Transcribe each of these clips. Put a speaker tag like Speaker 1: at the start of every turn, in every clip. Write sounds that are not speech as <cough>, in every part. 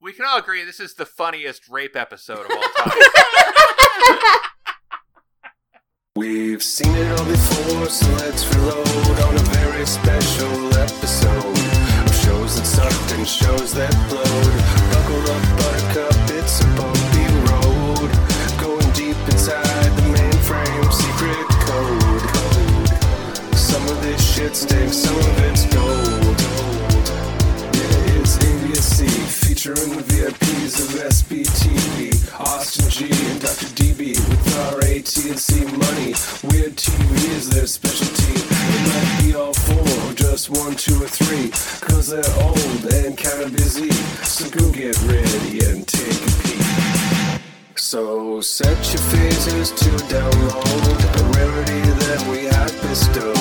Speaker 1: we can all agree this is the funniest rape episode <laughs> of all time.
Speaker 2: We've seen it all before, so let's reload on a very special episode of shows that sucked and shows that blowed. Buckle up, buttercup, it's a bumpy road. Going deep inside the mainframe secret code. Some of this shit stinks, some of it's gold. Yeah, it's ABC, featuring the VIPs of SBTV, Austin G and Dr. DB with our AT&C money. Weird TV is their specialty. It might be all four, or just one, two, or three, cause they're old and kinda busy. So go get ready and take a peek. So set your phases to download a rarity that we have bestowed.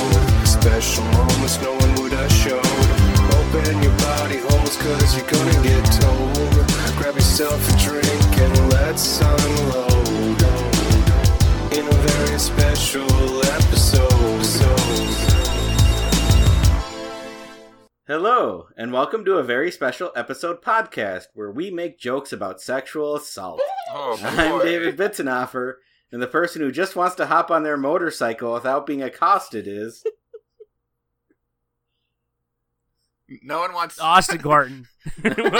Speaker 2: Special moments no one would have showed. Open your body holes cause you're gonna get told. Grab yourself a drink and let's unload. In a very special episode.
Speaker 3: Hello, and welcome to a very special episode podcast where we make jokes about
Speaker 1: <laughs>
Speaker 3: sexual assault.
Speaker 4: Oh,
Speaker 3: I'm
Speaker 4: boy.
Speaker 3: David Bittenoffer, and the person who just wants to hop on their motorcycle without being
Speaker 1: <laughs>
Speaker 3: accosted is. <laughs>
Speaker 1: No one wants.
Speaker 5: Austin Gorton.
Speaker 3: I know.
Speaker 1: Oh, no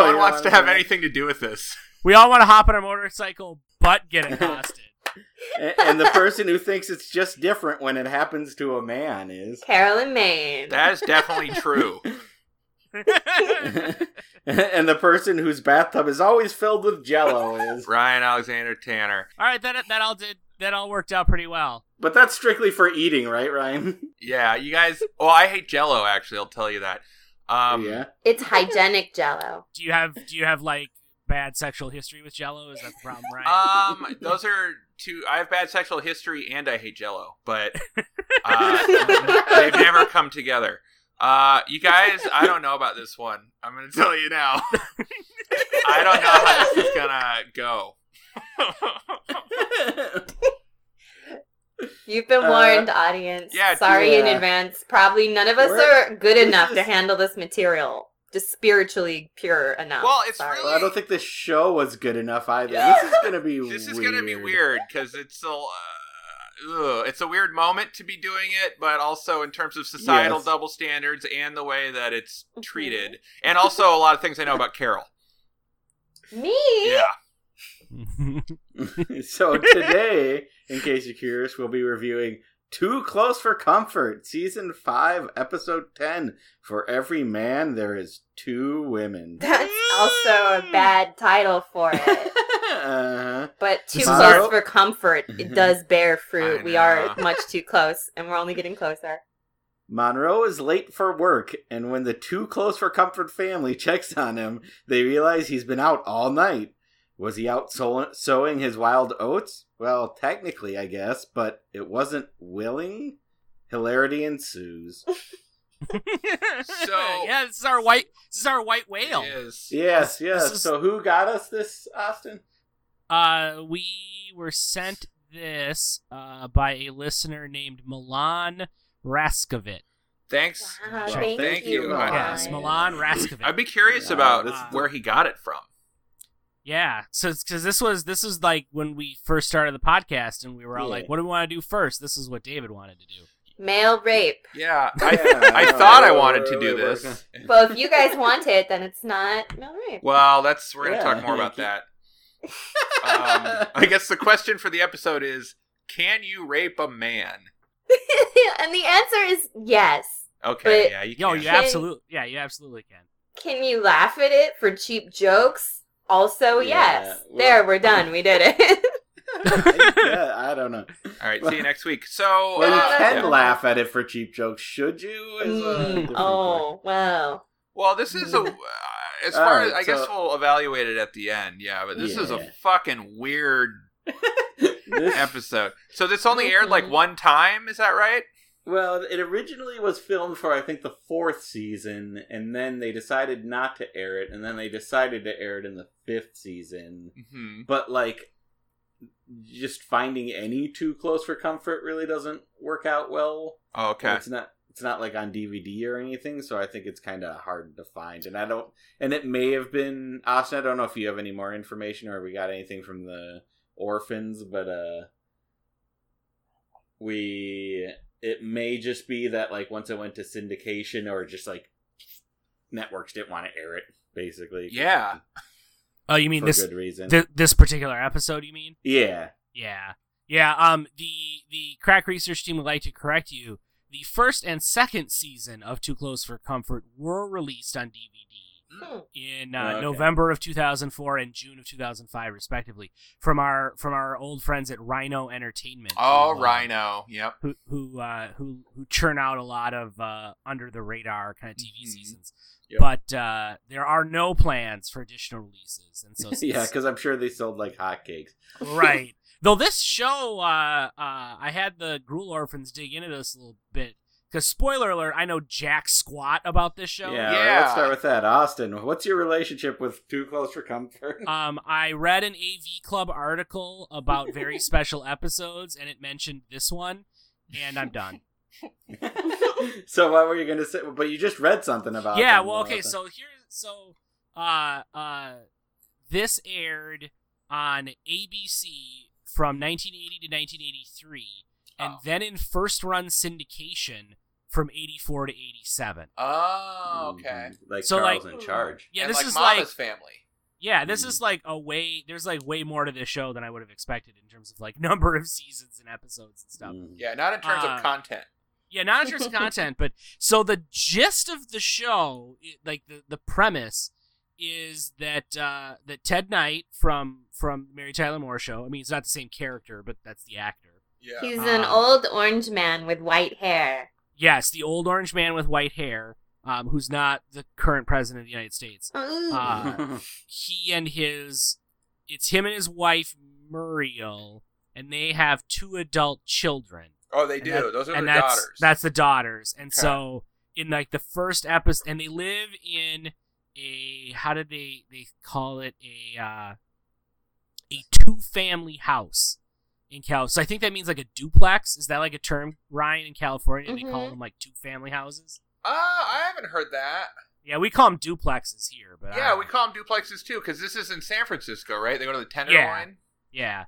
Speaker 1: one
Speaker 3: you
Speaker 1: wants
Speaker 3: know,
Speaker 1: to have
Speaker 3: like-
Speaker 1: anything to do with this.
Speaker 5: <laughs> we all want to hop on a motorcycle, but get accosted.
Speaker 3: a- And the person who thinks it's just different when it happens to a man is. <laughs>
Speaker 4: Carolyn
Speaker 1: <laughs>
Speaker 4: Maine.
Speaker 1: That is definitely <laughs> true.
Speaker 3: and the person whose bathtub is always filled with jello is.
Speaker 1: Ryan Alexander Tanner.
Speaker 5: <laughs> all right, that that all did that all worked out pretty well.
Speaker 3: But that's strictly for eating, right, Ryan?
Speaker 1: Yeah, you guys. Oh, I hate Jello. Actually, I'll tell you that. Um, <laughs>
Speaker 3: yeah.
Speaker 4: It's hygienic jello.
Speaker 5: Do you have do you have like bad sexual history with Jello? Is that the problem, right?
Speaker 1: Um, those are two. I have bad sexual history and I hate Jello, <laughs> but uh, they've never come together. Uh, you guys, I don't know about this one. I'm gonna tell you now. <laughs> I don't know how this is gonna go. <laughs>
Speaker 4: You've been
Speaker 3: Uh,
Speaker 4: warned, audience.
Speaker 1: yeah,
Speaker 4: Sorry in
Speaker 3: yeah.
Speaker 4: advance. Probably none of us
Speaker 3: We're-
Speaker 4: are good
Speaker 3: this
Speaker 4: enough to
Speaker 3: is-
Speaker 4: handle this material. Just spiritually pure enough.
Speaker 1: Well, it's
Speaker 4: Sorry.
Speaker 1: really-
Speaker 3: Well, I don't think this show was good enough either. This is gonna be.
Speaker 1: <laughs> This is gonna be weird because it's a uh, ugh, it's a weird moment to be doing it, but also in terms of societal
Speaker 3: Yes.
Speaker 1: double standards and the way that it's
Speaker 4: Mhm.
Speaker 1: treated, and also a lot of things I know about Carol.
Speaker 4: me.
Speaker 1: Yeah.
Speaker 5: <laughs>
Speaker 3: <laughs> so today, in case you're curious, we'll be reviewing "Too Close for Comfort" season five, episode ten. For every man, there is two women.
Speaker 4: That's also a
Speaker 1: Mm.
Speaker 4: bad title for
Speaker 1: <laughs>
Speaker 4: it.
Speaker 3: <laughs> uh-huh.
Speaker 4: But too
Speaker 5: This
Speaker 3: is Mm-hmm.
Speaker 4: close
Speaker 3: our-
Speaker 4: for comfort, it does bear
Speaker 1: I
Speaker 4: fruit. We
Speaker 1: know.
Speaker 4: are much too close, and we're only getting closer.
Speaker 3: Monroe is late for work, and when the too close for comfort family <laughs> checks on him, they realize he's been out all night. Was he out sow- sowing his wild oats? Well, technically, I guess, but it wasn't willing. Hilarity
Speaker 4: <laughs>
Speaker 3: ensues.
Speaker 1: So-
Speaker 5: yeah, this is our white this is our white whale.
Speaker 1: It is.
Speaker 3: Yes, yes.
Speaker 5: is-
Speaker 3: So, who got us this, Austin?
Speaker 5: Uh, we were sent this uh, by a listener named Milan Raskovic.
Speaker 1: Thanks.
Speaker 4: Wow,
Speaker 3: Well,
Speaker 4: thank,
Speaker 3: thank
Speaker 4: you.
Speaker 3: you,
Speaker 4: Ryan.
Speaker 5: Yes,
Speaker 3: Milan.
Speaker 5: Milan Raskovic.
Speaker 1: I'd be curious
Speaker 3: Wow,
Speaker 1: about
Speaker 3: this-
Speaker 1: where he got it from.
Speaker 5: Yeah, so because this was this was like when we first started the podcast, and we were all
Speaker 3: Yeah.
Speaker 5: like, "What do we want to do first? This is what David wanted to do.
Speaker 4: Male rape.
Speaker 1: Yeah, I, I thought I wanted to do this.
Speaker 4: Well, if you guys want it, then it's not male rape.
Speaker 1: Well, that's we're gonna
Speaker 3: Yeah,
Speaker 1: talk more about
Speaker 3: thank
Speaker 1: that. Um, I guess the question for the episode is: Can you rape a man?
Speaker 4: <laughs> and the answer is yes.
Speaker 1: Okay,
Speaker 4: But-
Speaker 1: yeah, you can.
Speaker 5: Yo, you
Speaker 4: Yeah.
Speaker 5: absolutely, yeah, you absolutely can.
Speaker 4: Can you laugh at it for cheap jokes? Also,
Speaker 3: Yeah,
Speaker 4: yes.
Speaker 3: well-
Speaker 4: there, we're done. We did it.
Speaker 3: yeah, I
Speaker 1: <laughs>
Speaker 3: don't know.
Speaker 1: All right,
Speaker 3: <laughs>
Speaker 1: see you next week. So,
Speaker 3: Well,
Speaker 4: Uh,
Speaker 3: you can
Speaker 1: yeah.
Speaker 3: laugh at it for cheap jokes. Should you? Is a
Speaker 4: Mm,
Speaker 3: different
Speaker 4: oh, well.
Speaker 1: well, this is a
Speaker 3: <laughs>
Speaker 1: uh, as
Speaker 3: All
Speaker 1: far
Speaker 3: right,
Speaker 1: as I guess
Speaker 3: so-
Speaker 1: we'll evaluate it at the end. Yeah, but this is
Speaker 3: Yeah.
Speaker 1: a fucking weird
Speaker 3: <laughs> question. <laughs> This-
Speaker 1: episode. So this only aired like
Speaker 3: Mm-hmm.
Speaker 1: one time, is that right?
Speaker 3: Well, it originally was filmed for I think the fourth season, and then they decided not to air it, and then they decided to air it in the fifth season.
Speaker 1: Mm-hmm.
Speaker 3: But like, just finding any too close for comfort really doesn't work out well.
Speaker 1: Oh, okay.
Speaker 3: It's not it's not like on DVD or anything, so I think it's kind of hard to find. And I don't, and it may have been Austin. I don't know if you have any more information or we got anything from the orphans, but uh, we it may just be that like once it went to syndication or just like networks didn't want to air it, basically.
Speaker 1: Yeah.
Speaker 5: Oh, you mean
Speaker 3: for
Speaker 5: this
Speaker 3: good reason.
Speaker 5: th- this particular episode? You mean?
Speaker 3: yeah,
Speaker 5: Yeah, yeah. Um, the the crack research team would like to correct you. The first and second season of Too Close for Comfort were released on DVD
Speaker 4: Hmm. <laughs>
Speaker 5: in uh,
Speaker 3: Okay.
Speaker 5: November of 2004 and June of 2005, respectively, from our from our old friends at Rhino Entertainment.
Speaker 1: Oh,
Speaker 5: who, uh,
Speaker 1: Rhino. Yep.
Speaker 5: who who uh, who who churn out a lot of uh, under the radar kind of TV
Speaker 1: Mhm.
Speaker 5: seasons.
Speaker 3: Mm-hmm. Yep.
Speaker 5: But uh, there are no plans for additional releases, and so
Speaker 3: <laughs> yeah, because I'm sure they sold like hotcakes.
Speaker 5: right. Though this show, uh, uh, I had the Gruel Orphans dig into this a little bit because spoiler alert, I know jack squat about this show.
Speaker 3: Yeah,
Speaker 1: Yeah.
Speaker 3: let's start with that. Austin, what's your relationship with Too Close for Comfort?
Speaker 5: Um, I read an AV Club article about very special episodes, and it mentioned this one, and I'm done.
Speaker 3: so what were you going to say? But you just read something about.
Speaker 5: yeah
Speaker 3: them,
Speaker 5: well okay
Speaker 3: Austin.
Speaker 5: so here so uh uh this aired on abc from 1980 to 1983 and
Speaker 1: Oh.
Speaker 5: then in first run syndication from 84 to 87
Speaker 1: Oh, okay.
Speaker 3: Mhm. Like
Speaker 5: So,
Speaker 3: Charles
Speaker 4: like-
Speaker 3: in
Speaker 5: <laughs>
Speaker 3: charge.
Speaker 5: yeah
Speaker 1: And,
Speaker 5: this
Speaker 1: like
Speaker 5: is
Speaker 1: Mama's
Speaker 5: like
Speaker 1: family.
Speaker 5: yeah this is like a way there's like way more to this show than i would have expected in terms of like <laughs> number of seasons and episodes and stuff
Speaker 3: Mhm.
Speaker 1: Yeah, not in terms
Speaker 5: Uh,
Speaker 1: of content.
Speaker 5: Yeah, not in terms of content, but so the gist of the show, i- like the, the premise, is that uh, that Ted Knight from from Mary Tyler Moore show. I mean, it's not the same character, but that's the actor.
Speaker 1: Yeah.
Speaker 4: He's an
Speaker 5: Um,
Speaker 4: old orange man with white hair.
Speaker 5: Yes, the old orange man with white hair, um, who's not the current president of the United States.
Speaker 4: Ooh.
Speaker 5: Uh,
Speaker 3: <laughs>
Speaker 5: he and his it's him and his wife Muriel, and they have two adult children.
Speaker 1: oh, they
Speaker 5: and
Speaker 1: do.
Speaker 5: that-
Speaker 1: Those are
Speaker 5: and
Speaker 1: their
Speaker 5: that's,
Speaker 1: daughters.
Speaker 5: That's the daughters. And
Speaker 1: Okay.
Speaker 5: so in like the first episode, and they live in a how did they they call it a uh, a two family house in Cal. So I think that means like a duplex. Is that like a term Ryan in California? They call
Speaker 1: Mm-hmm.
Speaker 4: Mhm.
Speaker 5: them like two family houses.
Speaker 1: Uh, I haven't heard that.
Speaker 5: Yeah, we call them duplexes here, but uh, I
Speaker 1: Yeah,
Speaker 5: don't
Speaker 1: we
Speaker 5: know.
Speaker 1: call them duplexes too, because this is in San Francisco, right? They go to the Tenderloin.
Speaker 5: yeah.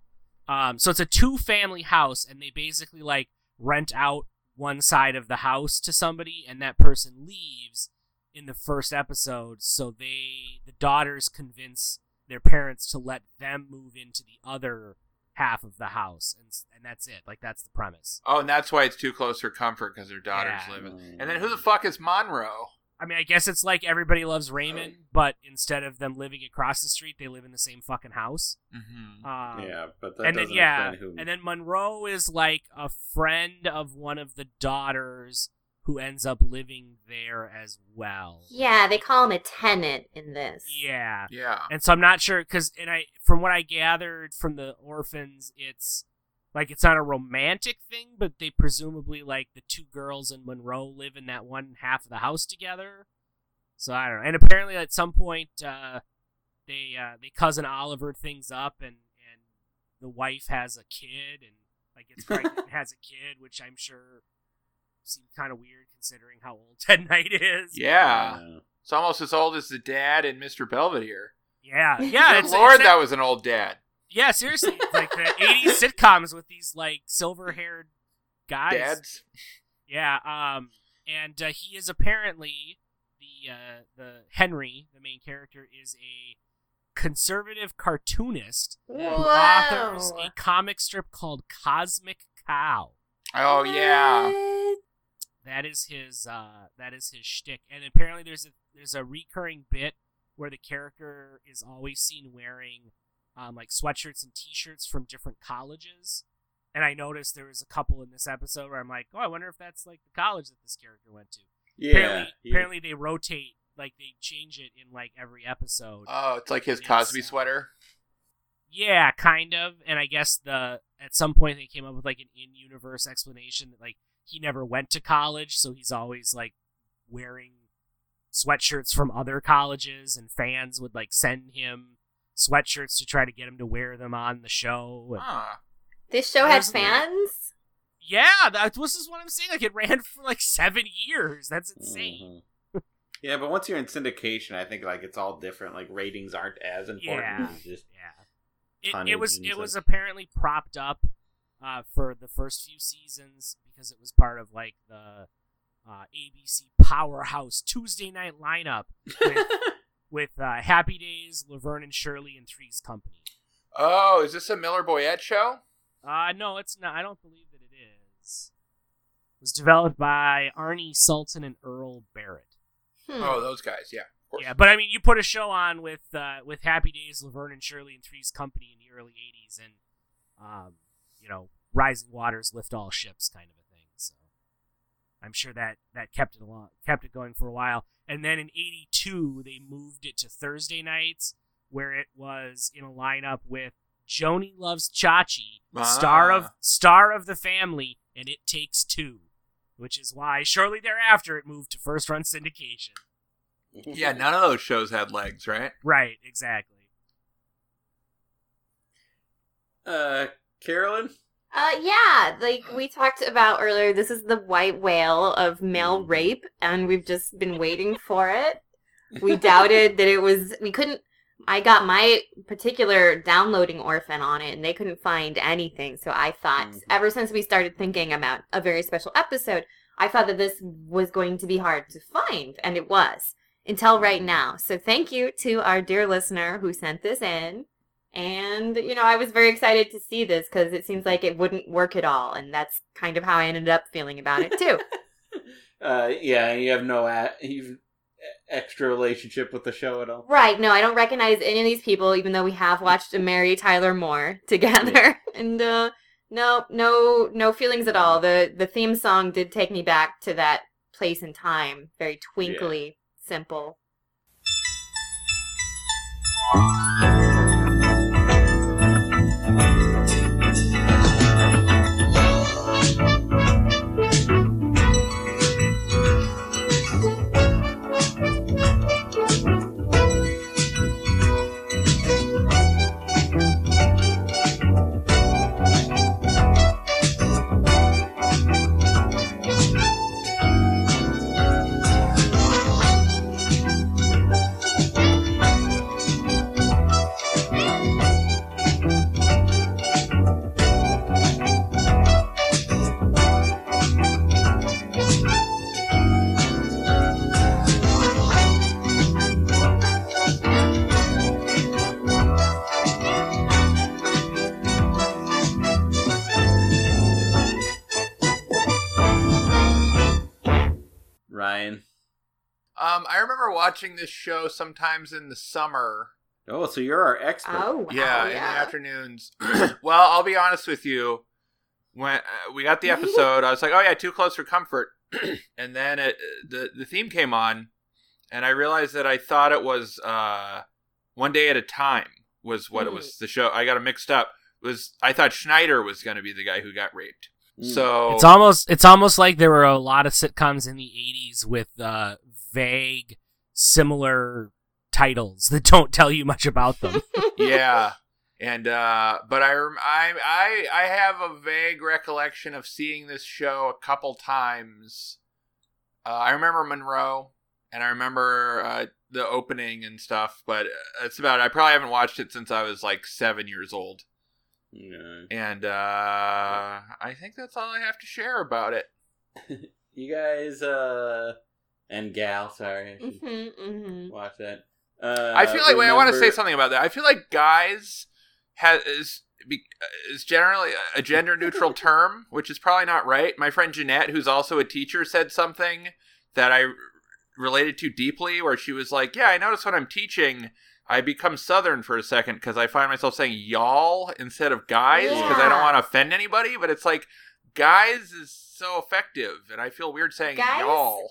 Speaker 5: Um, so it's a two family house, and they basically like rent out one side of the house to somebody, and that person leaves in the first episode. So they the daughters convince their parents to let them move into the other half of the house, and s- and that's it. Like that's the premise.
Speaker 1: Oh, and that's why it's too close for comfort because their daughters
Speaker 5: Yeah.
Speaker 1: live in. <laughs> And then who the fuck is Monroe?
Speaker 5: I mean, I guess it's like everybody loves Raymond, but instead of them living across the street, they live in the same fucking house.
Speaker 1: Mm-hmm.
Speaker 5: Um,
Speaker 3: yeah, but that
Speaker 5: and then
Speaker 3: doesn't
Speaker 5: yeah,
Speaker 3: explain who.
Speaker 5: and then Monroe is like a friend of one of the daughters who ends up living there as well.
Speaker 4: yeah, they call him a tenant in this.
Speaker 5: Yeah,
Speaker 1: Yeah.
Speaker 5: and so I'm not sure because and I from what I gathered from the orphans, it's like it's not a romantic thing, but they presumably like the two girls and Monroe live in that one half of the house together. So I don't know. And apparently at some point, uh, they uh, they cousin Oliver things up, and and the wife has a kid, and like gets pregnant and has a kid, which I'm sure seems kind of weird considering how old <laughs> Ted Knight is.
Speaker 1: Yeah. It's almost as old as the dad in Mr. Belvedere.
Speaker 5: yeah, yeah.
Speaker 1: Good
Speaker 5: It's,
Speaker 1: Lord,
Speaker 5: it's
Speaker 1: that was an old dad.
Speaker 5: Yeah, seriously, like the '80s sitcoms with these like silver-haired guys.
Speaker 1: Dads.
Speaker 5: Yeah, um, and uh, he is apparently the uh, the Henry, the main character, is a conservative cartoonist
Speaker 4: Whoa.
Speaker 5: who authors a comic strip called Cosmic Cow.
Speaker 1: Oh yeah.
Speaker 4: What?
Speaker 5: That is his uh, that is his shtick, and apparently there's a there's a recurring bit where the character is always seen wearing um, like sweatshirts and t-shirts from different colleges. And I noticed there was a couple in this episode where I'm like, oh, I wonder if that's like the college that this character went to.
Speaker 3: Yeah.
Speaker 5: apparently,
Speaker 3: yeah.
Speaker 5: apparently they rotate like they change it in like every episode.
Speaker 1: Oh, it's like his Cosby
Speaker 5: Yes.
Speaker 1: sweater.
Speaker 5: yeah, kind of. And I guess the at some point they came up with like an in-universe explanation that like he never went to college, so he's always like wearing sweatshirts from other colleges, and fans would like send him sweatshirts to try to get him to wear them on the show. and-
Speaker 1: Huh.
Speaker 4: This show had
Speaker 5: There's-
Speaker 4: fans?
Speaker 5: yeah, that this is what I'm saying. Like it ran for like seven years. That's insane.
Speaker 3: Mhm. yeah, but once you're in syndication, I think like it's all different. Like ratings aren't as important.
Speaker 5: Yeah.
Speaker 3: It's just
Speaker 5: Yeah, it,
Speaker 3: Tonnage
Speaker 5: it was
Speaker 3: and
Speaker 5: it was
Speaker 3: such.
Speaker 5: apparently propped up uh, for the first few seasons because it was part of like the uh, ABC powerhouse Tuesday night lineup with, with uh, Happy Days, Laverne and Shirley, and Three's Company.
Speaker 1: Oh, is this a Miller Boyette show?
Speaker 5: Uh, no, it's not. I don't believe that it is. It was developed by Arnie Sultan and Earl Barrett.
Speaker 4: Hmm.
Speaker 1: Oh, those guys. Yeah. of course.
Speaker 5: Yeah, but I mean, you put a show on with uh, with Happy Days, Laverne and Shirley, and Three's Company in the early '80s, and um, you know, rising waters lift all ships, kind of a thing. So I'm sure that that kept it along, kept it going for a while. And then in '82, they moved it to Thursday nights, where it was in a lineup with Joni Loves Chachi, star of
Speaker 1: Ah.
Speaker 5: star of the family, and It Takes Two, which is why shortly thereafter it moved to first run syndication.
Speaker 1: <laughs> Yeah, none of those shows had legs, right?
Speaker 5: Right, exactly.
Speaker 3: Uh, Carolyn.
Speaker 4: Uh, yeah, like we talked about earlier, this is the white whale of male
Speaker 3: Mhm.
Speaker 4: rape, and we've just been waiting for it. We doubted that it was. We couldn't. I got my particular downloading orphan on it, and they couldn't find anything. So I thought,
Speaker 3: Mhm.
Speaker 4: ever since we started thinking about a very special episode, I thought that this was going to be hard to find, and it was until right now. So thank you to our dear listener who sent this in. And, you know, I was very excited to see this because it seems like it wouldn't work at all. And that's kind of how I ended up feeling about it, too.
Speaker 3: Uh, yeah, you have no a- you've e, extra relationship with the show at all.
Speaker 4: right. No, I don't recognize any of these people, even though we have watched Mary Tyler Moore <laughs> together. and, uh, no, no, no feelings at all. The, the theme song did take me back to that place and time. Very twinkly, simple.
Speaker 3: Ryan.
Speaker 1: Um, I remember watching this show sometimes in the summer.
Speaker 3: Oh, so you're our expert.
Speaker 4: Oh, wow.
Speaker 1: yeah, in the
Speaker 4: <laughs>
Speaker 1: afternoons. <clears throat> well, I'll be honest with you. When uh, we got the episode, I was like, "Oh yeah, too close for comfort," <clears throat> and then it, the the theme came on, and I realized that I thought it was uh, "One Day at a Time" was what it was. The show I got it mixed up. Was I thought Schneider was going to be the guy who got raped?
Speaker 3: Mm.
Speaker 1: So
Speaker 5: It's almost it's almost like there were a lot of sitcoms in the '80s with uh, vague, similar titles that <laughs> don't tell you much about them.
Speaker 1: yeah and uh but I, rem- I i i have a vague recollection of seeing this show a couple times uh, i remember monroe and i remember uh the opening and stuff but that's about it i probably haven't watched it since i was like seven years old
Speaker 3: Yeah.
Speaker 1: and uh i think that's all i have to share about it
Speaker 3: You guys, uh, and gal, sorry, I should
Speaker 4: hmm hmm
Speaker 3: watch that. Uh,
Speaker 1: I feel like wait, I want to say
Speaker 3: remember-
Speaker 1: something about that. I feel like guys has is be, is generally a gender neutral term, which is probably not right. My friend Jeanette, who's also a teacher, said something that I related to deeply, where she was like, "Yeah, I notice when I'm teaching." I become southern for a second because I find myself saying y'all instead of guys because I don't
Speaker 4: Yeah.
Speaker 1: want to offend anybody. But it's like guys is so effective, and I feel weird saying
Speaker 4: Guys?
Speaker 1: y'all.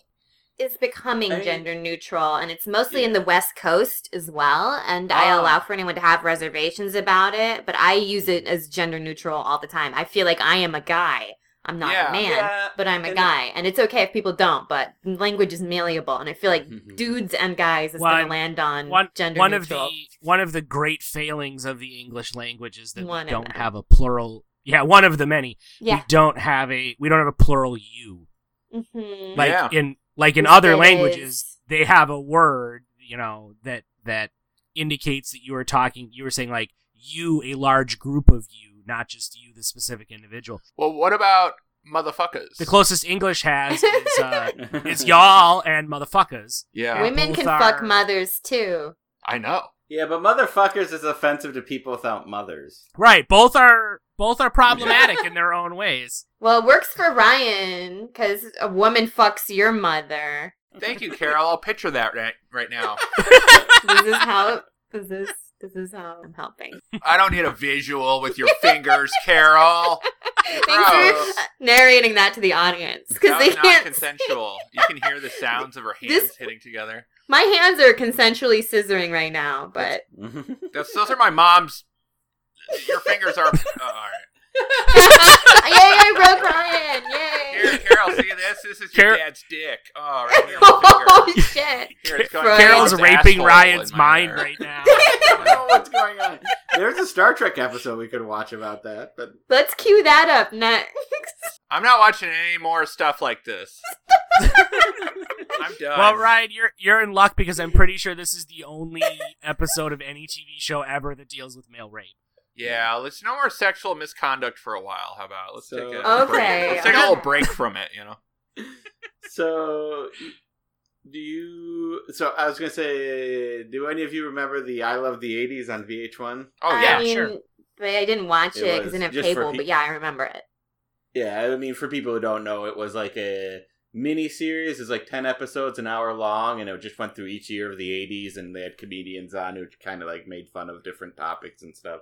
Speaker 4: It's becoming
Speaker 3: I mean-
Speaker 4: gender neutral, and it's mostly in the West Coast as well. And I
Speaker 1: Ah.
Speaker 4: allow for anyone to have reservations about it, but I use it as gender neutral all the time. I feel like I am a guy. I'm not
Speaker 1: Yeah.
Speaker 4: a man,
Speaker 3: Yeah,
Speaker 4: but I'm a
Speaker 3: and-
Speaker 4: guy, and it's okay if people don't. But language is malleable, and I
Speaker 3: <laughs>
Speaker 4: feel
Speaker 1: Mm-hmm.
Speaker 4: like
Speaker 3: Mhm.
Speaker 4: dudes and guys is
Speaker 5: Well,
Speaker 4: going
Speaker 5: and
Speaker 4: to land on
Speaker 5: One
Speaker 4: <laughs> gender
Speaker 5: one
Speaker 4: neutral.
Speaker 5: of the one of the great failings of the English language is that
Speaker 4: One
Speaker 5: we
Speaker 4: of
Speaker 5: don't
Speaker 4: them.
Speaker 5: have a plural yeah, one of the many. We
Speaker 4: Yeah.
Speaker 5: don't have a we don't have a plural you.
Speaker 4: Mm-hmm.
Speaker 5: Like
Speaker 1: Yeah.
Speaker 5: in like in
Speaker 4: Yes,
Speaker 5: other
Speaker 4: it
Speaker 5: languages,
Speaker 4: is.
Speaker 5: they have a word, you know, that that indicates that you were talking you were saying like you a large group of you, not just you the specific individual.
Speaker 1: Well, what about motherfuckers?
Speaker 5: The closest English has is
Speaker 4: <laughs>
Speaker 5: uh, is y'all and motherfuckers.
Speaker 1: yeah,
Speaker 4: Women
Speaker 5: both
Speaker 4: can
Speaker 5: are-
Speaker 4: fuck mothers too.
Speaker 1: I know.
Speaker 3: Yeah, but motherfuckers is offensive to people without mothers. <laughs>
Speaker 5: Right, both are both are problematic in their own ways.
Speaker 4: Well, it works for Ryan because a woman fucks your mother.
Speaker 1: Thank you, Carol. I'll picture that right, right now.
Speaker 4: This is how.
Speaker 5: <laughs>
Speaker 4: This is this is how I'm helping.
Speaker 1: I don't need a visual with your fingers,
Speaker 4: <laughs>
Speaker 1: Carol.
Speaker 4: Thanks for
Speaker 1: Gross.
Speaker 4: narrating that to the audience because
Speaker 1: That
Speaker 4: they
Speaker 1: was not
Speaker 4: can't.
Speaker 1: consensual. You can hear the sounds
Speaker 4: <laughs>
Speaker 1: of her hands
Speaker 4: This-
Speaker 1: hitting together.
Speaker 4: My hands are consensually scissoring right now, but
Speaker 1: <laughs>
Speaker 4: <laughs>
Speaker 1: That's, those are my mom's. Your fingers
Speaker 4: <laughs>
Speaker 1: are. Oh, all right.
Speaker 4: yay! I broke Ryan. Yay!
Speaker 1: Here, Carol, see this? This is your
Speaker 5: Car-
Speaker 1: dad's dick. Oh, right here. on my
Speaker 4: <laughs> Oh
Speaker 1: finger.
Speaker 4: shit!
Speaker 1: <laughs> Here, it's going
Speaker 4: <laughs> Right.
Speaker 5: Carol's
Speaker 1: down his
Speaker 5: raping
Speaker 1: asshole
Speaker 5: Ryan's
Speaker 1: in my
Speaker 5: mind
Speaker 1: hair.
Speaker 5: right now.
Speaker 3: I don't know what's going on. There's a Star Trek episode we could watch about that, but
Speaker 4: Let's cue that up next.
Speaker 1: I'm not watching any more stuff like this.
Speaker 4: <laughs>
Speaker 1: I'm done.
Speaker 5: Well, Ryan, you're you're in luck because I'm pretty sure this is the only episode of any TV show ever that deals with male rape.
Speaker 1: Yeah, let's no more sexual misconduct for a while. How about let's
Speaker 3: So-
Speaker 1: take a
Speaker 4: Okay.
Speaker 1: break. Let's take a little break from it.
Speaker 4: <laughs>
Speaker 1: You know.
Speaker 3: so do you? So I was gonna say, do any of you remember the I Love the '80s on VH1?
Speaker 1: Oh
Speaker 4: I
Speaker 1: yeah.
Speaker 4: mean,
Speaker 5: sure.
Speaker 4: But I didn't watch
Speaker 3: It
Speaker 4: it because I
Speaker 3: was
Speaker 4: didn't have
Speaker 3: just for
Speaker 4: cable.
Speaker 3: pe-
Speaker 4: but yeah, I remember it.
Speaker 3: Yeah, I mean, for people who don't know, it was like a mini series. It's like ten episodes, an hour long, and it just went through each year of the '80s, and they had comedians on who kind of like made fun of different topics and stuff.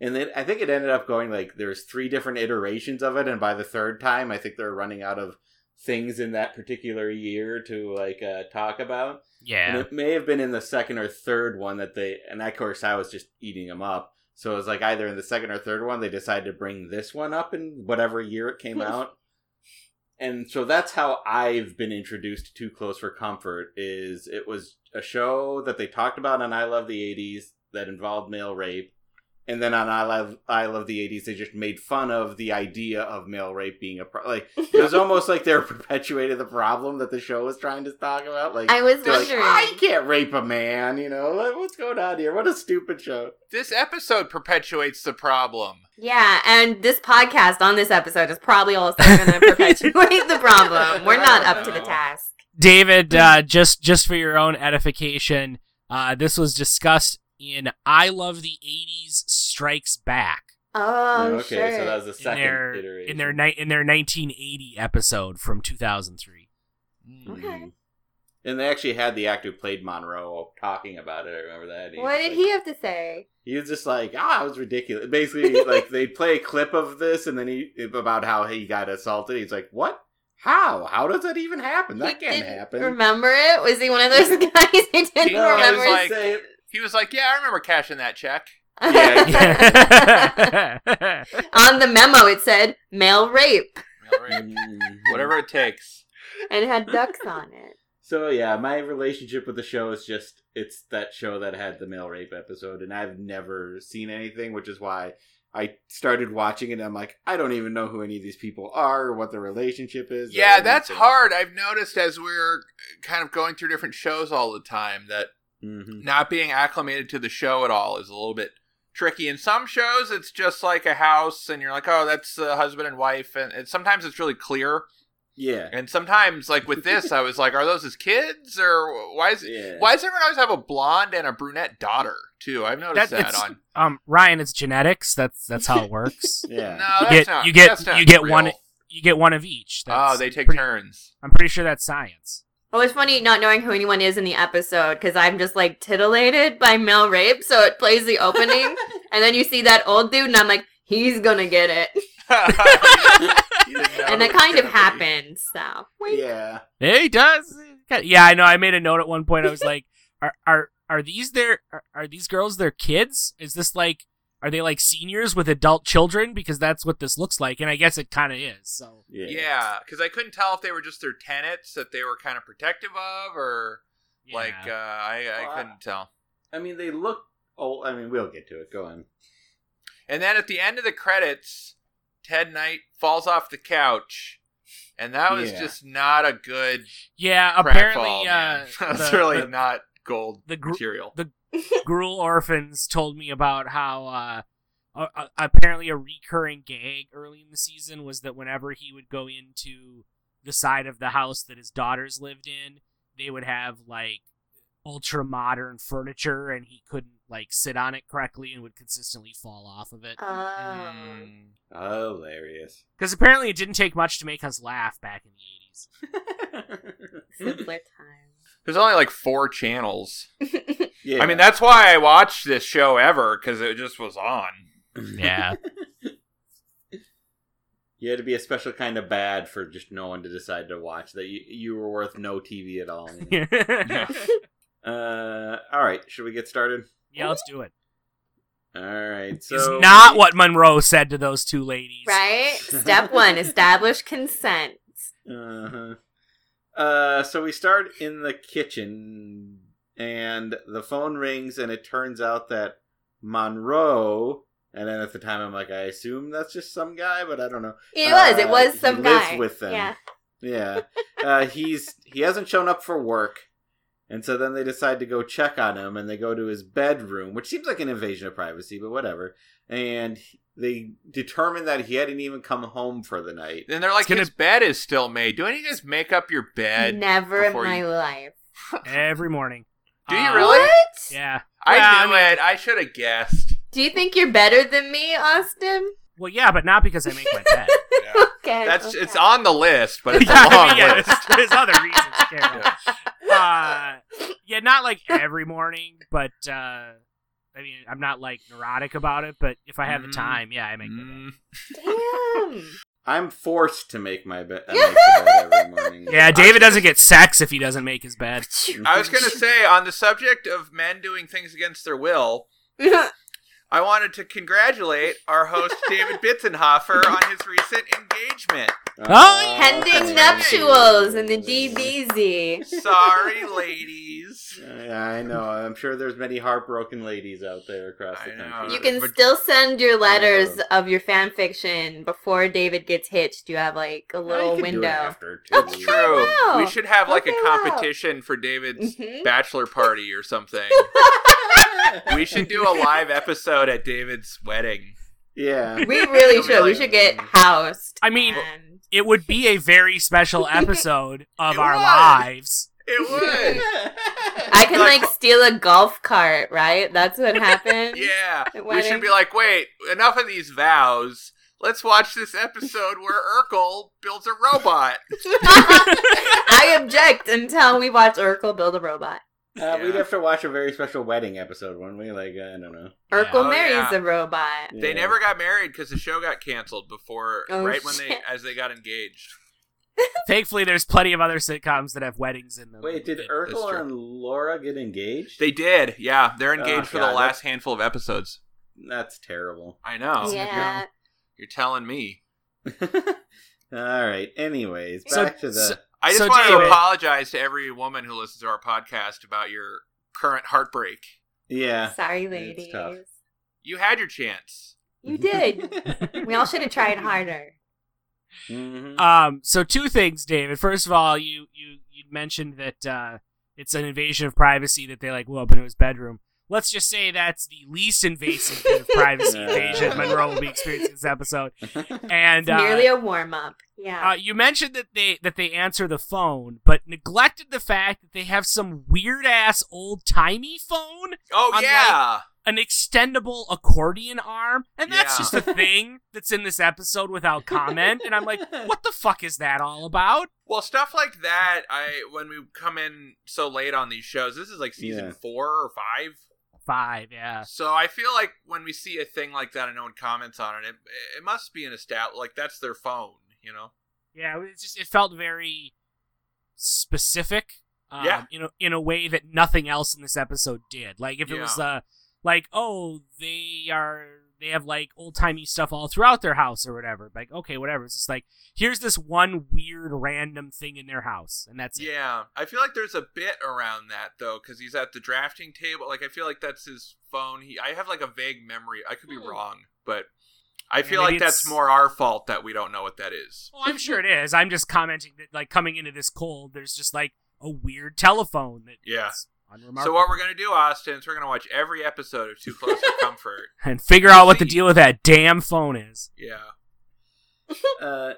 Speaker 3: And then I think it ended up going like there's three different iterations of it, and by the third time, I think they're running out of things in that particular year to like uh, talk about. And
Speaker 5: Yeah.
Speaker 3: it may have been in the second or third one that they, and of course I was just eating them up. So it was like either in the second or third one, they decided to bring this one up in whatever year it came out. And so that's how I've been introduced to Too Close for Comfort is it was a show that they talked about on I Love the 80s that involved male rape. And then on I Love, I Love the 80s, they just made fun of the idea of male rape being a pro- like it was almost like they were <laughs> perpetuated the problem that the show was trying to talk about. Like
Speaker 4: I was
Speaker 3: they're like,
Speaker 4: wondering.
Speaker 3: "Ah, you can't rape a man, you know. Like, what's going on here? What a stupid show.
Speaker 1: This episode perpetuates the problem.
Speaker 4: Yeah, and this podcast on this episode is probably
Speaker 3: <laughs>
Speaker 4: also going to perpetuate the problem. We're not up to
Speaker 1: Oh.
Speaker 4: the task.
Speaker 5: David, uh, just just for your own edification, uh, this was discussed in I Love the '80s Strikes Back
Speaker 4: Oh,
Speaker 3: okay,
Speaker 4: sure.
Speaker 3: so that was the
Speaker 5: in
Speaker 3: second
Speaker 5: their
Speaker 3: iteration.
Speaker 5: in their ni- in their 1980 episode
Speaker 1: <laughs>
Speaker 5: from 2003.
Speaker 4: Okay.
Speaker 3: Hmm. And they actually had the actor who played Monroe talking about it. I remember that.
Speaker 4: what
Speaker 3: was
Speaker 4: did
Speaker 3: like-
Speaker 4: he have to say?
Speaker 3: He was just like, "Ah, it was ridiculous." Basically, like they play a clip of this, and then he about how he got assaulted. He's like, "What? How? How does that even happen? That
Speaker 4: He
Speaker 3: can't
Speaker 4: didn't
Speaker 3: happen."
Speaker 4: Remember it? Was he one of those <laughs> guys who didn't
Speaker 1: No,
Speaker 4: remember?
Speaker 1: was like-
Speaker 4: his-
Speaker 3: say-
Speaker 1: He was like, "Yeah, I remember cashing that check."
Speaker 3: yeah.
Speaker 4: <laughs>
Speaker 1: <laughs>
Speaker 4: on the memo, it said male rape
Speaker 1: Mail
Speaker 3: <laughs>
Speaker 1: rape. Whatever it takes.
Speaker 4: and it had ducks on it.
Speaker 3: So yeah, my relationship with the show is just it's that show that had the male rape episode, and I've never seen anything, which is why I started watching it. and I'm like, I don't even know who any of these people are or what their relationship is. or
Speaker 1: Yeah, that's
Speaker 3: anything.
Speaker 1: hard. I've noticed as we're kind of going through different shows all the time that
Speaker 3: Mhm.
Speaker 1: not being acclimated to the show at all is a little bit tricky. In some shows, it's just like a house, and you're like, "Oh, that's the husband and wife," and, and sometimes it's really clear.
Speaker 3: Yeah,
Speaker 1: And sometimes, like with this, I was like, "Are those his kids, or why is
Speaker 3: yeah.
Speaker 1: why does everyone always have a blonde and a brunette daughter too?" I've noticed
Speaker 5: That-
Speaker 1: that,
Speaker 5: it's-
Speaker 1: on.
Speaker 5: um, Ryan, it's genetics. That's that's how
Speaker 1: <laughs>
Speaker 5: it works.
Speaker 3: Yeah.
Speaker 1: No, that's
Speaker 5: get-
Speaker 1: not.
Speaker 5: you get-
Speaker 1: that's not
Speaker 5: you get
Speaker 1: real.
Speaker 5: one- You get one of each. That's
Speaker 1: Oh, they take
Speaker 5: pretty- <laughs>
Speaker 1: turns. <laughs>
Speaker 5: I'm pretty sure that's science.
Speaker 4: Well, Oh, it's funny not knowing who anyone is in the episode because I'm just like titillated by male rape, so it plays the opening, and then you see that old dude, and I'm like, he's gonna get it,
Speaker 1: You didn't know
Speaker 4: and
Speaker 1: it
Speaker 4: that
Speaker 1: was
Speaker 4: kind of
Speaker 1: gonna be.
Speaker 4: happened. So
Speaker 3: yeah.
Speaker 5: Yeah, he does. Yeah, I know. I made a note at one point.
Speaker 1: <laughs>
Speaker 5: I was like, "Are are are these their are, are these girls their kids? Is this like are they like seniors with adult children? Because that's what this looks like." And I guess it kind of is. So
Speaker 3: yeah,
Speaker 1: Yeah, because I couldn't tell if they were just their tenants that they were kind of protective of, or
Speaker 5: yeah.
Speaker 1: like uh, I,
Speaker 3: Well,
Speaker 1: I couldn't tell.
Speaker 3: I mean, they look. Oh, I mean, we'll get to it. Go on.
Speaker 1: And then at the end of the credits, Ted Knight falls off the couch, and that was
Speaker 3: Yeah.
Speaker 1: just not a good.
Speaker 5: Yeah, apparently,
Speaker 1: Apparently,
Speaker 5: <laughs>
Speaker 1: <laughs>
Speaker 5: uh,
Speaker 1: that's
Speaker 5: the-
Speaker 1: really
Speaker 5: the-
Speaker 1: not gold
Speaker 5: the gr-
Speaker 1: material.
Speaker 5: Gruel Orphans told me about how uh, uh, uh, apparently a recurring gag early in the season was that whenever he would go into the side of the house that his daughters lived in, they would have like ultra modern furniture and he couldn't like sit on it correctly and would consistently fall off of it. Oh,
Speaker 4: Um,
Speaker 5: <laughs>
Speaker 3: Hilarious.
Speaker 5: Because apparently it didn't take much to make us laugh back in the 80s.
Speaker 4: <laughs> simpler
Speaker 1: There's only like four channels.
Speaker 4: time.
Speaker 3: Yeah.
Speaker 1: I
Speaker 3: <clears throat>
Speaker 1: mean, that's why I watched this show ever because it just was on. <laughs>
Speaker 5: <laughs> Yeah.
Speaker 3: you had to be a special kind of bad for just no one to decide to watch that you, you were worth no TV at all.
Speaker 5: <laughs> yeah,
Speaker 3: Uh, all right, should we get started?
Speaker 5: let's do it.
Speaker 3: All right. So
Speaker 5: It's not what Monroe said to those two ladies.
Speaker 3: <laughs>
Speaker 4: right? Step one establish consent.
Speaker 3: Uh-huh. Uh, so we start in the kitchen, and the phone rings, and it turns out that Monroe. And then at the time, I'm like, I assume that's just some guy, but I don't know.
Speaker 4: It was. It
Speaker 3: Uh,
Speaker 4: was
Speaker 3: he
Speaker 4: some
Speaker 3: lives
Speaker 4: guy.
Speaker 3: with them.
Speaker 4: Yeah.
Speaker 3: Yeah, uh, he's he hasn't shown up for work, and so then they decide to go check on him, and they go to his bedroom, which seems like an invasion of privacy, but whatever. And they determine that he hadn't even come home for the night.
Speaker 1: Then they're like,
Speaker 5: It's gonna-
Speaker 1: his bed is still made. Do any of you guys make up your bed?
Speaker 4: Never in
Speaker 1: before
Speaker 4: my
Speaker 1: you-
Speaker 4: life.
Speaker 5: Every morning.
Speaker 1: Do you
Speaker 5: Uh,
Speaker 1: Really?
Speaker 4: What?
Speaker 5: Yeah.
Speaker 1: I
Speaker 5: Well,
Speaker 1: knew it. I should have guessed.
Speaker 4: Do you think you're better than me, Austin?
Speaker 5: Well, yeah, but not because I make my
Speaker 1: <laughs>
Speaker 5: bed.
Speaker 1: Yeah.
Speaker 4: <laughs> Okay.
Speaker 1: That's
Speaker 4: okay.
Speaker 1: it's on the list,
Speaker 5: <laughs>
Speaker 1: but it's a
Speaker 5: Yeah, I
Speaker 1: long
Speaker 5: mean, yeah,
Speaker 4: <laughs>
Speaker 1: list.
Speaker 5: there's, there's other reasons, Carol. Yeah. Uh, yeah, not like every morning, but uh, I mean, I'm not like neurotic about it. But if I have the
Speaker 1: Mm.
Speaker 5: time, yeah, I make my bed.
Speaker 1: Mm.
Speaker 4: <laughs> Damn.
Speaker 3: I'm forced to make my bed, I make the
Speaker 5: <laughs>
Speaker 3: bed every morning.
Speaker 1: Mm.
Speaker 3: Uh,
Speaker 5: Yeah, David doesn't get sex if he doesn't make
Speaker 1: <laughs>
Speaker 5: his bed.
Speaker 1: I was going to say, on the subject of men doing things against their will, I wanted to congratulate our host, David Bitzenhofer, on his recent engagement.
Speaker 5: Oh,
Speaker 4: Pending nuptials in the DBZ.
Speaker 1: Sorry, ladies.
Speaker 3: Yeah, I know. I'm sure there's many heartbroken ladies out there across the
Speaker 1: I know.
Speaker 3: country.
Speaker 4: You can
Speaker 1: But-
Speaker 4: still send your letters of your fan fiction before David gets hitched. You have like a
Speaker 3: Well, you can
Speaker 4: little
Speaker 3: do it
Speaker 4: window.
Speaker 3: after, too.
Speaker 4: That's
Speaker 1: True.
Speaker 4: wow.
Speaker 1: We should have like
Speaker 4: Okay,
Speaker 1: a
Speaker 4: wow.
Speaker 1: competition for David's
Speaker 4: Mhm.
Speaker 1: bachelor party or
Speaker 4: <laughs>
Speaker 1: something. we should do a live episode at David's wedding.
Speaker 3: Yeah.
Speaker 4: We really
Speaker 1: It'll be
Speaker 4: should. We
Speaker 1: like-
Speaker 4: should get housed.
Speaker 5: I mean,
Speaker 4: and-
Speaker 5: it would be a
Speaker 1: <laughs>
Speaker 5: very special episode of
Speaker 1: It
Speaker 5: our
Speaker 1: would.
Speaker 5: lives.
Speaker 1: It would.
Speaker 4: I can
Speaker 1: Like-
Speaker 4: like steal a golf cart, right?
Speaker 1: <laughs>
Speaker 4: That's what happened.
Speaker 1: Yeah.
Speaker 4: At
Speaker 1: We should
Speaker 4: wedding.
Speaker 1: be like, wait, enough of these vows. Let's watch this episode where Urkel builds a robot.
Speaker 4: <laughs> I object until we watch Urkel build a robot.
Speaker 3: Uh, We'd
Speaker 1: Yeah.
Speaker 3: have to watch a very special wedding episode, wouldn't we? Like, I don't know.
Speaker 4: Urkel
Speaker 5: Yeah.
Speaker 1: Oh,
Speaker 4: marries
Speaker 1: yeah.
Speaker 4: a robot.
Speaker 1: They
Speaker 3: Yeah.
Speaker 1: never got married because the show got canceled before,
Speaker 4: Oh,
Speaker 1: right when they
Speaker 4: shit.
Speaker 1: as they got engaged.
Speaker 5: Thankfully, there's plenty of other sitcoms that have weddings in them.
Speaker 3: Wait, did
Speaker 1: that's
Speaker 3: Urkel
Speaker 1: true.
Speaker 3: and Laura get engaged?
Speaker 1: They did, yeah. They're engaged
Speaker 3: Oh,
Speaker 1: for the
Speaker 3: God, that's-
Speaker 1: last handful of episodes.
Speaker 3: That's terrible. <laughs>
Speaker 1: I know.
Speaker 4: yeah.
Speaker 1: You're telling me.
Speaker 3: All right. Anyways,
Speaker 5: So-
Speaker 3: back to the.
Speaker 5: so-
Speaker 1: I just
Speaker 5: So,
Speaker 1: want to
Speaker 5: David-
Speaker 1: apologize to every woman who listens to our podcast about your current heartbreak.
Speaker 3: yeah.
Speaker 4: Sorry,
Speaker 3: It's
Speaker 4: ladies.
Speaker 3: tough. <laughs>
Speaker 1: You had your chance.
Speaker 4: You did.
Speaker 3: <laughs>
Speaker 4: we all should have
Speaker 5: <laughs>
Speaker 4: tried harder.
Speaker 3: Mhm.
Speaker 5: Um, so two things, David. First of all, you you you mentioned that uh, it's an invasion of privacy that they like will up into his bedroom. Let's just say that's the least invasive bit of privacy
Speaker 3: Yeah.
Speaker 5: invasion Monroe will be experiencing this episode. And
Speaker 4: It's
Speaker 5: uh,
Speaker 4: merely a warm up.
Speaker 5: uh,
Speaker 4: Yeah.
Speaker 5: you mentioned that they that they answer the phone, but neglected the fact that they have some weird ass old timey phone,
Speaker 1: Oh
Speaker 5: Unlike-
Speaker 1: yeah.
Speaker 5: an extendable accordion arm, and that's
Speaker 1: Yeah.
Speaker 5: just a thing that's in this episode without comment. And
Speaker 4: <laughs>
Speaker 5: I'm like, what the fuck is that all about?
Speaker 1: Well, stuff like that. I when we come in so late on these shows, this is like season
Speaker 3: Yeah.
Speaker 1: four or five.
Speaker 5: Five, yeah.
Speaker 1: So I feel like when we see a thing like that and no one comments on it, it, it must be an established like that's their phone, you know.
Speaker 5: Yeah, it just it felt very specific. Um,
Speaker 1: Yeah.
Speaker 5: in a, in a way that nothing else in this episode did. Like if it was uh like oh they are they have like old timey stuff all throughout their house or whatever. Like okay whatever. It's just like here's this one weird random thing in their house and that's it.
Speaker 1: Yeah, I feel like there's a bit around that though, because he's at the drafting table. Like I feel like that's his phone. He, I have like a vague memory. I could be
Speaker 4: Hmm.
Speaker 1: wrong, but I feel
Speaker 5: maybe
Speaker 1: like that's
Speaker 5: it's-
Speaker 1: more our fault that we don't know what that is.
Speaker 5: Well, I'm sure it is. I'm just commenting that, like, coming into this cold, there's just like a weird telephone that.
Speaker 1: Yeah.
Speaker 5: that's Unremarkable.
Speaker 1: So what we're gonna do, Austin, is we're gonna watch every episode of Too Close
Speaker 5: <laughs>
Speaker 1: for Comfort.
Speaker 5: and figure out what the
Speaker 1: See.
Speaker 5: deal with that damn phone is.
Speaker 1: Yeah.
Speaker 3: uh,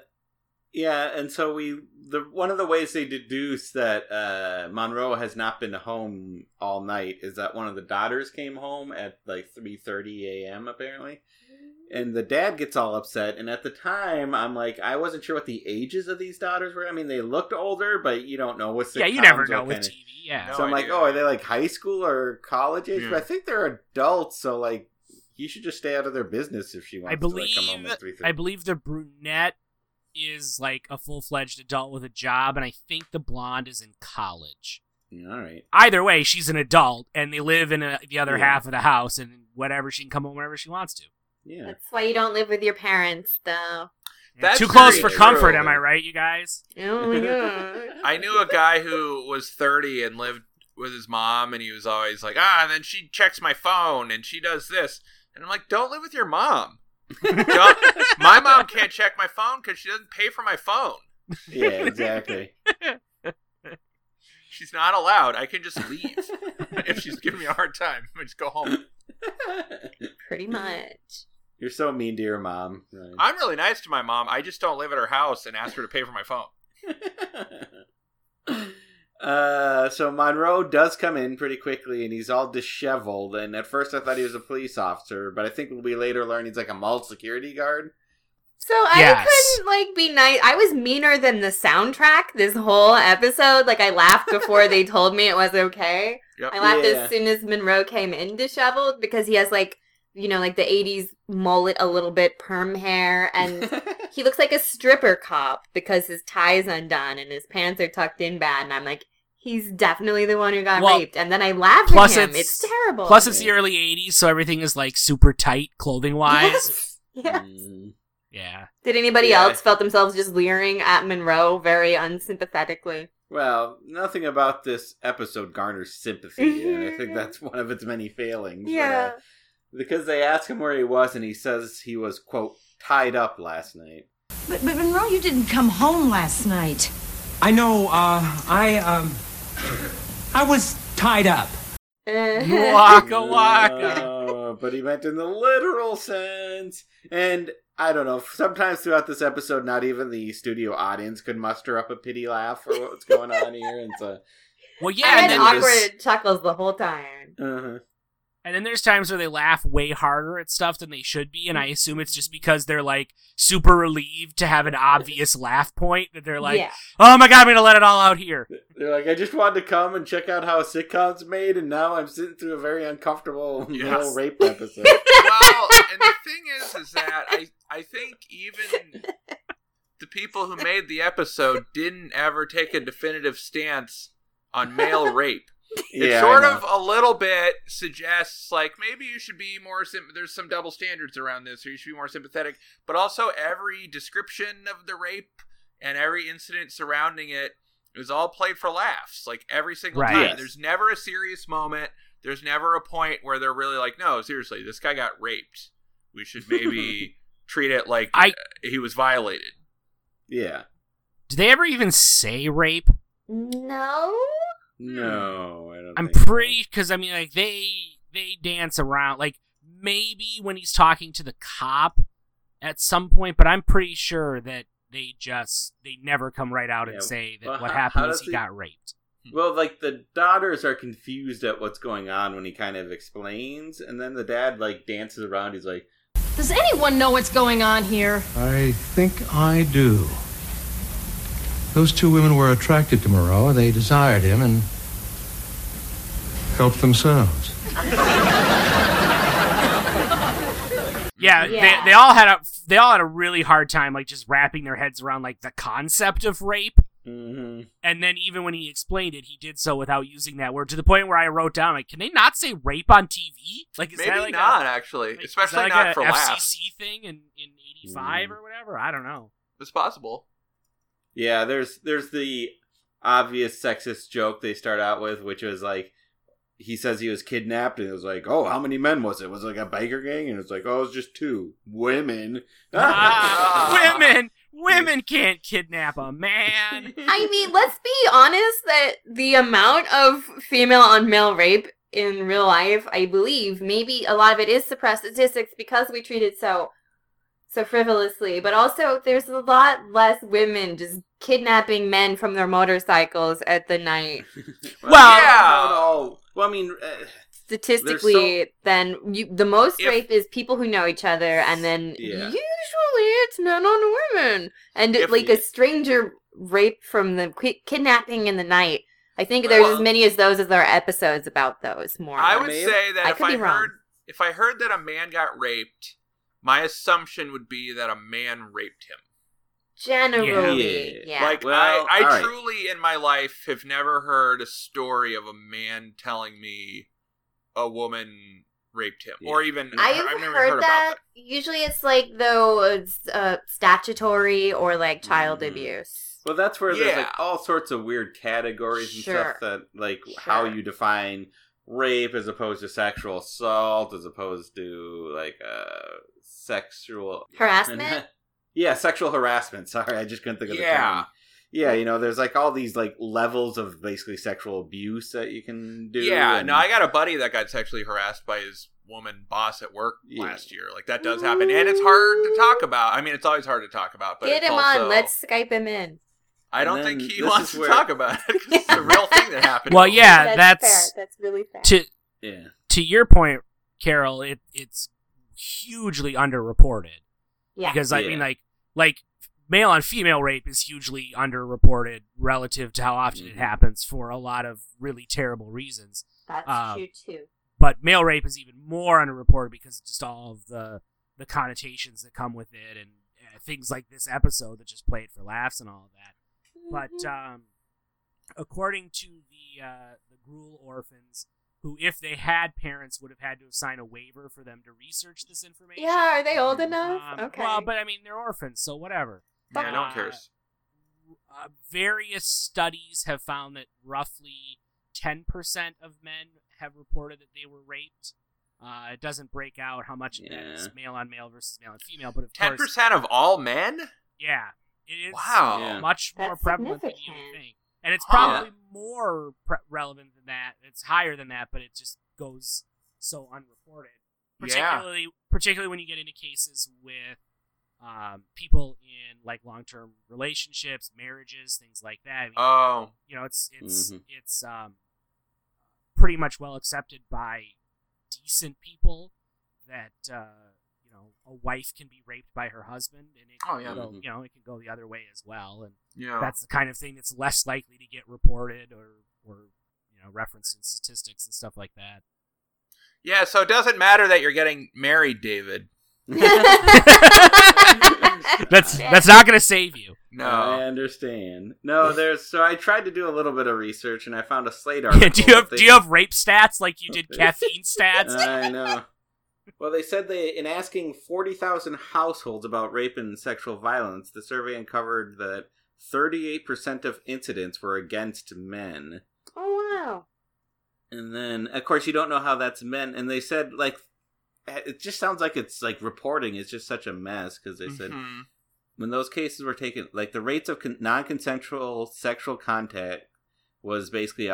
Speaker 3: yeah, and so we the one of the ways they deduce that uh, Monroe has not been home all night is that one of the daughters came home at like three thirty a.m. apparently,
Speaker 1: Mm-hmm.
Speaker 3: and the dad gets all upset. And at the time, I'm like, I wasn't sure what the ages of these daughters were. I mean, they looked older, but you don't know what's
Speaker 5: yeah, you never know with
Speaker 3: kind
Speaker 5: TV. Yeah.
Speaker 1: No
Speaker 3: so I'm like,
Speaker 1: idea.
Speaker 3: oh, are they like high school or college age?
Speaker 1: Yeah.
Speaker 3: But I think they're adults, so like, you should just stay out of their business if she wants
Speaker 5: I
Speaker 3: to like, come home
Speaker 5: believe
Speaker 3: at three thirty.
Speaker 5: I believe the brunette is like a full fledged adult with a job, and I think the blonde is in college.
Speaker 3: Yeah, all right.
Speaker 5: Either way, she's an adult, and they live in uh the other
Speaker 3: Yeah.
Speaker 5: half of the house, and whatever she can come home whenever she wants to.
Speaker 3: Yeah.
Speaker 4: That's why you don't live with your parents, though.
Speaker 5: Yeah,
Speaker 1: That's
Speaker 5: too close
Speaker 1: very
Speaker 5: for
Speaker 1: true.
Speaker 5: comfort, am I right, you
Speaker 1: <laughs>
Speaker 5: guys? <laughs>
Speaker 4: Oh
Speaker 3: <laughs>
Speaker 4: my god.
Speaker 1: I knew a <laughs> guy who was 30 and lived with his mom, and he was always like, ah, and then she checks my phone and she does this. And I'm like, don't live with your mom. Don't- my mom can't check my phone because she doesn't pay for my phone.
Speaker 3: Yeah, exactly.
Speaker 1: She's not allowed. I can just leave <laughs> if she's giving me a hard time. I just go home.
Speaker 4: Pretty much.
Speaker 3: You're so mean to your mom. Ryan.
Speaker 1: I'm really nice to my mom. I just don't live at her house and ask her to pay for my phone.
Speaker 3: <laughs> uh, so Monroe does come in pretty quickly, and he's all disheveled. And at first, I thought he was a police officer, but I think we later learn he's like a mall security guard.
Speaker 4: So I
Speaker 5: Yes.
Speaker 4: couldn't like be nice. I was meaner than the soundtrack this whole episode. Like I laughed before
Speaker 5: <laughs>
Speaker 4: they told me it was okay.
Speaker 1: Yep.
Speaker 4: I laughed
Speaker 3: Yeah.
Speaker 4: as soon as Monroe came in disheveled because he has like you know like the '80s mullet, a little bit perm hair,
Speaker 3: <laughs>
Speaker 4: and <laughs> he looks like a stripper cop because his tie is undone and his pants are tucked in bad. And I'm like, he's definitely the one who got
Speaker 5: Well,
Speaker 4: raped. And then I laughed at
Speaker 5: plus
Speaker 4: him.
Speaker 5: it's-
Speaker 4: It's, terrible.
Speaker 5: Plus, it's the early 80s, so everything is like super tight clothing wise.
Speaker 4: <laughs> Yes. Yeah.
Speaker 5: Hmm.
Speaker 3: Mm.
Speaker 5: Yeah. <laughs>
Speaker 4: Did anybody
Speaker 1: Yeah.
Speaker 4: else felt themselves just leering at Monroe very unsympathetically?
Speaker 3: Well, nothing about this episode garners sympathy, and I think that's one of its many failings. but, uh, because they ask him where he was, and he says he was, quote, tied up last night.
Speaker 6: But, but Monroe, you didn't come home last night.
Speaker 7: I know, uh, I, um, I was tied up.
Speaker 4: <laughs>
Speaker 5: Waka waka.
Speaker 3: Uh, <laughs> but he meant in the literal sense. And I don't know, sometimes throughout this episode, not even the studio audience could muster up a pity laugh for what's going on here. And so,
Speaker 5: Well,
Speaker 4: I
Speaker 5: yeah,
Speaker 4: had
Speaker 5: and then,
Speaker 4: awkward
Speaker 5: there's,
Speaker 4: chuckles the whole time.
Speaker 3: uh-huh.
Speaker 5: and then there's times where they laugh way harder at stuff than they should be, and I assume it's just because they're like super relieved to have an obvious laugh point that they're like,
Speaker 4: yeah.
Speaker 5: oh my god, I'm gonna let it all out here.
Speaker 3: they're like, I just wanted to come and check out how a sitcom's made, and now I'm sitting through a very uncomfortable
Speaker 1: Yes.
Speaker 3: male rape episode.
Speaker 1: well, and the thing is, is that I I think even the people who made the episode didn't ever take a definitive stance on male rape. It
Speaker 3: I
Speaker 1: sort
Speaker 3: know.
Speaker 1: of a little bit suggests like maybe you should be more. Sim- there's some double standards around this, or you should be more sympathetic. But also, every description of the rape and every incident surrounding it is all played for laughs. Like every single
Speaker 5: Right.
Speaker 1: time,
Speaker 3: Yes.
Speaker 1: there's never a serious moment. There's never a point where they're really like, no, seriously, this guy got raped. We should
Speaker 3: <laughs>
Speaker 1: maybe treat it like uh,
Speaker 5: I-
Speaker 1: he was violated.
Speaker 3: Yeah.
Speaker 5: Do they ever even say rape?
Speaker 4: No.
Speaker 3: No, I don't
Speaker 5: Hmm. I'm
Speaker 3: think so.
Speaker 5: pretty because I mean, like they they dance around. Like maybe when he's talking to the cop at some point, but I'm pretty sure that they just they never come right out and
Speaker 3: Yeah.
Speaker 5: say that
Speaker 3: Well,
Speaker 5: what
Speaker 3: how- how
Speaker 5: happened was
Speaker 3: does
Speaker 5: he,
Speaker 3: he-
Speaker 5: got raped.
Speaker 3: Well, like the daughters are confused at what's going on when he kind of explains, and then the dad like dances around. He's like,
Speaker 6: Does anyone know what's going on here?
Speaker 8: I think I do. Those two women were attracted to Moreau. They desired him and helped themselves.
Speaker 1: Mm-hmm.
Speaker 5: Yeah,
Speaker 4: Yeah.
Speaker 5: They, they all had a they all had a really hard time like just wrapping their heads around like the concept of rape.
Speaker 3: mm-hmm.
Speaker 5: And then even when he explained it, he did so without using that word to the point where I wrote down like, can they not say rape on TV? Like, is
Speaker 1: maybe
Speaker 5: that like a-
Speaker 1: not actually,
Speaker 5: like, is
Speaker 1: especially
Speaker 5: that like
Speaker 1: not
Speaker 5: a
Speaker 1: for
Speaker 5: FCC
Speaker 1: laughs. Mm.
Speaker 5: thing in in '85 or whatever. I
Speaker 1: <laughs>
Speaker 5: don't know.
Speaker 1: It's possible.
Speaker 3: Yeah, there's there's the obvious sexist joke they start out with, which is like, he says he was kidnapped, and it was like, oh, how many men was it? Was it like a biker gang? And it's like, oh, it was just two women. <laughs>
Speaker 5: Ah, women, women can't kidnap
Speaker 1: <laughs>
Speaker 5: a man.
Speaker 4: I mean, let's be honest that the amount of female on male rape in real life, I believe, maybe a lot of it is suppressed statistics because we treat it so so frivolously, but also there's a lot less women just kidnapping men from their motorcycles at the night
Speaker 5: Well-
Speaker 1: Yeah.
Speaker 3: not all. Well, I mean, uh,
Speaker 4: statistically than you, the most
Speaker 1: If-
Speaker 4: rape is people who know each other and then
Speaker 3: Yeah.
Speaker 4: usually it's men on women and
Speaker 1: If-
Speaker 4: like a stranger rape from the qui- kidnapping in the night i think there's as
Speaker 1: Well-
Speaker 4: many as those as there are episodes about those more
Speaker 1: I would
Speaker 3: Maybe.
Speaker 1: say that
Speaker 4: I
Speaker 1: if
Speaker 4: could
Speaker 1: I
Speaker 4: be wrong.
Speaker 1: heard if I heard that a man got raped, my assumption would be that a man raped him.
Speaker 4: generally
Speaker 3: Yeah.
Speaker 4: yeah,
Speaker 1: Like
Speaker 3: Well,
Speaker 1: I, I
Speaker 3: alright.
Speaker 1: truly in my life have never heard a story of a man telling me a woman raped him, or even
Speaker 4: I've,
Speaker 1: never
Speaker 4: heard, that. Usually, it's like though it's uh, statutory or like child
Speaker 3: Mm.
Speaker 4: abuse.
Speaker 1: <laughs>
Speaker 3: well, that's where there's
Speaker 1: Yeah.
Speaker 3: like all sorts of weird categories and
Speaker 4: Sure.
Speaker 3: stuff that, like, how
Speaker 4: Sure.
Speaker 3: you define rape as opposed to sexual assault, as opposed to like uh, sexual
Speaker 4: Harassment?
Speaker 3: <laughs> yeah, sexual harassment. <laughs> Sorry, I just couldn't think of the
Speaker 1: Yeah.
Speaker 3: term. Yeah, you know, there's like all these like levels of basically sexual abuse that you can do.
Speaker 1: yeah,
Speaker 3: and-
Speaker 1: no, I got a buddy that got sexually harassed by his woman boss at work
Speaker 3: Yeah.
Speaker 1: last year. Like that does happen, and it's hard to talk about. I mean, it's always hard to talk about, but
Speaker 4: Get
Speaker 1: it's
Speaker 4: him
Speaker 1: also-
Speaker 4: on. Let's Skype him in.
Speaker 1: I don't
Speaker 3: And
Speaker 1: think
Speaker 3: then
Speaker 1: he
Speaker 3: this
Speaker 1: wants
Speaker 3: is
Speaker 1: to
Speaker 3: where-
Speaker 1: talk about it 'cause it's a real thing that happened.
Speaker 5: Well, yeah,
Speaker 4: that's
Speaker 5: that's,
Speaker 4: fair. That's really fair.
Speaker 5: to
Speaker 3: Yeah.
Speaker 5: to your point, Carol. It it's hugely underreported
Speaker 4: yeah.
Speaker 5: because I
Speaker 3: Yeah.
Speaker 5: mean, like like male on female rape is hugely underreported relative to how often
Speaker 3: Mhm.
Speaker 5: it happens for a lot of really terrible reasons.
Speaker 4: That's
Speaker 5: Um,
Speaker 4: true too.
Speaker 5: but male rape is even more underreported because of just all of the the connotations that come with it and uh, things like this episode that just played for laughs and all of that.
Speaker 4: Mm-hmm.
Speaker 5: But um, according to the uh, the Gruel orphans, who if they had parents would have had to have signed a waiver for them to research this information.
Speaker 4: yeah, are they old enough?
Speaker 5: Um,
Speaker 4: okay.
Speaker 5: Well,
Speaker 4: <laughs>
Speaker 5: but <laughs> I mean they're orphans, so whatever
Speaker 1: yeah, no one
Speaker 5: Uh,
Speaker 1: cares.
Speaker 5: uh, various studies have found that roughly 10% of men have reported that they were raped. Uh, it doesn't break out how much of that is
Speaker 3: Yeah.
Speaker 5: male on male versus male on female, but of
Speaker 1: Ten
Speaker 5: course,
Speaker 1: percent of all men.
Speaker 5: yeah, it is
Speaker 1: Wow.
Speaker 3: Yeah.
Speaker 5: much more
Speaker 4: That's
Speaker 5: prevalent than you would
Speaker 4: significant.
Speaker 5: think, and it's
Speaker 1: Huh.
Speaker 5: probably more pre- relevant than that. It's higher than that, but it just goes so unreported,
Speaker 1: Yeah.
Speaker 5: particularly particularly when you get into cases with um, people in like long term relationships, marriages, things like that. I mean,
Speaker 1: Oh, Mm-hmm.
Speaker 5: you know it's it's
Speaker 3: Mhm.
Speaker 5: it's um pretty much well accepted by decent people that uh you know a wife can be raped by her husband and it
Speaker 1: Oh,
Speaker 5: can
Speaker 1: yeah.
Speaker 5: go,
Speaker 3: Mhm.
Speaker 5: you know it can go the other way as well and
Speaker 1: yeah.
Speaker 5: that's the kind of thing that's less likely to get reported or or you know referenced in statistics and stuff like that
Speaker 1: Yeah, so it doesn't matter that you're getting married, David.
Speaker 5: that's that's not gonna save you
Speaker 1: No.
Speaker 3: I understand. No, there's so I tried to do a little bit of research and I found a Slate
Speaker 5: Yeah,
Speaker 3: article.
Speaker 5: <laughs> do you have
Speaker 3: that they-
Speaker 5: do you have rape stats like you
Speaker 1: <laughs>
Speaker 5: did caffeine stats
Speaker 3: I know. Well, they said they in asking 40,000 households about rape and sexual violence, the survey uncovered that 38% of incidents were against men.
Speaker 4: oh wow.
Speaker 3: And then, of course, you don't know how that's meant. And they said, like, eh, it just sounds like it's like reporting is just such a mess because they said
Speaker 1: Mhm.
Speaker 3: when those cases were taken, like the rates of con- non-consensual sexual contact was basically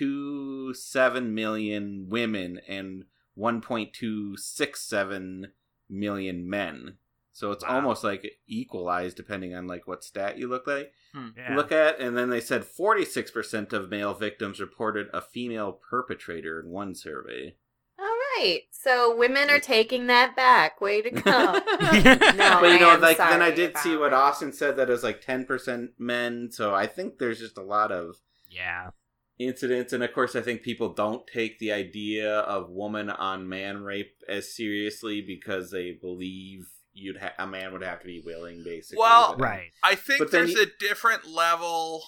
Speaker 3: 101.27 million women and 1.267 million men. So it's
Speaker 5: Wow.
Speaker 3: almost like equalized depending on like what stat you look like
Speaker 5: yeah.
Speaker 3: look at and then they said 46% of male victims reported a female perpetrator in one survey.
Speaker 4: All right. So women are taking that back. Way
Speaker 5: <laughs>
Speaker 4: to go. No,
Speaker 3: <laughs> but you
Speaker 4: I
Speaker 3: know,
Speaker 4: am
Speaker 3: like then
Speaker 4: sorry
Speaker 3: I did see
Speaker 4: about
Speaker 3: what
Speaker 4: that.
Speaker 3: Austin said that it was like ten percent men. So I think there's just a lot of
Speaker 5: yeah
Speaker 3: incidents, and of course, I think people don't take the idea of woman on man rape as seriously because they believe you'd ha- a man would have to be willing, basically.
Speaker 1: Well,
Speaker 3: But-
Speaker 5: right
Speaker 1: I think
Speaker 3: But then
Speaker 1: there's
Speaker 3: he-
Speaker 1: a different level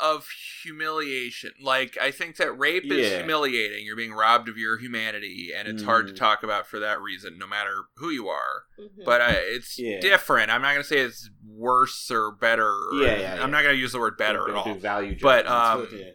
Speaker 1: of humiliation. Like I think that rape is
Speaker 3: Yeah.
Speaker 1: humiliating. You're being robbed of your humanity, and it's hard to
Speaker 3: Mm.
Speaker 1: talk about for that reason, no matter who you are.
Speaker 4: Mhm. <laughs>
Speaker 1: But
Speaker 3: <laughs>
Speaker 1: uh, it's
Speaker 3: Yeah.
Speaker 1: different. I'm not gonna say it's worse or better. or-
Speaker 3: Yeah, yeah, yeah.
Speaker 1: I'm not gonna use the word better
Speaker 3: They
Speaker 1: at
Speaker 3: do
Speaker 1: all.
Speaker 3: value
Speaker 1: But,
Speaker 3: judgments.
Speaker 1: um,
Speaker 3: Yeah.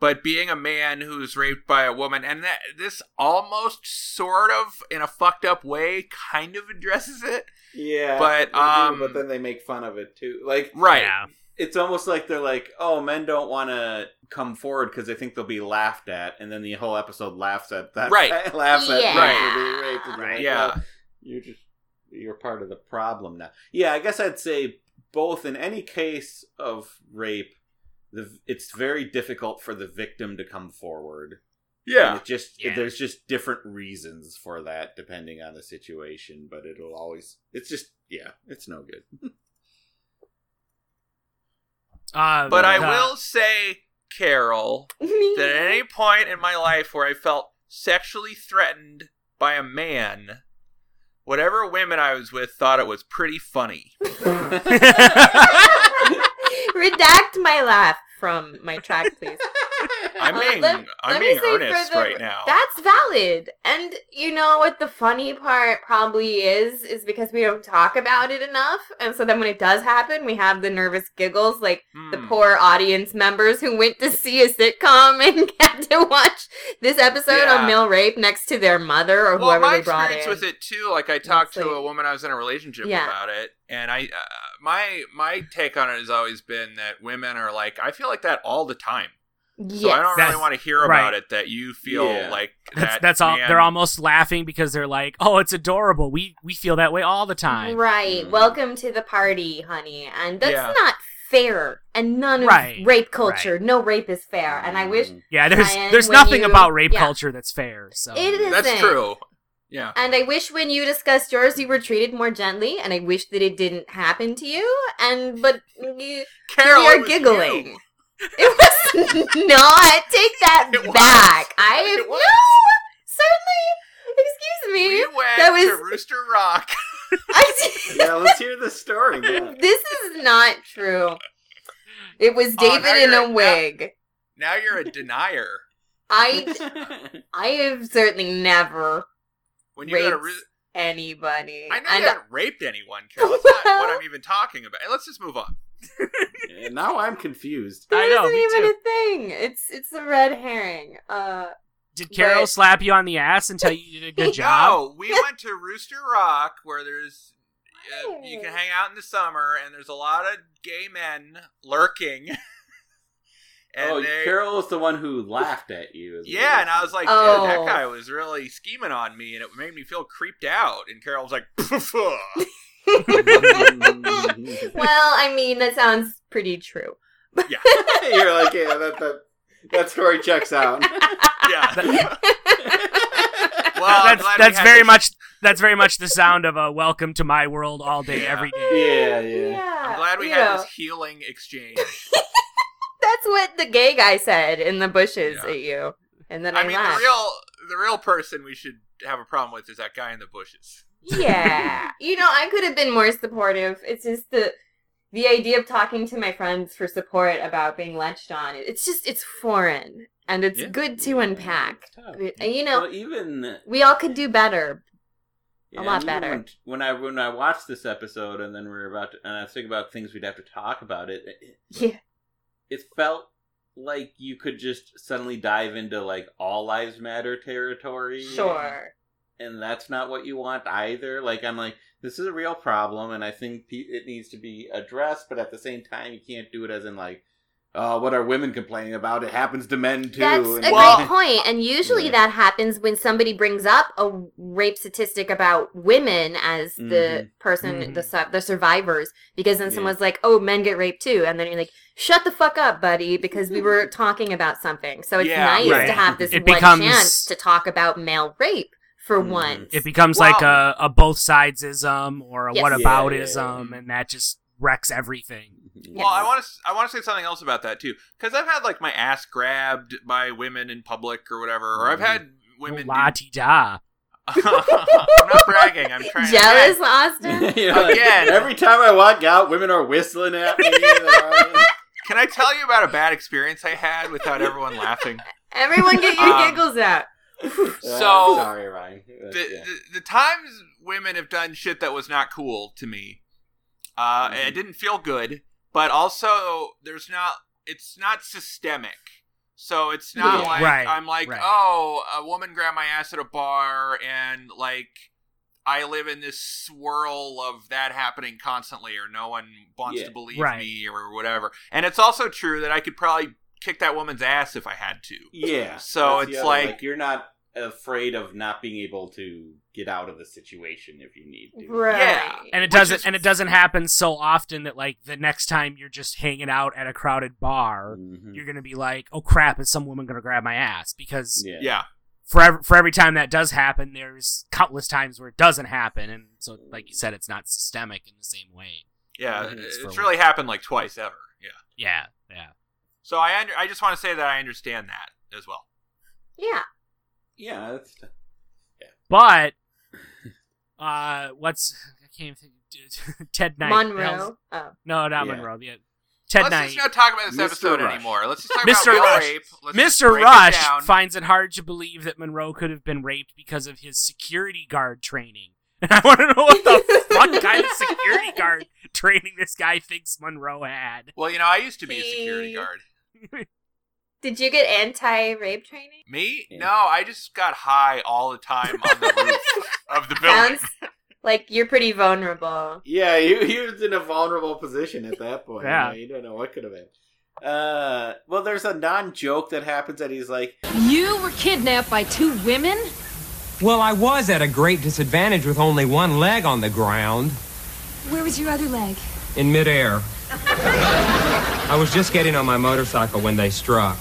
Speaker 1: but being a man who's raped by a woman, and that this almost sort of in a fucked up way kind of addresses it.
Speaker 3: Yeah,
Speaker 1: But,
Speaker 3: they do,
Speaker 1: um,
Speaker 3: but then they make fun of it too. Like
Speaker 1: Right.
Speaker 5: Yeah.
Speaker 3: it's almost like they're like, oh, men don't want to come forward because they think they'll be laughed at, and then the whole episode laughs at that.
Speaker 1: Right.
Speaker 3: <laughs> laughs at
Speaker 4: Yeah.
Speaker 3: men for being raped. It's like,
Speaker 1: Yeah.
Speaker 3: well, you're just you're part of the problem now. Yeah, I guess I'd say both in any case of rape, the it's very difficult for the victim to come forward. And it just
Speaker 5: Yeah.
Speaker 3: there's just different reasons for that depending on the situation, but it'll always it's just yeah, it's
Speaker 1: <laughs>
Speaker 3: no good.
Speaker 5: Uh,
Speaker 1: But I
Speaker 5: the-
Speaker 1: will <laughs> say, Carol, that at any point in my life where I felt sexually threatened by a man, whatever women I was with thought it was pretty funny.
Speaker 4: <laughs> Redact my laugh from my track, please.
Speaker 1: I'm
Speaker 4: Uh,
Speaker 1: being,
Speaker 4: <laughs> let-
Speaker 1: I'm
Speaker 4: let me
Speaker 1: being
Speaker 4: say
Speaker 1: earnest
Speaker 4: further-
Speaker 1: right now.
Speaker 4: That's valid. And you know what the funny part probably is is because we don't talk about it enough. And so then when it does happen, we have the nervous giggles like the
Speaker 1: Hmm.
Speaker 4: poor audience members who went to see a sitcom <laughs> and had to watch this episode
Speaker 1: Yeah.
Speaker 4: on male rape next to their mother or
Speaker 1: well,
Speaker 4: whoever
Speaker 1: my
Speaker 4: they brought
Speaker 1: experience
Speaker 4: in.
Speaker 1: with it too. Like I talked
Speaker 4: It's
Speaker 1: to
Speaker 4: like-
Speaker 1: a woman I was in a relationship
Speaker 4: Yeah.
Speaker 1: about it, and I, uh, my, my take on it has always been that women are like, I feel like that all the time.
Speaker 4: yes.
Speaker 1: So I don't
Speaker 5: That's-
Speaker 1: really want to hear
Speaker 5: right.
Speaker 1: about it. That you feel
Speaker 3: Yeah.
Speaker 1: like
Speaker 5: <laughs> That's
Speaker 1: that
Speaker 5: that's all.
Speaker 1: man-
Speaker 5: They're almost laughing because they're like, "Oh, it's adorable. We we feel that way all the time."
Speaker 4: Right.
Speaker 3: Mm.
Speaker 4: Welcome to the party, honey. And that's
Speaker 1: Hmm. Yeah.
Speaker 4: not fair. And none of
Speaker 5: Right,
Speaker 4: rape culture. No rape is fair. And I wish
Speaker 5: Yeah. There's
Speaker 4: Ryan,
Speaker 5: there's
Speaker 4: when
Speaker 5: nothing
Speaker 4: you-
Speaker 5: about rape
Speaker 4: yeah.
Speaker 5: culture that's fair. So
Speaker 4: it isn't.
Speaker 1: That's true. Yeah.
Speaker 4: And I wish when you discussed yours, you were treated more gently. And I wish that it didn't happen to you. And but you,
Speaker 1: Carol,
Speaker 4: we
Speaker 1: it
Speaker 4: are
Speaker 1: was
Speaker 4: giggling.
Speaker 1: you.
Speaker 4: <laughs>
Speaker 1: <laughs>
Speaker 4: It was not. Take that
Speaker 1: It was.
Speaker 4: back. I
Speaker 1: It was.
Speaker 4: no. Certainly. Excuse me.
Speaker 1: We went
Speaker 4: That was-
Speaker 1: to Rooster Rock.
Speaker 4: <laughs>
Speaker 1: <laughs>
Speaker 4: I-
Speaker 3: yeah, let's hear the story. yeah.
Speaker 4: this is not true. It was
Speaker 1: Oh, now
Speaker 4: David in
Speaker 1: you're-
Speaker 4: a
Speaker 1: now-
Speaker 4: wig.
Speaker 1: Now you're a denier. <laughs>
Speaker 4: I
Speaker 3: <laughs>
Speaker 4: I have certainly never
Speaker 1: When you got a
Speaker 4: raped
Speaker 1: roo-
Speaker 4: anybody.
Speaker 1: I know
Speaker 4: and
Speaker 1: you haven't raped anyone, Carol. That's not what
Speaker 4: Well-
Speaker 1: I'm even talking about. And Let's just move on.
Speaker 3: And now I'm confused.
Speaker 4: there
Speaker 5: I know,
Speaker 4: isn't
Speaker 5: me
Speaker 4: even
Speaker 5: too.
Speaker 4: a thing. It's it's a red herring. <laughs> Uh,
Speaker 5: Did Carol
Speaker 4: but-
Speaker 5: slap you on the ass and tell you you did a good
Speaker 1: <laughs>
Speaker 5: job?
Speaker 1: No, we went to Rooster Rock where there's uh, you can hang out in the summer and there's a lot of gay men lurking. <laughs> and
Speaker 3: oh,
Speaker 1: they-
Speaker 3: Carol was the one who laughed at you. is what
Speaker 1: Yeah,
Speaker 3: you're
Speaker 1: and I was
Speaker 3: saying.
Speaker 1: like,
Speaker 4: Oh.
Speaker 1: dude, that guy was really scheming on me, and it made me feel creeped out. And Carol was like, <laughs>
Speaker 4: well, I mean that sounds pretty true. <laughs>
Speaker 3: <laughs> you're like, yeah, that that that story checks out.
Speaker 1: yeah.
Speaker 4: <laughs>
Speaker 1: well, Oh, I'm
Speaker 5: that's
Speaker 1: glad we
Speaker 5: that's
Speaker 1: had
Speaker 5: very
Speaker 1: this-
Speaker 5: much that's very much the sound of a welcome to my world all day
Speaker 1: Yeah.
Speaker 5: every day.
Speaker 3: Yeah, yeah.
Speaker 1: I'm glad we
Speaker 4: you
Speaker 1: had
Speaker 4: know,
Speaker 1: this healing exchange.
Speaker 4: That's what the gay guy said in the bushes
Speaker 1: Yeah.
Speaker 4: at you, and then I,
Speaker 1: I mean, the
Speaker 4: laughed.
Speaker 1: real the real person we should have a problem with is that guy in the bushes. <laughs>
Speaker 4: yeah, you know, I could have been more supportive. It's just the the idea of talking to my friends for support about being leched on. It's just it's foreign, and it's
Speaker 1: Yeah.
Speaker 4: <laughs> good to unpack. It- You know,
Speaker 3: Well, even
Speaker 4: we all could do better.
Speaker 3: yeah,
Speaker 4: lot
Speaker 3: even
Speaker 4: better.
Speaker 3: When, when I when I watched this episode, and then we were about to, and I was thinking about things we'd have to talk about. It it,
Speaker 4: Yeah.
Speaker 3: it felt like you could just suddenly dive into like all lives matter territory.
Speaker 4: Sure.
Speaker 3: and that's not what you want either. Like I'm like, this is a real problem, and I think pe- it needs to be addressed. But at the same time, you can't do it as in like, oh, what are women complaining about? It happens to men too.
Speaker 4: That's
Speaker 3: and
Speaker 4: a
Speaker 1: Well-
Speaker 3: <laughs>
Speaker 4: great point, and usually
Speaker 3: Yeah.
Speaker 4: that happens when somebody brings up a rape statistic about women as the person, the
Speaker 5: Mm-hmm.
Speaker 4: su- the survivors, because then
Speaker 3: Yeah.
Speaker 4: someone's like, "Oh, men get raped too," and then you're like, "Shut the fuck up, buddy," because we
Speaker 5: <laughs>
Speaker 4: were talking about something. So it's
Speaker 1: Yeah,
Speaker 4: nice
Speaker 5: right.
Speaker 4: to have this
Speaker 5: It
Speaker 4: one
Speaker 5: becomes-
Speaker 4: chance to talk about male rape for
Speaker 3: Mhm.
Speaker 4: once.
Speaker 5: It becomes
Speaker 1: Well-
Speaker 5: like a, a both sidesism or a
Speaker 4: Yes.
Speaker 5: what
Speaker 4: Yeah,
Speaker 5: aboutism,
Speaker 1: yeah.
Speaker 5: and that just wrecks everything.
Speaker 4: Yes.
Speaker 1: Well, I want to I want to say something else about that too, because I've had like my ass grabbed by women in public or whatever, or I've had
Speaker 4: Mm-hmm.
Speaker 1: women.
Speaker 5: La
Speaker 1: do-
Speaker 5: ti da.
Speaker 1: <laughs> I'm not bragging. I'm trying. to-
Speaker 4: Jealous,
Speaker 3: <laughs>
Speaker 4: Austin.
Speaker 5: <laughs>
Speaker 3: You're like,
Speaker 1: Again.
Speaker 3: every time I walk out, women are whistling at me.
Speaker 1: <laughs> Can I tell you about a bad experience I had without everyone laughing?
Speaker 4: Everyone, get your
Speaker 1: Um,
Speaker 4: giggles out.
Speaker 1: So-
Speaker 3: I'm sorry, Ryan.
Speaker 1: the, the, the times women have done shit that was not cool to me uh
Speaker 3: Mm-hmm.
Speaker 1: it didn't feel good but also there's not it's not systemic So it's not
Speaker 4: Yeah.
Speaker 1: like
Speaker 5: Right,
Speaker 1: I'm like,
Speaker 5: right.
Speaker 1: oh, a woman grabbed my ass at a bar, and like I live in this swirl of that happening constantly, or no one wants
Speaker 3: Yeah.
Speaker 1: to believe
Speaker 5: Right.
Speaker 1: me, or whatever. And it's also true that I could probably kick that woman's ass if I had to.
Speaker 3: Yeah.
Speaker 1: So
Speaker 3: That's the
Speaker 1: it's
Speaker 3: other,
Speaker 1: like-
Speaker 3: you're not afraid of not being able to get out of the situation if you need to.
Speaker 4: Right.
Speaker 5: and it
Speaker 1: Which
Speaker 5: doesn't
Speaker 1: is-
Speaker 5: and it doesn't happen so often that like the next time you're just hanging out at a crowded bar
Speaker 3: Mhm.
Speaker 5: you're gonna be like oh crap is some woman gonna grab my ass because
Speaker 3: Yeah.
Speaker 1: Yeah.
Speaker 5: for ev- for every time that does happen there's countless times where it doesn't happen and so like you said it's not systemic in the same way
Speaker 1: Yeah,
Speaker 5: I think it's
Speaker 1: it's,
Speaker 5: for a
Speaker 1: really happened like twice ever. Yeah.
Speaker 5: yeah yeah
Speaker 1: So I under, I just want to say that I understand that as well.
Speaker 4: Yeah.
Speaker 3: Yeah. That's,
Speaker 5: but uh what's I can't even think <laughs> Ted Knight
Speaker 4: Monroe. Oh.
Speaker 5: no not
Speaker 3: Yeah.
Speaker 5: Monroe the Ted
Speaker 1: Let's
Speaker 5: Knight
Speaker 1: just not talk about this
Speaker 3: Mr.
Speaker 1: episode
Speaker 3: Rush.
Speaker 1: anymore. Let's just talk
Speaker 5: Mr.
Speaker 1: about
Speaker 5: Rush.
Speaker 1: real rape. Let's just
Speaker 5: Mr.
Speaker 1: break it
Speaker 5: Rush
Speaker 1: down.
Speaker 5: finds it hard to believe that Monroe could have been raped because of his security guard training. <laughs> And I want to know what
Speaker 4: <laughs>
Speaker 5: the fuck kind of security guard training this guy thinks Monroe had.
Speaker 1: well, you know, I used to be a security
Speaker 4: He-
Speaker 1: guard.
Speaker 4: Did you get anti-rape training?
Speaker 1: Me?
Speaker 3: Yeah.
Speaker 1: No, I just got high all the time on
Speaker 5: <laughs>
Speaker 1: the roof of the <laughs> building.
Speaker 4: Sounds like you're pretty vulnerable.
Speaker 3: yeah. You, he was in a vulnerable position at that point.
Speaker 5: Yeah.
Speaker 3: You, know, you don't know what could have been. Uh, well, there's a non-joke that happens that he's like,
Speaker 6: You were kidnapped by two women?
Speaker 7: Well, I was at a great disadvantage with only one leg on the ground
Speaker 6: Where was your other leg?
Speaker 7: in midair. I was just getting on my motorcycle when they struck.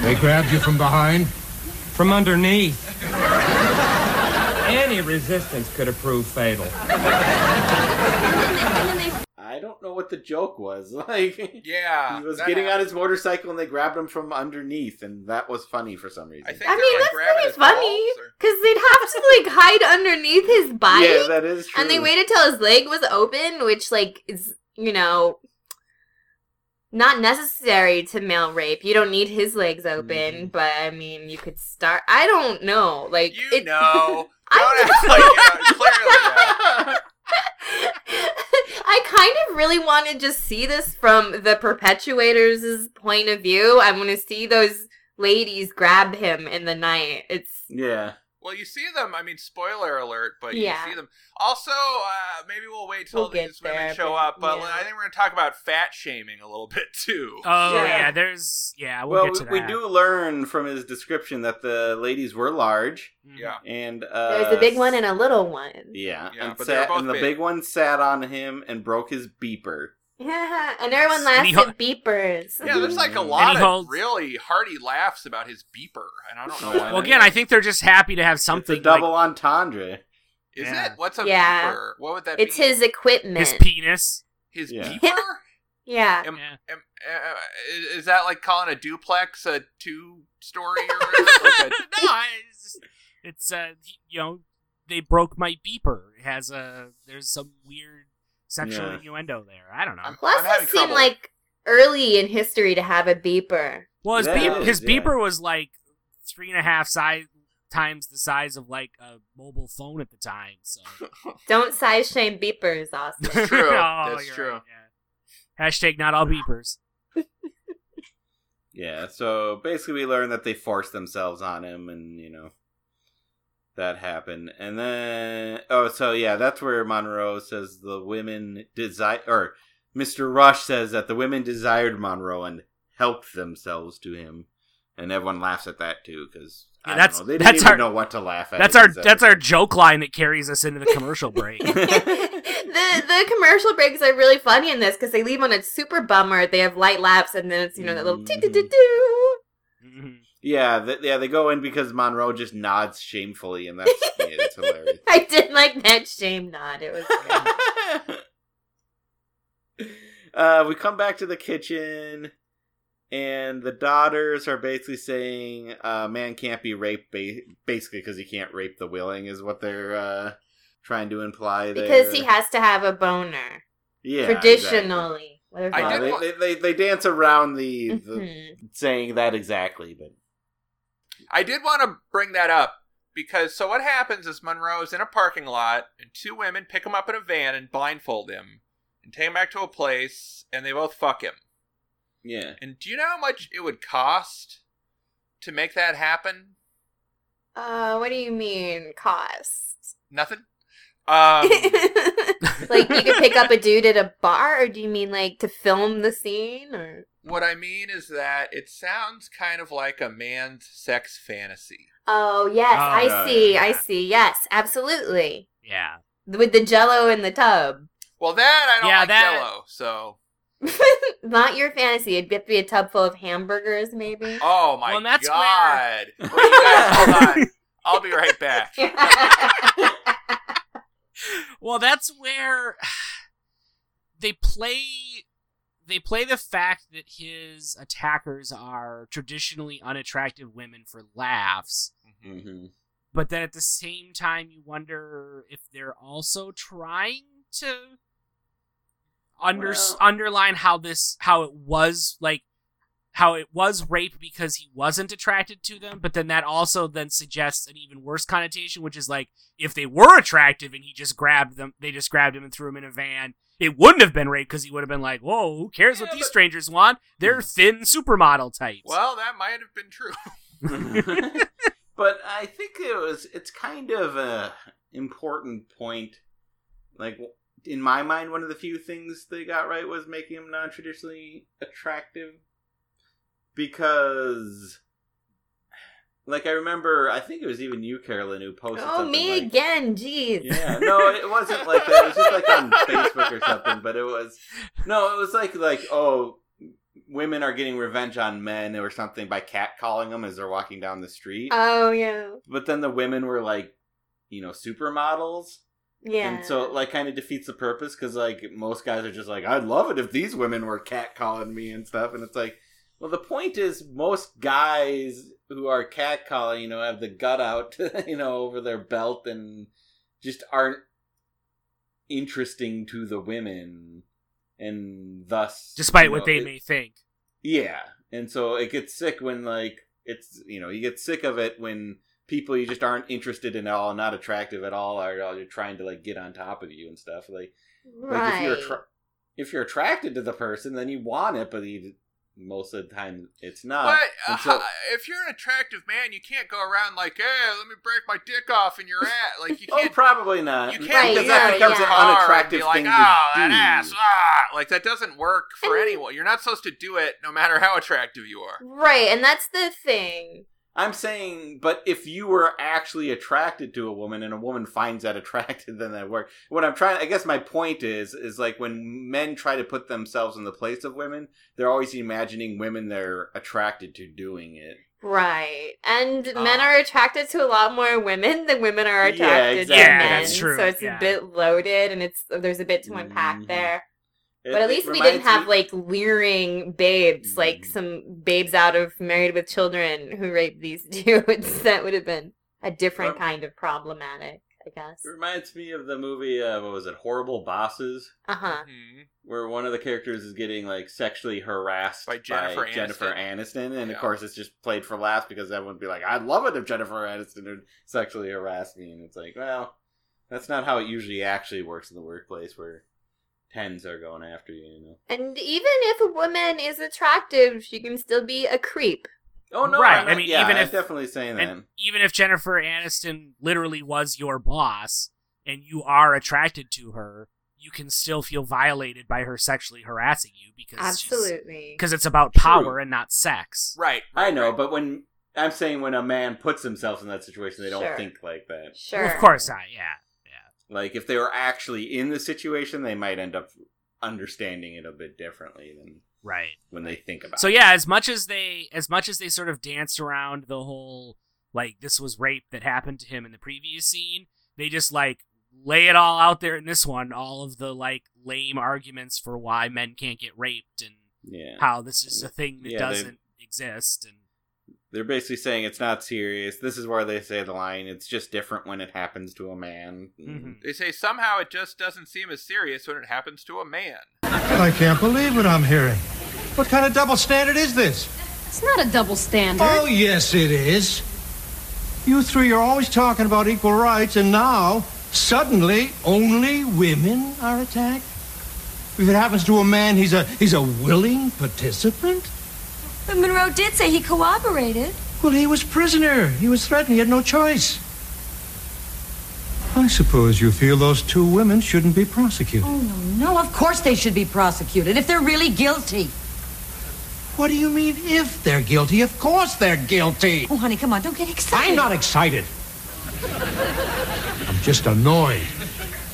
Speaker 8: They grabbed you from behind?
Speaker 7: From underneath. Any resistance could have proved fatal.
Speaker 6: And then they
Speaker 3: I don't know what the joke was. <laughs> Like,
Speaker 1: Yeah,
Speaker 3: he was
Speaker 1: that
Speaker 3: getting on
Speaker 1: happened.
Speaker 3: his motorcycle and they grabbed him from underneath, and that was funny for some reason.
Speaker 1: I think
Speaker 4: I
Speaker 1: they
Speaker 4: mean,
Speaker 1: were
Speaker 4: that's
Speaker 1: grabbing
Speaker 4: pretty
Speaker 1: his
Speaker 4: funny
Speaker 1: balls or-
Speaker 4: because they'd have to like hide underneath his body,
Speaker 3: yeah, that is true.
Speaker 4: and they waited till his leg was open, which like is you know not necessary to male rape. You don't need his legs open,
Speaker 1: Mm-hmm.
Speaker 4: but I mean, you could start. I don't know, like
Speaker 1: You
Speaker 4: it-
Speaker 1: know,
Speaker 4: <laughs> I
Speaker 1: don't act
Speaker 4: know.
Speaker 1: like you know. Clearly, uh, yeah.
Speaker 4: I kind of really want to just see this from the perpetuators' point of view. I want to see those ladies grab him in the night. It's
Speaker 3: Yeah.
Speaker 1: Well, you see them. I mean, spoiler alert, but
Speaker 4: Yeah.
Speaker 1: you see them. Also, uh, maybe we'll wait till
Speaker 4: We'll get
Speaker 1: these women
Speaker 4: there,
Speaker 1: show
Speaker 4: but-
Speaker 1: up. But
Speaker 4: yeah.
Speaker 1: I think we're going to talk about fat shaming a little <laughs> bit too.
Speaker 5: Oh
Speaker 4: Yeah.
Speaker 5: yeah, there's yeah. We'll,
Speaker 3: Well,
Speaker 5: get to that.
Speaker 3: we, we do learn from his description that the ladies were large,
Speaker 5: Mhm.
Speaker 1: yeah,
Speaker 3: and uh,
Speaker 4: there's a big one and a little one.
Speaker 3: yeah,
Speaker 1: Yeah,
Speaker 3: and,
Speaker 1: but they were
Speaker 3: sat,
Speaker 1: both
Speaker 3: and the
Speaker 1: big.
Speaker 3: big one sat on him and broke his beeper.
Speaker 4: Yeah, <laughs> and everyone
Speaker 5: And
Speaker 4: laughs
Speaker 5: he
Speaker 4: at beepers.
Speaker 1: yeah. There's like a
Speaker 3: And
Speaker 1: lot
Speaker 5: he
Speaker 1: of
Speaker 5: holds-
Speaker 1: really hearty laughs about his beeper, and I don't know why.
Speaker 5: Well,
Speaker 1: that
Speaker 5: again, I think they're just happy to have
Speaker 3: It's a
Speaker 5: something
Speaker 3: double entendre.
Speaker 1: is. Is
Speaker 5: Yeah.
Speaker 1: it? What's a
Speaker 4: Yeah.
Speaker 1: beeper? What would that
Speaker 4: It's
Speaker 1: be?
Speaker 4: his equipment.
Speaker 5: like his penis.
Speaker 1: his
Speaker 3: Yeah.
Speaker 1: beeper. <laughs>
Speaker 4: yeah.
Speaker 1: Am-
Speaker 5: Yeah.
Speaker 1: am- uh, is- is that like calling a duplex a two-story
Speaker 4: <laughs>
Speaker 1: or <laughs> whatever? like a,
Speaker 5: no, I- it's, just- it's uh, he- you know, they broke my beeper. It has a there's some weird sexual
Speaker 3: Yeah.
Speaker 5: innuendo there. I don't know.
Speaker 1: I'm-
Speaker 4: Plus,
Speaker 1: I'm having
Speaker 4: it seemed
Speaker 1: trouble.
Speaker 4: like early in history to have a beeper.
Speaker 5: Well, his
Speaker 3: Yeah,
Speaker 5: beep,
Speaker 3: it is,
Speaker 5: his
Speaker 3: yeah.
Speaker 5: beeper was like three and a half size times the size of like a mobile phone at the time. So
Speaker 4: Don't size shame beepers, Austin.
Speaker 1: <laughs> That's true.
Speaker 5: <laughs> Oh,
Speaker 1: That's
Speaker 5: you're
Speaker 1: true.
Speaker 5: right, yeah. Hashtag not all beepers.
Speaker 3: Yeah, so basically we learn that they forced themselves on him and, you know, that happened. And then oh, so yeah, that's where Monroe says the women desire or Mr. Rush says that the women desired Monroe and helped themselves to him. And everyone laughs at that too cuz
Speaker 5: Yeah,
Speaker 3: I
Speaker 5: that's-
Speaker 3: don't know. They didn't
Speaker 5: that's
Speaker 3: even
Speaker 5: our-
Speaker 3: know what to laugh at.
Speaker 5: That's
Speaker 3: in
Speaker 5: our
Speaker 3: this
Speaker 5: that's our
Speaker 3: episode.
Speaker 5: joke line that carries us into the commercial
Speaker 3: <laughs>
Speaker 5: break. <laughs>
Speaker 4: <laughs> the the commercial breaks are really funny in this because they leave on a super bummer. They have light laps, and then it's you know that little
Speaker 3: Mm-hmm.
Speaker 4: doo doo doo doo.
Speaker 5: Mhm.
Speaker 3: Yeah, th- yeah, they go in because Monroe just nods shamefully
Speaker 5: <laughs>
Speaker 3: and that's yeah, it's hilarious.
Speaker 4: <laughs> I did like that shame nod. It was good.
Speaker 3: <laughs> uh, we come back to the kitchen, and the daughters are basically saying, uh, "Man can't be raped, ba- basically because he can't rape the willing," is what they're uh, trying to imply. There.
Speaker 4: because he has to have a boner
Speaker 3: yeah,
Speaker 4: traditionally. Whatever.
Speaker 1: I
Speaker 3: exactly.
Speaker 1: did
Speaker 3: Yeah, <laughs>
Speaker 1: wa-
Speaker 3: they, they, they they dance around the, the
Speaker 4: Mhm.
Speaker 3: saying that exactly, but
Speaker 1: I did want to bring that up because so what happens is Monroe is in a parking lot and two women pick him up in a van and blindfold him and take him back to a place and they both fuck him.
Speaker 3: yeah,
Speaker 1: And do you know how much it would cost to make that happen?
Speaker 4: Uh, what do you mean cost?
Speaker 1: Nothing. Um,
Speaker 4: <laughs> like you could pick
Speaker 5: <laughs>
Speaker 4: up a dude at a bar, or do you mean like to film the scene? Or
Speaker 1: what I mean is that it sounds kind of like a man's sex fantasy.
Speaker 4: oh yes,
Speaker 5: Oh,
Speaker 4: I
Speaker 5: yeah,
Speaker 4: see,
Speaker 5: yeah,
Speaker 4: I
Speaker 5: yeah.
Speaker 4: see. Yes, absolutely.
Speaker 5: Yeah.
Speaker 4: With the Jello in the tub, <laughs>
Speaker 1: Well, that I don't
Speaker 5: Yeah,
Speaker 1: like
Speaker 5: that-
Speaker 1: Jello. So,
Speaker 4: not your fantasy. It'd have to be a tub full of
Speaker 3: <laughs>
Speaker 4: hamburgers, maybe. <laughs>
Speaker 1: oh my
Speaker 5: Well, and that's
Speaker 1: god!
Speaker 5: where-
Speaker 1: Wait, you guys, hold
Speaker 5: <laughs>
Speaker 1: on. I'll be right
Speaker 3: Oh,
Speaker 1: back.
Speaker 5: Well, that's where <sighs> they play they play the fact that his attackers are traditionally unattractive women for laughs.
Speaker 1: Mm-hmm.
Speaker 3: Mhm.
Speaker 5: but then at the same time you wonder if they're also trying to under
Speaker 4: Well-
Speaker 5: underline how this how it was like how it was rape because he wasn't attracted to them but then that also then suggests an even worse connotation which is like if they were attractive and he just grabbed them they just grabbed him and threw him in a van it wouldn't have been rape because he would have been like whoa who cares what
Speaker 1: Yeah,
Speaker 5: these
Speaker 1: but-
Speaker 5: strangers want they're thin supermodel types
Speaker 1: Well, that might have been true.
Speaker 3: but I think it was it's kind of a important point. Like in my mind, one of the few things they got right was making him non-traditionally attractive, because, like, I remember I think it was even you, Carolyn, who posted.
Speaker 4: oh,
Speaker 3: something
Speaker 4: me
Speaker 3: like-
Speaker 4: again. Jeez.
Speaker 3: Yeah, no, it wasn't like that. It was just like on Facebook or something. But it was no, it was like like oh, women are getting revenge on men or something by catcalling them as they're walking down the street.
Speaker 4: Oh yeah.
Speaker 3: but then the women were like, you know, supermodels,
Speaker 4: Yeah.
Speaker 3: and so it, like kind of defeats the purpose because like most guys are just like, I'd love it if these women were catcalling me and stuff, and it's like. Well, the point is, most guys who are catcalling, you know, have the gut out, <laughs> you know, over their belt and just aren't interesting to the women, and thus,
Speaker 5: despite
Speaker 3: you
Speaker 5: what
Speaker 3: know,
Speaker 5: they
Speaker 3: it-
Speaker 5: may think
Speaker 3: yeah, and so it gets sick when like it's you know you get sick of it when people you just aren't interested in at all, not attractive at all, are are trying to like get on top of you and stuff. Like, like if
Speaker 4: right.
Speaker 3: you're attra- if you're attracted to the person, then you want it, but you, most of the time it's not.
Speaker 1: But uh,
Speaker 3: And so-
Speaker 1: <laughs> if you're an attractive man, you can't go around like, "Hey, let me break my dick off in your ass." Like you
Speaker 3: <laughs> oh,
Speaker 1: can't.
Speaker 3: probably not.
Speaker 1: you
Speaker 4: Right,
Speaker 1: can't
Speaker 3: because
Speaker 1: do
Speaker 4: yeah,
Speaker 3: that becomes
Speaker 4: yeah.
Speaker 3: an
Speaker 1: car and
Speaker 3: unattractive
Speaker 1: be like,
Speaker 3: thing
Speaker 1: "Oh,
Speaker 3: to
Speaker 1: that
Speaker 3: do.
Speaker 1: ass!" Ah, like that doesn't work for
Speaker 4: And-
Speaker 1: anyone. You're not supposed to do it, no matter how attractive you are.
Speaker 4: right, and that's the thing.
Speaker 3: I'm saying, but if you were actually attracted to a woman and a woman finds that <laughs> attractive, then that works. What I'm trying, I guess my point is, is like when men try to put themselves in the place of women, they're always imagining women they're attracted to doing it.
Speaker 4: Right. And men
Speaker 1: Ah.
Speaker 4: are attracted to a lot more women than women are
Speaker 3: Yeah,
Speaker 4: attracted
Speaker 3: exactly.
Speaker 4: to
Speaker 5: Yeah,
Speaker 4: men.
Speaker 5: that's true,
Speaker 4: So it's
Speaker 5: yeah.
Speaker 4: a bit loaded and it's there's a bit to unpack
Speaker 3: Mhm.
Speaker 4: there.
Speaker 3: It-
Speaker 4: But at
Speaker 3: it
Speaker 4: least we
Speaker 3: reminds
Speaker 4: didn't have
Speaker 3: me-
Speaker 4: like leering babes, like
Speaker 3: Mhm.
Speaker 4: some babes out of married with children who raped these <laughs> dudes. that would have been a different
Speaker 3: Um,
Speaker 4: kind of problematic, I guess.
Speaker 3: It reminds me of the movie, uh, what was it, Horrible Bosses,
Speaker 4: Uh-huh.
Speaker 1: Mm-hmm.
Speaker 3: where one of the characters is getting like sexually harassed
Speaker 1: By Jennifer
Speaker 3: Jennifer
Speaker 1: Aniston.
Speaker 3: Aniston, and
Speaker 1: Yeah.
Speaker 3: of course it's just played for laughs because everyone would be like, "I'd love it if Jennifer Aniston would sexually harass me," and it's like, well, that's not how it usually actually works in the workplace where tens are going after you. You know?
Speaker 4: And even if a woman is attractive, she can still be a creep.
Speaker 3: Oh
Speaker 5: no, Right, I'm I not- mean,
Speaker 3: yeah,
Speaker 5: even
Speaker 3: I'm
Speaker 5: if-
Speaker 3: definitely saying that.
Speaker 5: And even if Jennifer Aniston literally was your boss and you are attracted to her, you can still feel violated by her sexually harassing you because she's-
Speaker 4: Absolutely.
Speaker 5: because it's about
Speaker 3: True.
Speaker 5: power and not sex.
Speaker 1: Right, right.
Speaker 3: I know,
Speaker 1: right.
Speaker 3: but when I'm saying when a man puts himself in that situation, they don't
Speaker 4: Sure.
Speaker 3: think like that.
Speaker 4: Sure.
Speaker 5: Well, of course not. Yeah.
Speaker 3: Like if they were actually in the situation, they might end up understanding it a bit differently than
Speaker 5: Right.
Speaker 3: when they think about.
Speaker 5: So
Speaker 3: it.
Speaker 5: yeah, as much as they as much as they sort of danced around the whole like this was rape that happened to him in the previous scene, they just like lay it all out there in this one, all of the like lame arguments for why men can't get raped and
Speaker 3: yeah.
Speaker 5: how this is a thing that
Speaker 3: Yeah, they-
Speaker 5: doesn't exist and
Speaker 3: they're basically saying it's not serious. This is where they say the line. It's just different when it happens to a man.
Speaker 5: Mhm.
Speaker 1: They say somehow it just doesn't seem as serious when it happens to a man.
Speaker 8: I can't believe what I'm hearing. What kind of double standard is this?
Speaker 6: It's not a double standard.
Speaker 8: Oh, yes, it is. You three are always talking about equal rights, and now, suddenly, only women are attacked? If it happens to a man, he's a he's a willing participant?
Speaker 6: But Monroe did say he cooperated.
Speaker 8: Well, he was prisoner. He was threatened. He had no choice. I suppose you feel those two women shouldn't be prosecuted.
Speaker 9: Oh, no, no, of course they should be prosecuted if they're really guilty.
Speaker 8: What do you mean if they're guilty? Of course they're guilty.
Speaker 9: Oh, honey, come on, don't get excited.
Speaker 8: I'm not excited. I'm just annoyed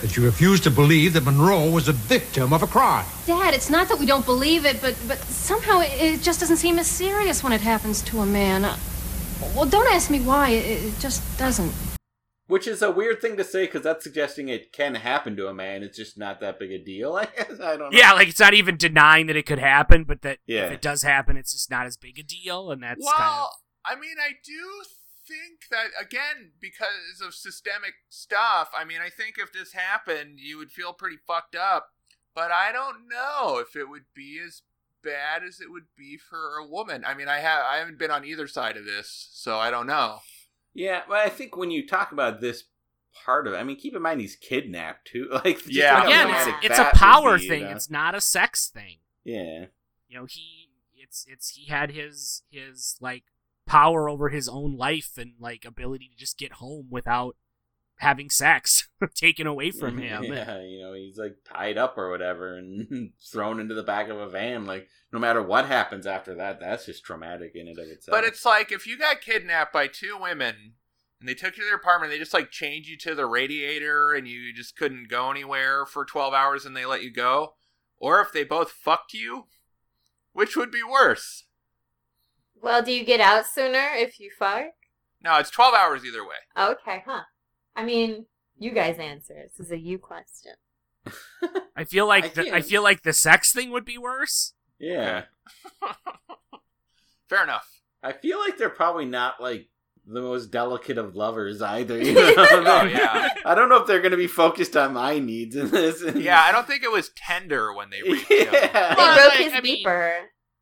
Speaker 8: that you refuse to believe that Monroe was the victim of a crime.
Speaker 6: Dad, it's not that we don't believe it, but but somehow it, it just doesn't seem as serious when it happens to a man. Uh, well, don't ask me why. It, it just doesn't.
Speaker 3: Which is a weird thing to say because that's suggesting it can happen to a man. It's just not that big a deal. <laughs> I guess I don't. know.
Speaker 5: Yeah, like it's not even denying that it could happen, but that
Speaker 3: Yeah.
Speaker 5: if it does happen, it's just not as big a deal, and that's
Speaker 1: well,
Speaker 5: kind of
Speaker 1: I mean, I do think that again because of systemic stuff. I mean, I think if this happened, you would feel pretty fucked up. But I don't know if it would be as bad as it would be for a woman. I mean, I have I haven't been on either side of this, so I don't know.
Speaker 3: Yeah, but I think when you talk about this part of it, I mean, keep in mind he's kidnapped too. <laughs> Like, just
Speaker 1: Yeah.
Speaker 3: how
Speaker 5: again,
Speaker 3: dramatic
Speaker 5: it's, it's a
Speaker 3: that would
Speaker 5: power
Speaker 3: be, uh, you
Speaker 5: thing.
Speaker 3: know?
Speaker 5: It's not a sex thing.
Speaker 3: yeah,
Speaker 5: you know he it's it's he had his his like power over his own life and like ability to just get home without having sex <laughs> taken away from
Speaker 3: <laughs>
Speaker 5: him
Speaker 3: Yeah, you know, he's like tied up or whatever and <laughs> thrown into the back of a van. Like, no matter what happens after that, that's just traumatic in and of itself.
Speaker 1: But it's like if you got kidnapped by two women and they took you to their apartment, they just like chained you to the radiator and you just couldn't go anywhere for 12 hours and they let you go, or if they both fucked you, which would be worse?
Speaker 4: Well, do you get out sooner if you fart?
Speaker 1: No, it's 12 hours either way.
Speaker 4: Okay, huh? I mean, you guys answer. This is a
Speaker 3: <laughs>
Speaker 4: you question.
Speaker 5: i feel
Speaker 3: I
Speaker 5: like the, I
Speaker 3: can't-
Speaker 5: feel like the sex thing would be worse
Speaker 3: yeah,
Speaker 1: Fair enough.
Speaker 3: I feel like they're probably not like the most delicate of lovers either. You know? oh
Speaker 1: yeah.
Speaker 3: I don't know if they're gonna be focused on my needs in this.
Speaker 1: Yeah,
Speaker 3: <laughs>
Speaker 1: I don't think it was tender when they raped him. Yeah,
Speaker 4: They
Speaker 3: yeah.
Speaker 5: Well,
Speaker 4: broke
Speaker 5: like,
Speaker 4: his
Speaker 5: I mean-
Speaker 4: beeper.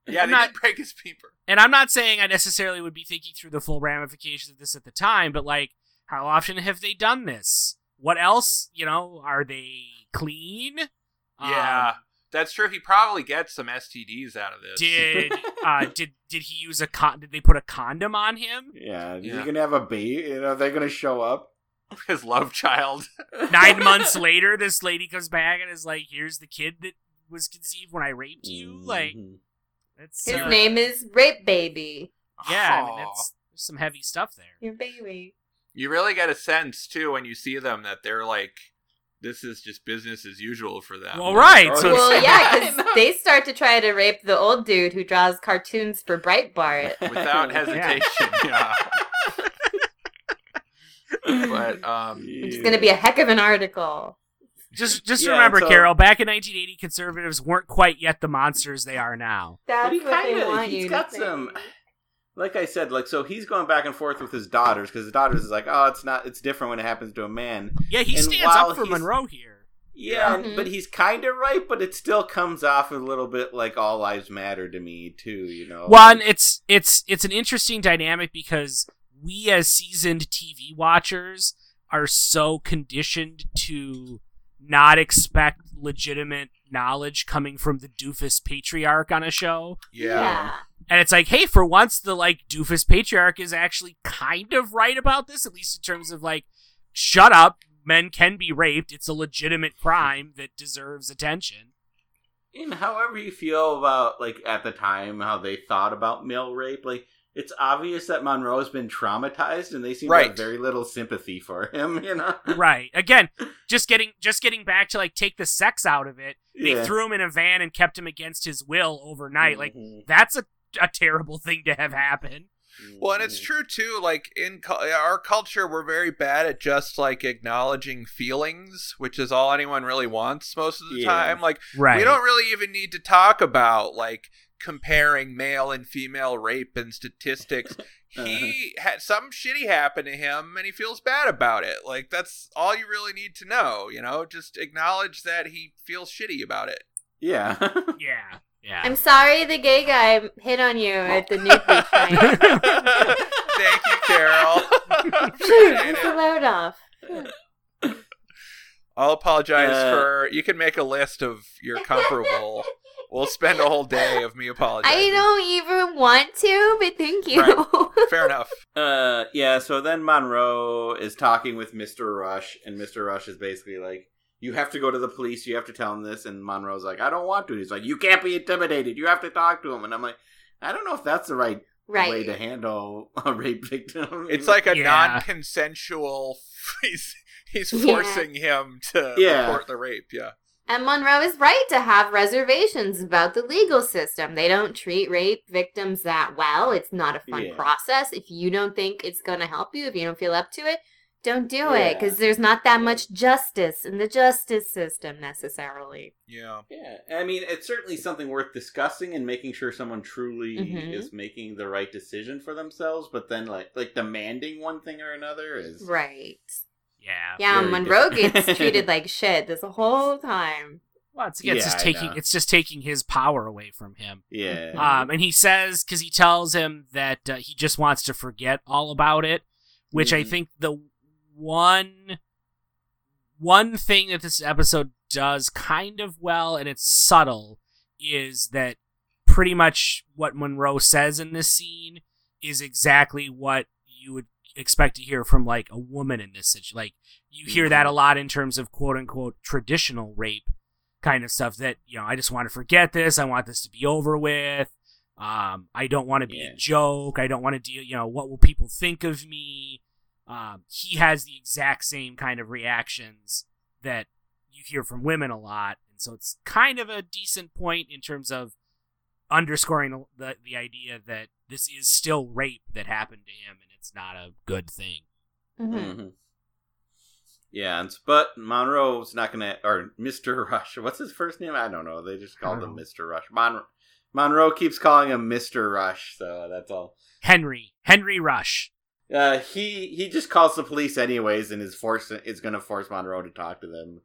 Speaker 1: yeah they
Speaker 5: Not-
Speaker 1: did break his paper.
Speaker 5: and i'm not saying i necessarily would be thinking through the full ramifications of this at the time but like how often have they done this what else you know are they clean Um,
Speaker 1: yeah, that's true. He probably gets some STDs out of this.
Speaker 5: did uh did did he use a con did they put a condom on him
Speaker 3: Yeah,
Speaker 1: Yeah.
Speaker 3: you're gonna have a baby. You know, they're gonna show up.
Speaker 1: <laughs> His love child. <laughs>
Speaker 5: Nine months later, this lady comes back and is like, "Here's the kid that was conceived when I raped you." Like,
Speaker 1: Mm-hmm.
Speaker 3: Mhm.
Speaker 5: that's
Speaker 4: His
Speaker 5: uh,
Speaker 4: name is Rape Baby.
Speaker 5: Yeah, I mean,
Speaker 1: Aw.
Speaker 5: that's there's some heavy stuff there.
Speaker 4: Your baby.
Speaker 1: you really get a sense too when you see them that they're like this is just business as usual for them
Speaker 5: Well, right.
Speaker 3: Oh,
Speaker 5: So,
Speaker 4: Well,
Speaker 3: sad.
Speaker 4: yeah,
Speaker 3: <laughs>
Speaker 4: because they start to try to rape the old dude who draws cartoons for Breitbart.
Speaker 1: <laughs> without hesitation
Speaker 5: <laughs>
Speaker 1: yeah, but um
Speaker 4: Which is going to be a heck of an article.
Speaker 5: just just
Speaker 3: Yeah,
Speaker 5: remember,
Speaker 3: so-
Speaker 5: Carol. Back in 1980, conservatives weren't quite yet the monsters they are now.
Speaker 4: That's
Speaker 3: But he
Speaker 4: what they
Speaker 3: kinda-
Speaker 4: want
Speaker 3: he's
Speaker 4: you
Speaker 3: got
Speaker 4: to
Speaker 3: some-
Speaker 4: think.
Speaker 3: like I said, like so he's going back and forth with his daughters because the daughters is like, oh, it's not, it's different when it happens to a man.
Speaker 5: Yeah, he
Speaker 3: And
Speaker 5: stands up
Speaker 3: while
Speaker 5: for
Speaker 3: he's-
Speaker 5: Monroe here.
Speaker 3: Yeah,
Speaker 4: Mhm.
Speaker 3: but he's kind of right, but it still comes off a little bit like all lives matter to me too. You know,
Speaker 5: One, it's it's it's an interesting dynamic because we as seasoned TV watchers are so conditioned to not expect legitimate knowledge coming from the doofus patriarch on a show.
Speaker 4: Yeah.
Speaker 5: And it's like, hey, for once the like doofus patriarch is actually kind of right about this, at least in terms of like, shut up, men can be raped. It's a legitimate crime that
Speaker 3: <laughs>
Speaker 5: deserves attention.
Speaker 3: in however you feel about like at the time how they thought about male rape, like it's obvious that Monroe's been traumatized, and they seem to
Speaker 1: Right.
Speaker 3: have very little sympathy for him. <laughs> You know,
Speaker 5: right. Again, just getting just getting back to like take the sex out of it. They
Speaker 3: Yeah.
Speaker 5: threw him in a van and kept him against his will overnight. Like
Speaker 3: Mhm.
Speaker 5: that's a, a terrible thing to have happen.
Speaker 1: well and it's true too like in cu- our culture we're very bad at just like acknowledging feelings which is all anyone really wants most of the
Speaker 3: Yeah.
Speaker 1: time like
Speaker 5: Right.
Speaker 1: we don't really even need to talk about like comparing male and female rape and statistics he had some shitty happen to him and he feels bad about it like that's all you really need to know you know just acknowledge that he feels shitty about it
Speaker 3: Yeah. <laughs>
Speaker 5: Yeah. Yeah.
Speaker 4: I'm sorry the gay guy hit on you at the nude beach <laughs>
Speaker 3: <laughs>
Speaker 4: night.
Speaker 1: thank you carol
Speaker 4: <laughs> It's a load off.
Speaker 1: I'll apologize
Speaker 3: Uh,
Speaker 1: for. You can make a list of your comparable. we'll spend a whole day of me apologizing.
Speaker 4: I don't even want to, but thank you.
Speaker 1: Fair enough.
Speaker 3: Uh, yeah. So then Monroe is talking with Mister Rush, and Mister Rush is basically like, "You have to go to the police. You have to tell him this." And Monroe's like, "I don't want to." He's like, "You can't be intimidated. You have to talk to him." And I'm like, "I don't know if that's the right, way
Speaker 4: <laughs> right.
Speaker 3: to handle a rape victim."
Speaker 1: It's like a
Speaker 5: Yeah.
Speaker 1: non-consensual. <laughs> He's, he's
Speaker 4: Yeah.
Speaker 1: forcing him to
Speaker 3: Yeah.
Speaker 1: report the rape. Yeah.
Speaker 4: And Monroe is right to have reservations about the legal system. They don't treat rape victims that well. It's not a fun
Speaker 3: Yeah.
Speaker 4: process. If you don't think it's going to help you, if you don't feel up to it, don't do
Speaker 3: Yeah.
Speaker 4: it because there's not that much justice in the justice system necessarily.
Speaker 1: Yeah.
Speaker 3: Yeah, I mean, it's certainly something worth discussing and making sure someone truly
Speaker 4: Mhm.
Speaker 3: is making the right decision for themselves. But then, like, like demanding one thing or another is
Speaker 4: Right.
Speaker 5: Yeah.
Speaker 4: Yeah,
Speaker 3: Very
Speaker 4: Monroe
Speaker 3: different. <laughs>
Speaker 4: gets treated like shit this whole time.
Speaker 5: Well, it's, it's
Speaker 3: Yeah,
Speaker 5: just
Speaker 3: I
Speaker 5: taking
Speaker 3: know.
Speaker 5: it's just taking his power away from him.
Speaker 3: yeah,
Speaker 5: Um, and he says because he tells him that uh, he just wants to forget all about it, which I
Speaker 3: Mhm.
Speaker 5: think the one one thing that this episode does kind of well, and it's subtle, is that pretty much what Monroe says in this scene is exactly what you would expect to hear from like a woman in this situation. Like you hear that a lot in terms of quote unquote traditional rape kind of stuff that you know I just want to forget this. I want this to be over with. Um, I don't want to be
Speaker 3: Yeah.
Speaker 5: a joke. I don't want to deal. You know what will people think of me? Um, he has the exact same kind of reactions that you hear from women a lot, and so it's kind of a decent point in terms of underscoring the the idea that this is still rape that happened to him, and it's not a good thing.
Speaker 3: <laughs>
Speaker 4: Mhm.
Speaker 3: Mhm. yeah. And, but Monroe's not gonna or Mister Rush. What's his first name? I don't know. They just called him
Speaker 5: Monroe.
Speaker 3: Mister Rush. Monroe. Monroe keeps calling him Mister Rush, so that's all.
Speaker 5: Henry Henry Rush.
Speaker 3: Uh, he he just calls the police anyways, and is forced is going to force Monroe to talk to them.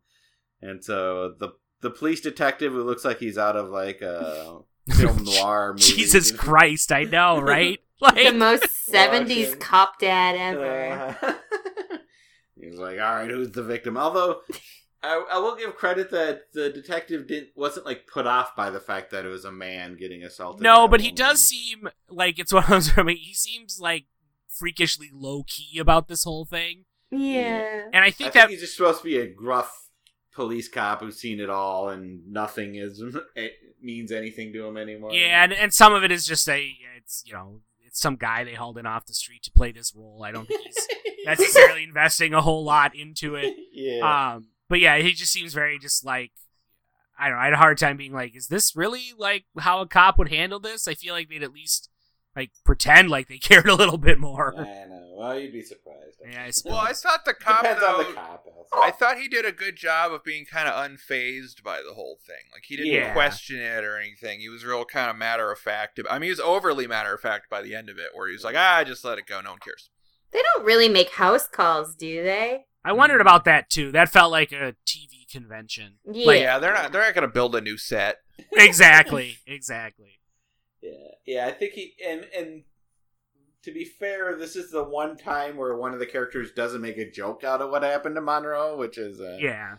Speaker 3: And so the the police detective who looks like he's out of like
Speaker 5: <laughs>
Speaker 3: a film noir movie. <laughs>
Speaker 5: Jesus Christ, I <laughs> know, right? Like,
Speaker 4: The most 70s
Speaker 3: Russian.
Speaker 4: cop dad ever.
Speaker 3: Uh, he's like, all right, who's the victim? Although. I, I will give credit that the detective didn't wasn't like put off by the fact that it was a man getting assaulted. by
Speaker 5: no,
Speaker 3: a
Speaker 5: but he
Speaker 3: woman.
Speaker 5: does seem like it's one of those. <laughs> I mean, he seems like freakishly low key about this whole thing,
Speaker 4: yeah.
Speaker 5: and I
Speaker 3: I think
Speaker 5: think that
Speaker 3: he's just supposed to be a gruff police cop who's seen it all and nothing is <laughs> it means anything to him anymore.
Speaker 5: Yeah, and, and some of it is just a it's you know it's some guy they hauled in off the street to play this role. I don't think he's necessarily investing a whole lot into it.
Speaker 3: yeah,
Speaker 5: Um, but yeah, he just seems very just like I don't know. I had a hard time being like, is this really like how a cop would handle this? I feel like they'd at least like pretend like they <laughs> cared a little bit more.
Speaker 3: I know. Well, you'd be surprised.
Speaker 5: Yeah, I
Speaker 1: Well, I
Speaker 5: suppose.
Speaker 1: thought the cop
Speaker 3: Depends
Speaker 1: though.
Speaker 3: on the cop.
Speaker 1: I thought he did a good job of being kind of unfazed by the whole thing. Like he didn't
Speaker 5: Yeah.
Speaker 1: question it or anything. He was real kind of matter of fact. ab- I mean, he was overly matter of fact by the end of it, where he was like, "Ah, just let it go. No one cares."
Speaker 4: They don't really make house calls, do they?
Speaker 5: I wondered about that too. That felt like a TV convention.
Speaker 4: Yeah.
Speaker 1: Like, yeah, they're not. They're not going to build a new set.
Speaker 5: Exactly. exactly.
Speaker 3: Yeah, yeah. I think he and and to be fair, this is the one time where one of the characters doesn't make a joke out of what happened to Monroe, which is uh,
Speaker 5: Yeah.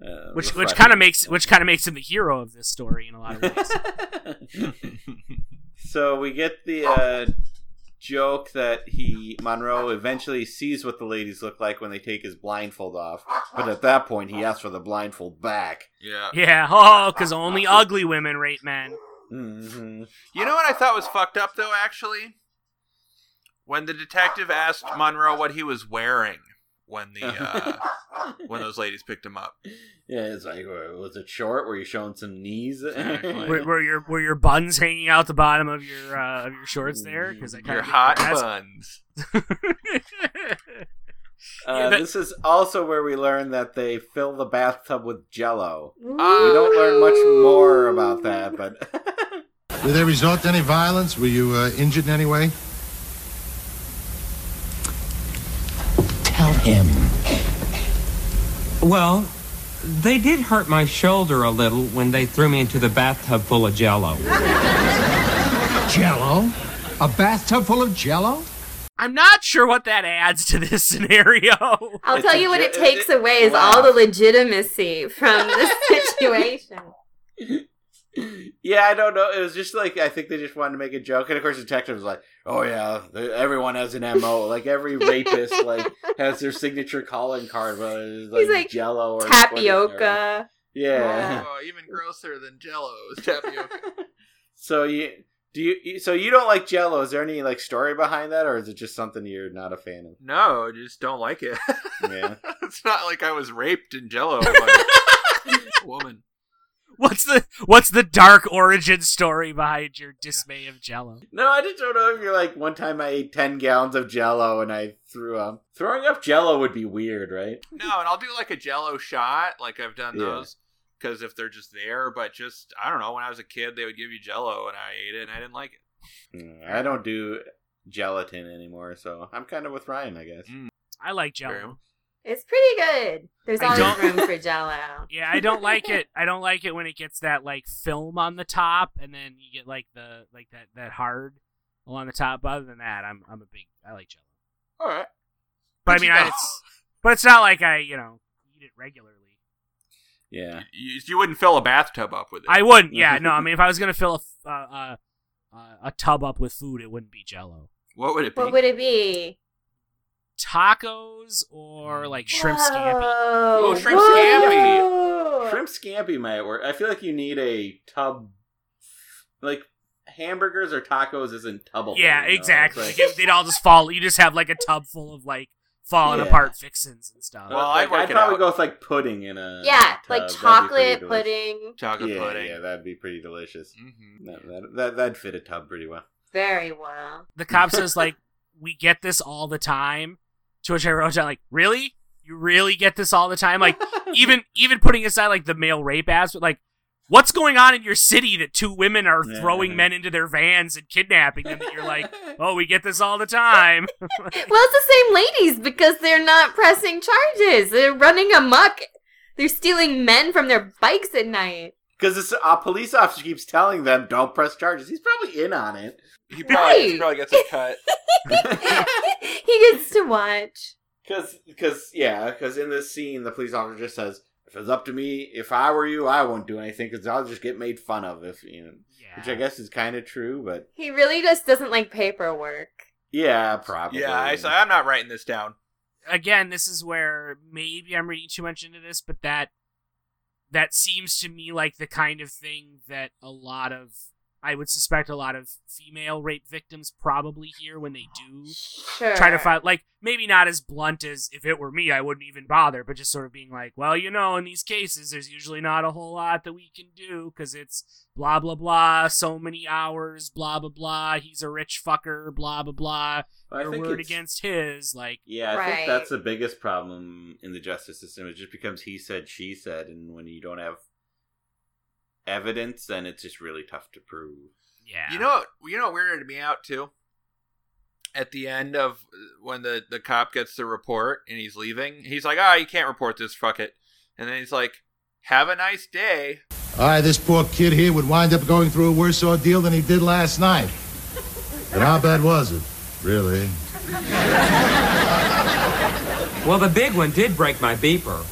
Speaker 3: uh,
Speaker 5: which which kind of makes which kind of makes him the hero of this story in a lot
Speaker 1: <laughs>
Speaker 5: of ways.
Speaker 3: so we get the uh, joke that he Monroe eventually sees what the ladies look like when they take his blindfold off, but at that point he asks for the blindfold back.
Speaker 1: Yeah.
Speaker 5: yeah, oh, because only ugly women rape men.
Speaker 3: hmm
Speaker 1: You know what I thought was fucked up though, actually, when the detective asked Monroe what he was wearing when <laughs> the uh, when those ladies picked him up.
Speaker 3: Yeah, it's like uh, was it short? Were you showing some knees?
Speaker 1: Exactly.
Speaker 5: Were, were your were your buns hanging out the bottom of your uh, of your shorts there? Because I kind
Speaker 1: Mm, Your
Speaker 5: of
Speaker 1: hot buns.
Speaker 3: Uh,
Speaker 5: that-
Speaker 3: this is also where we learn that they fill the bathtub with Jello.
Speaker 4: We
Speaker 1: Ah.
Speaker 3: We don't learn much more about that, but <laughs>
Speaker 2: Did they resort to any violence? Were you uh, injured in any way?
Speaker 7: Tell him.
Speaker 8: Well,
Speaker 7: They did hurt my shoulder a little when they threw me into the bathtub full of jello.
Speaker 2: Jello? A bathtub full of jello?
Speaker 5: <laughs> I'm not sure what that adds to this scenario. <laughs>
Speaker 4: I'll
Speaker 3: It's
Speaker 4: tell
Speaker 3: a
Speaker 4: you what
Speaker 3: ju-
Speaker 4: it takes away is
Speaker 3: wow.
Speaker 4: all the legitimacy from this
Speaker 3: <laughs>
Speaker 4: situation.
Speaker 3: Yeah, I don't know. It was just like I think they just wanted to make a joke, and of course, the detective was like, "Oh yeah, th- everyone has an mo. Like
Speaker 4: <laughs>
Speaker 3: every rapist like has their signature calling card, but it's like,
Speaker 4: He's like,
Speaker 3: Jello or whatever.
Speaker 4: Tapioca.
Speaker 3: Yeah.
Speaker 1: Oh, even grosser than Jello is <laughs> tapioca.
Speaker 3: So you do you- you? So you don't like Jello? Is there any like story behind that, or is it just something you're not a fan
Speaker 1: no, I just don't like it. <laughs>
Speaker 3: of?
Speaker 4: <laughs>
Speaker 3: Yeah.
Speaker 1: it's not like I was raped in <laughs> Jello by a woman.
Speaker 5: What's the what's the dark origin story behind your dismay of Jello?
Speaker 3: No, I just don't know if you're like one time I ate ten gallons of Jello and I threw up. Throwing up Jello would be weird, right?
Speaker 1: No, and I'll do like a Jello shot, like I've done
Speaker 3: Yeah.
Speaker 1: those, because if they're just there. But just I don't know. When I was a kid, they would give you Jello, and I ate it, and I didn't like it.
Speaker 3: Mm, I don't do gelatin anymore, so I'm kind of with Ryan,
Speaker 1: Mm.
Speaker 3: I guess.
Speaker 5: I like
Speaker 1: Very
Speaker 5: Jello.
Speaker 1: much.
Speaker 4: It's pretty good. There's
Speaker 5: I
Speaker 4: always
Speaker 5: don't-
Speaker 4: room for
Speaker 5: <laughs>
Speaker 4: jello.
Speaker 5: Yeah, I don't like it. I don't like it when it gets that like film on the top, and then you get like the like that that hard on the top. But other than that, I'm I'm a big I like Jello.
Speaker 1: All right.
Speaker 5: But I
Speaker 1: Good
Speaker 5: mean,
Speaker 1: to
Speaker 5: I,
Speaker 1: know.
Speaker 5: it's but it's not like I you know eat it regularly.
Speaker 3: Yeah.
Speaker 1: You, you wouldn't fill a bathtub up with it.
Speaker 5: I wouldn't. Yeah, no. I mean, if I was gonna fill a f- uh, uh, uh, a tub up with food, it wouldn't be Jello.
Speaker 1: what would it be?
Speaker 4: What would it be?
Speaker 5: Tacos
Speaker 3: Mm.
Speaker 5: or like shrimp scampi.
Speaker 4: Whoa.
Speaker 1: Oh, shrimp
Speaker 4: Whoa.
Speaker 1: scampi.
Speaker 3: Shrimp scampi might work. I feel like you need a tub. Like hamburgers or tacos isn't tubable.
Speaker 5: Yeah,
Speaker 3: you know? Oh, It's
Speaker 5: exactly.
Speaker 3: like-
Speaker 5: Like, they'd all just fall. You just have like a tub full of like falling
Speaker 3: Yeah.
Speaker 5: apart fixins and stuff.
Speaker 1: Well, I'd
Speaker 3: like,
Speaker 1: work
Speaker 3: I'd
Speaker 1: it
Speaker 3: probably
Speaker 1: out.
Speaker 3: go with like pudding in a
Speaker 4: Yeah,
Speaker 3: tub. That'd be
Speaker 4: like
Speaker 3: pretty
Speaker 4: chocolate
Speaker 3: delicious.
Speaker 4: pudding.
Speaker 1: Chocolate
Speaker 3: yeah,
Speaker 1: pudding.
Speaker 3: Yeah, that'd be pretty delicious.
Speaker 1: hmm
Speaker 3: That, that, that, that'd fit a tub pretty well.
Speaker 4: Very well.
Speaker 5: the cop says like, "We get this all the time," to which I wrote down like, "Really? You really get this all the time?" Like even even putting aside like the male rape aspect, like. What's going on in your city that two women are
Speaker 3: Yeah.
Speaker 5: throwing men into their vans and kidnapping them? That you're like, oh, we get this all the time.
Speaker 4: Well, it's the same ladies because they're not pressing charges. They're running amok. They're stealing men from their bikes at night.
Speaker 3: Because a police officer keeps telling them, don't press charges. He's probably in on it.
Speaker 1: He probably, he
Speaker 4: Right.
Speaker 1: probably gets a cut.
Speaker 4: <laughs> he gets to watch.
Speaker 3: Because, cause, yeah, because in this scene, the police officer just says, if it's up to me, if I were you, I wouldn't do anything because I'll just get made fun of. If you know, Which I
Speaker 5: Yeah.
Speaker 3: guess is kind of true, but
Speaker 4: He really just doesn't like paperwork.
Speaker 3: yeah, probably.
Speaker 1: yeah, I, so I'm not writing this down.
Speaker 5: Again, this is where maybe I'm reading too much into this, but that that seems to me like the kind of thing that a lot of I would suspect a lot of female rape victims probably hear when they do
Speaker 4: Sure.
Speaker 5: try to find like maybe not as blunt as if it were me I wouldn't even bother, but just sort of being like, well, you know, in these cases, there's usually not a whole lot that we can do because it's blah blah blah, so many hours, blah blah blah. He's a rich fucker, blah blah blah.
Speaker 3: I
Speaker 5: Your
Speaker 3: think
Speaker 5: word
Speaker 3: it's-
Speaker 5: against his, like
Speaker 3: Yeah, I
Speaker 4: Right.
Speaker 3: think that's the biggest problem in the justice system. It just becomes he said, she said, and when you don't have evidence, then it's just really tough to prove.
Speaker 5: yeah,
Speaker 1: You know, you know, what weirded me out too. At the end of uh, when the the cop gets the report and he's leaving, he's like, "Ah, you can't report this. Fuck it." And then he's like, "Have a nice day."
Speaker 8: I, this poor kid here, would wind up going through a worse ordeal than he did last night. But how bad was it, really?
Speaker 7: Well, the big one did break my beeper.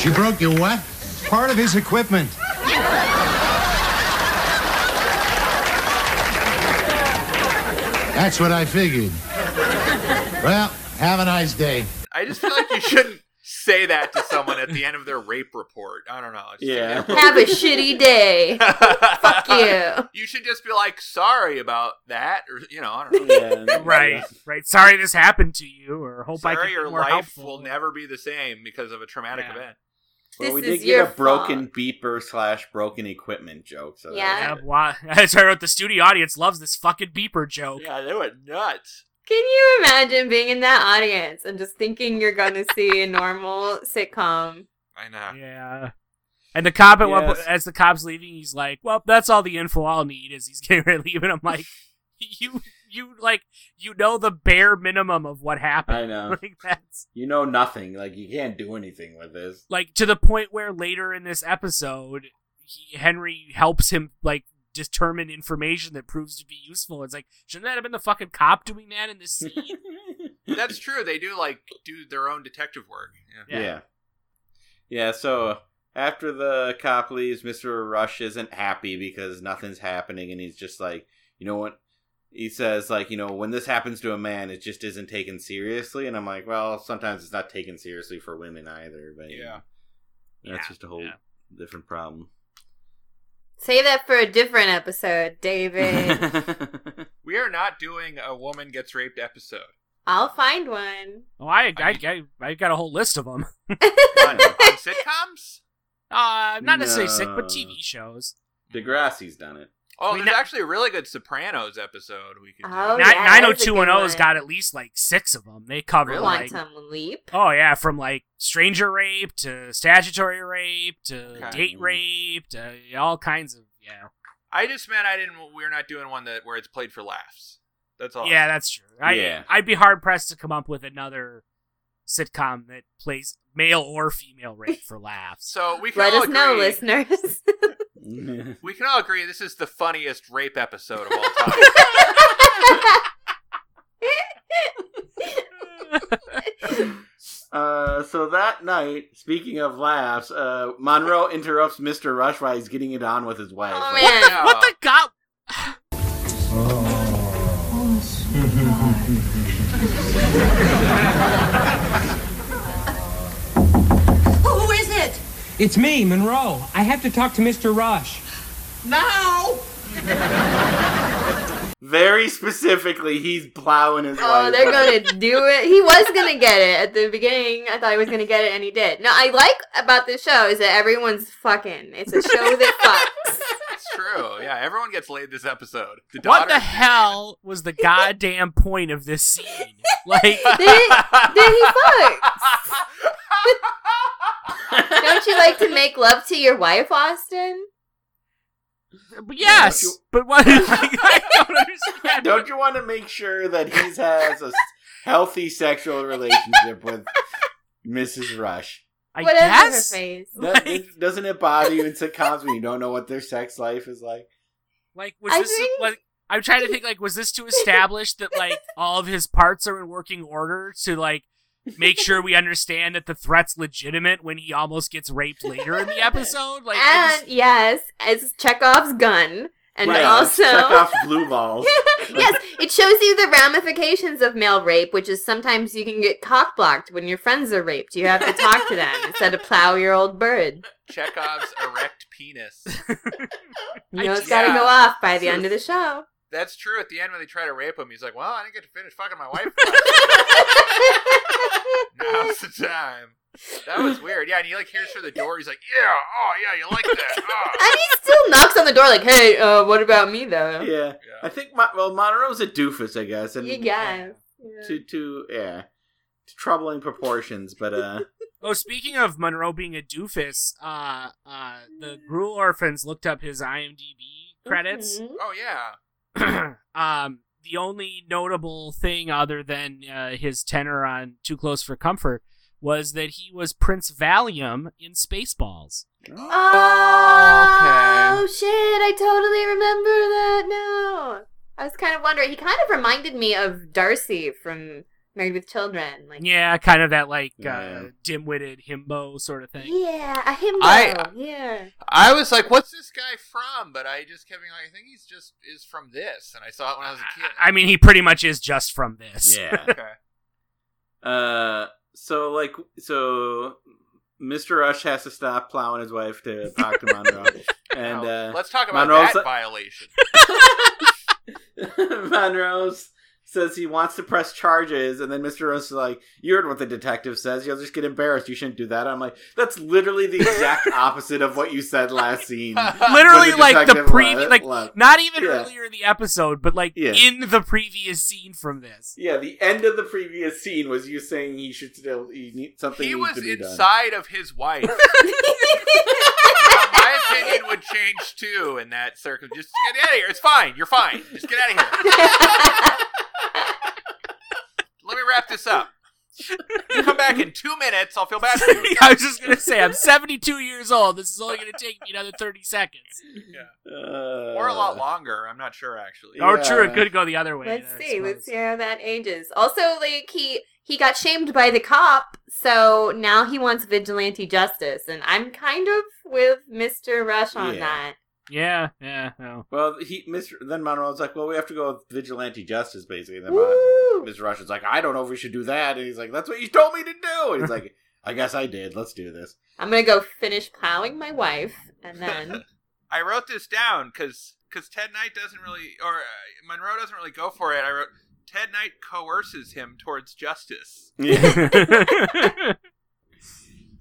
Speaker 8: She broke your what? Part of his equipment. That's what I figured. Well, have a nice day.
Speaker 1: I just feel <laughs> like you shouldn't say that to someone at the end of their rape report. I don't know. It's just-
Speaker 3: <laughs> Yeah.
Speaker 5: <laughs>
Speaker 4: Have a shitty day. Fuck you.
Speaker 1: <laughs> You should just be like, "Sorry about that," or you know, I don't know.
Speaker 3: <laughs> Yeah, and-
Speaker 5: right, right. Sorry this happened to you, or hope I can
Speaker 1: Sorry,
Speaker 5: be
Speaker 1: your
Speaker 5: more
Speaker 1: life
Speaker 5: helpful.
Speaker 1: will never be the same because of a traumatic
Speaker 5: Yeah.
Speaker 1: event.
Speaker 3: Well,
Speaker 4: This
Speaker 3: we
Speaker 4: is
Speaker 3: did
Speaker 4: your
Speaker 3: get a broken beeper slash broken equipment joke. So
Speaker 4: Yeah.
Speaker 5: Yeah,
Speaker 3: that's-
Speaker 5: why? <laughs> That's why I wrote the studio audience loves this fucking beeper joke.
Speaker 1: Yeah, they went nuts.
Speaker 4: Can you imagine being in that audience and just thinking you're going to see a normal sitcom?
Speaker 1: I
Speaker 3: <laughs>
Speaker 1: know.
Speaker 5: Yeah. And the cop at one
Speaker 3: Yes.
Speaker 5: point,
Speaker 3: <laughs>
Speaker 5: as <laughs> the cop's leaving, he's like, "Well, that's all the info I'll need." As he's getting ready to leave, and I'm like, "You you like you know the bare minimum of what happened.
Speaker 3: I know.
Speaker 5: <laughs> Like that's
Speaker 3: You know nothing. Like you can't do anything with this.
Speaker 5: like to the point where later in this episode, he, Henry helps him like determine information that proves to be useful. It's like shouldn't that have been the fucking cop doing that in this scene?
Speaker 3: <laughs>
Speaker 1: That's true. They do like do their own detective work. Yeah.
Speaker 5: Yeah.
Speaker 3: Yeah. yeah. so after the cop leaves, Mr. Rush isn't happy because nothing's happening and he's just like, you know what? He says, like, you know, when this happens to a man, it just isn't taken seriously. And I'm like, well, sometimes it's not taken seriously for women either. But you
Speaker 1: Yeah.
Speaker 3: know, that's
Speaker 5: Yeah,
Speaker 3: just a whole
Speaker 5: yeah.
Speaker 3: different problem.
Speaker 4: Say that for a different episode,
Speaker 3: <laughs>
Speaker 5: <laughs>
Speaker 4: David.
Speaker 1: We are not doing a woman gets raped episode.
Speaker 4: I'll find one.
Speaker 5: Oh, I I, I I got a whole list of them.
Speaker 3: I know.
Speaker 1: On sitcoms?
Speaker 5: Uh, not necessarily sick,
Speaker 3: No.
Speaker 5: but TV shows.
Speaker 3: Degrassi's done it.
Speaker 1: Oh,
Speaker 5: We
Speaker 1: there's
Speaker 5: not-
Speaker 1: actually a really good Sopranos episode we could do.
Speaker 4: Oh,
Speaker 5: Nine
Speaker 4: yeah,
Speaker 5: nine oh
Speaker 4: that's a
Speaker 5: two
Speaker 4: good
Speaker 5: one oh's
Speaker 4: one.
Speaker 5: got at least like six of them. They cover
Speaker 1: Really?
Speaker 5: like
Speaker 4: Quantum leap.
Speaker 5: oh yeah, from like stranger rape to statutory rape to
Speaker 1: Okay.
Speaker 5: date rape to all kinds of yeah.
Speaker 1: I just meant I didn't. We're not doing one that where it's played for laughs. That's all.
Speaker 5: Yeah, that's true. I,
Speaker 3: Yeah.
Speaker 5: I'd be hard pressed to come up with another sitcom that plays male or female rape
Speaker 4: <laughs>
Speaker 5: for laughs.
Speaker 1: So we can
Speaker 4: Let
Speaker 1: all
Speaker 4: us know,
Speaker 1: agree-
Speaker 4: listeners. <laughs>
Speaker 3: <laughs>
Speaker 1: We can all agree this is the funniest rape episode of all time.
Speaker 4: Oh,
Speaker 3: Uh, so that night, speaking of laughs, uh, Monroe interrupts Mr. Rush while he's getting it on with his wife.
Speaker 4: oh
Speaker 3: Like,
Speaker 4: man,
Speaker 1: Yeah.
Speaker 5: What the god?
Speaker 9: Who is it?
Speaker 7: It's me, Monroe. I have to talk to Mr. Rush.
Speaker 3: Very specifically, he's plowing his
Speaker 4: oh,
Speaker 3: wife.
Speaker 4: they're gonna do it. He was gonna get it at the beginning. I thought he was gonna get it, and he did. No, I like about this show is that everyone's fucking. It's a show that fucks.
Speaker 1: It's true. Yeah, everyone gets laid this episode. The
Speaker 5: What
Speaker 1: daughter-
Speaker 5: the hell was the goddamn point of this scene?
Speaker 4: <laughs>
Speaker 5: Like,
Speaker 4: then, then he fucks. Don't you like to make love to your wife, Austin?
Speaker 5: but yes, but what? <laughs> Like, I don't
Speaker 3: <laughs>
Speaker 5: understand.
Speaker 3: Don't you want to make sure that he has a s- healthy sexual relationship with Mrs. Rush?
Speaker 5: I
Speaker 4: Whatever
Speaker 5: guess.
Speaker 4: her face.
Speaker 3: That-
Speaker 5: Like-
Speaker 3: doesn't it bother you in sitcoms when you don't know what their sex life is like?
Speaker 5: Like, was
Speaker 4: I
Speaker 5: this
Speaker 4: think-
Speaker 5: like? I'm trying to think. Like, was
Speaker 4: <laughs>
Speaker 5: this to establish that like all of his parts are in working order to like make sure we understand that the threat's legitimate when he almost gets raped later in
Speaker 4: <laughs>
Speaker 5: the episode? Like, I
Speaker 4: and
Speaker 5: just-
Speaker 4: yes, it's Chekhov's gun, and
Speaker 3: Right,
Speaker 4: also
Speaker 3: check off blue
Speaker 4: <laughs>
Speaker 3: balls.
Speaker 4: yes, it shows you the ramifications of male rape, which is sometimes you can get cock blocked when your friends are raped. You have to talk to them instead of plow your old bird.
Speaker 1: Chekhov's erect penis.
Speaker 4: You
Speaker 5: I
Speaker 4: know, it's
Speaker 5: just-
Speaker 4: got to
Speaker 1: yeah.
Speaker 4: go off by the end of the show. <laughs>
Speaker 1: That's true. At the end, when they try to rape him, he's like, "Well, I didn't get to finish fucking my wife. <laughs> Now's the time." That was weird. Yeah, and he like hears through the door. He's like, "Yeah, oh yeah, you like that." Oh.
Speaker 4: and he still knocks on the door like, "Hey, uh, what about me though?"
Speaker 3: yeah. I
Speaker 1: Yeah.
Speaker 3: think, Mo- well, Monroe's a doofus, I guess. And
Speaker 4: You guys. Yeah.
Speaker 3: to to yeah to troubling proportions but uh
Speaker 5: oh, speaking of Monroe being a doofus, uh, uh, the
Speaker 4: Mm-hmm.
Speaker 5: Gruel orphans looked up his IMDb credits.
Speaker 1: <gasps>
Speaker 4: Mhm.
Speaker 1: Oh yeah.
Speaker 4: Mm-hmm.
Speaker 5: um, the only notable thing other than uh, his tenor on Too Close for Comfort was that he was Prince Valium in Spaceballs.
Speaker 4: Oh, shit! I totally remember that now. I was kind of wondering. He kind of reminded me of Darcy from Married with Children. Like,
Speaker 5: Yeah, kind of that like uh,
Speaker 3: Yeah.
Speaker 5: dim-witted himbo sort of thing.
Speaker 4: yeah, a himbo.
Speaker 1: I-
Speaker 4: yeah.
Speaker 1: I was like, "What's this guy from?" But I just kept being like, "I think he's just is from this," and I saw it when I was a kid.
Speaker 5: I mean, he pretty much is just from this.
Speaker 3: yeah
Speaker 1: <laughs> Okay.
Speaker 3: uh so like so mr rush has to stop plowing his wife to talk to monroe and
Speaker 1: Now,
Speaker 3: uh
Speaker 1: let's talk about
Speaker 3: Monroe's- <laughs>
Speaker 1: that violation.
Speaker 3: monroe's uh, says he wants to press charges, and then Mr. Rose is like, "You heard what the detective says. You'll just get embarrassed. You shouldn't do that." I'm like, "That's literally the
Speaker 1: <laughs>
Speaker 3: exact opposite of what you said last scene."
Speaker 5: Literally,
Speaker 3: When the
Speaker 5: like the
Speaker 3: detective
Speaker 5: previous,
Speaker 3: le-
Speaker 5: like
Speaker 3: left.
Speaker 5: not even
Speaker 3: Yeah.
Speaker 5: earlier in the episode, but like
Speaker 3: Yeah.
Speaker 5: in the previous scene from this. <laughs>
Speaker 3: Yeah, the end of the previous scene was you saying he should still he need, something.
Speaker 1: He
Speaker 3: needs
Speaker 1: was
Speaker 3: to be done.
Speaker 1: inside of his wife. My opinion would change too in that circle. Just get out of here. It's fine. You're fine. Just get out of here. Let me wrap this up. You come back in two minutes. I'll feel bad for
Speaker 5: <laughs>
Speaker 1: you.
Speaker 5: I was just gonna say, I'm 72 years old. This is only gonna take me another 30 seconds.
Speaker 3: Uh,
Speaker 1: Or a lot longer. I'm not sure actually.
Speaker 5: Oh, true,
Speaker 3: Yeah.
Speaker 5: it could go the other way.
Speaker 4: Let's
Speaker 5: I
Speaker 4: see.
Speaker 5: suppose.
Speaker 4: Let's see how that ages. Also, like he he got shamed by the cop, so now he wants vigilante justice, and I'm kind of with Mr. Rush on
Speaker 3: Yeah.
Speaker 4: that.
Speaker 5: Yeah, yeah, oh, no.
Speaker 3: Well, he Mr. Then Monroe's like, "Well, we have to go with vigilante justice, basically." And then
Speaker 4: Woo!
Speaker 3: Mr. Rush is like, "I don't know if we should do that," and he's like, "That's what you told me to do." And he's like, "I guess I did. Let's do this."
Speaker 4: I'm gonna go finish plowing my wife, and then
Speaker 1: I wrote this down because Ted Knight doesn't really, or uh, Monroe doesn't really go for it. I wrote Ted Knight coerces him towards justice.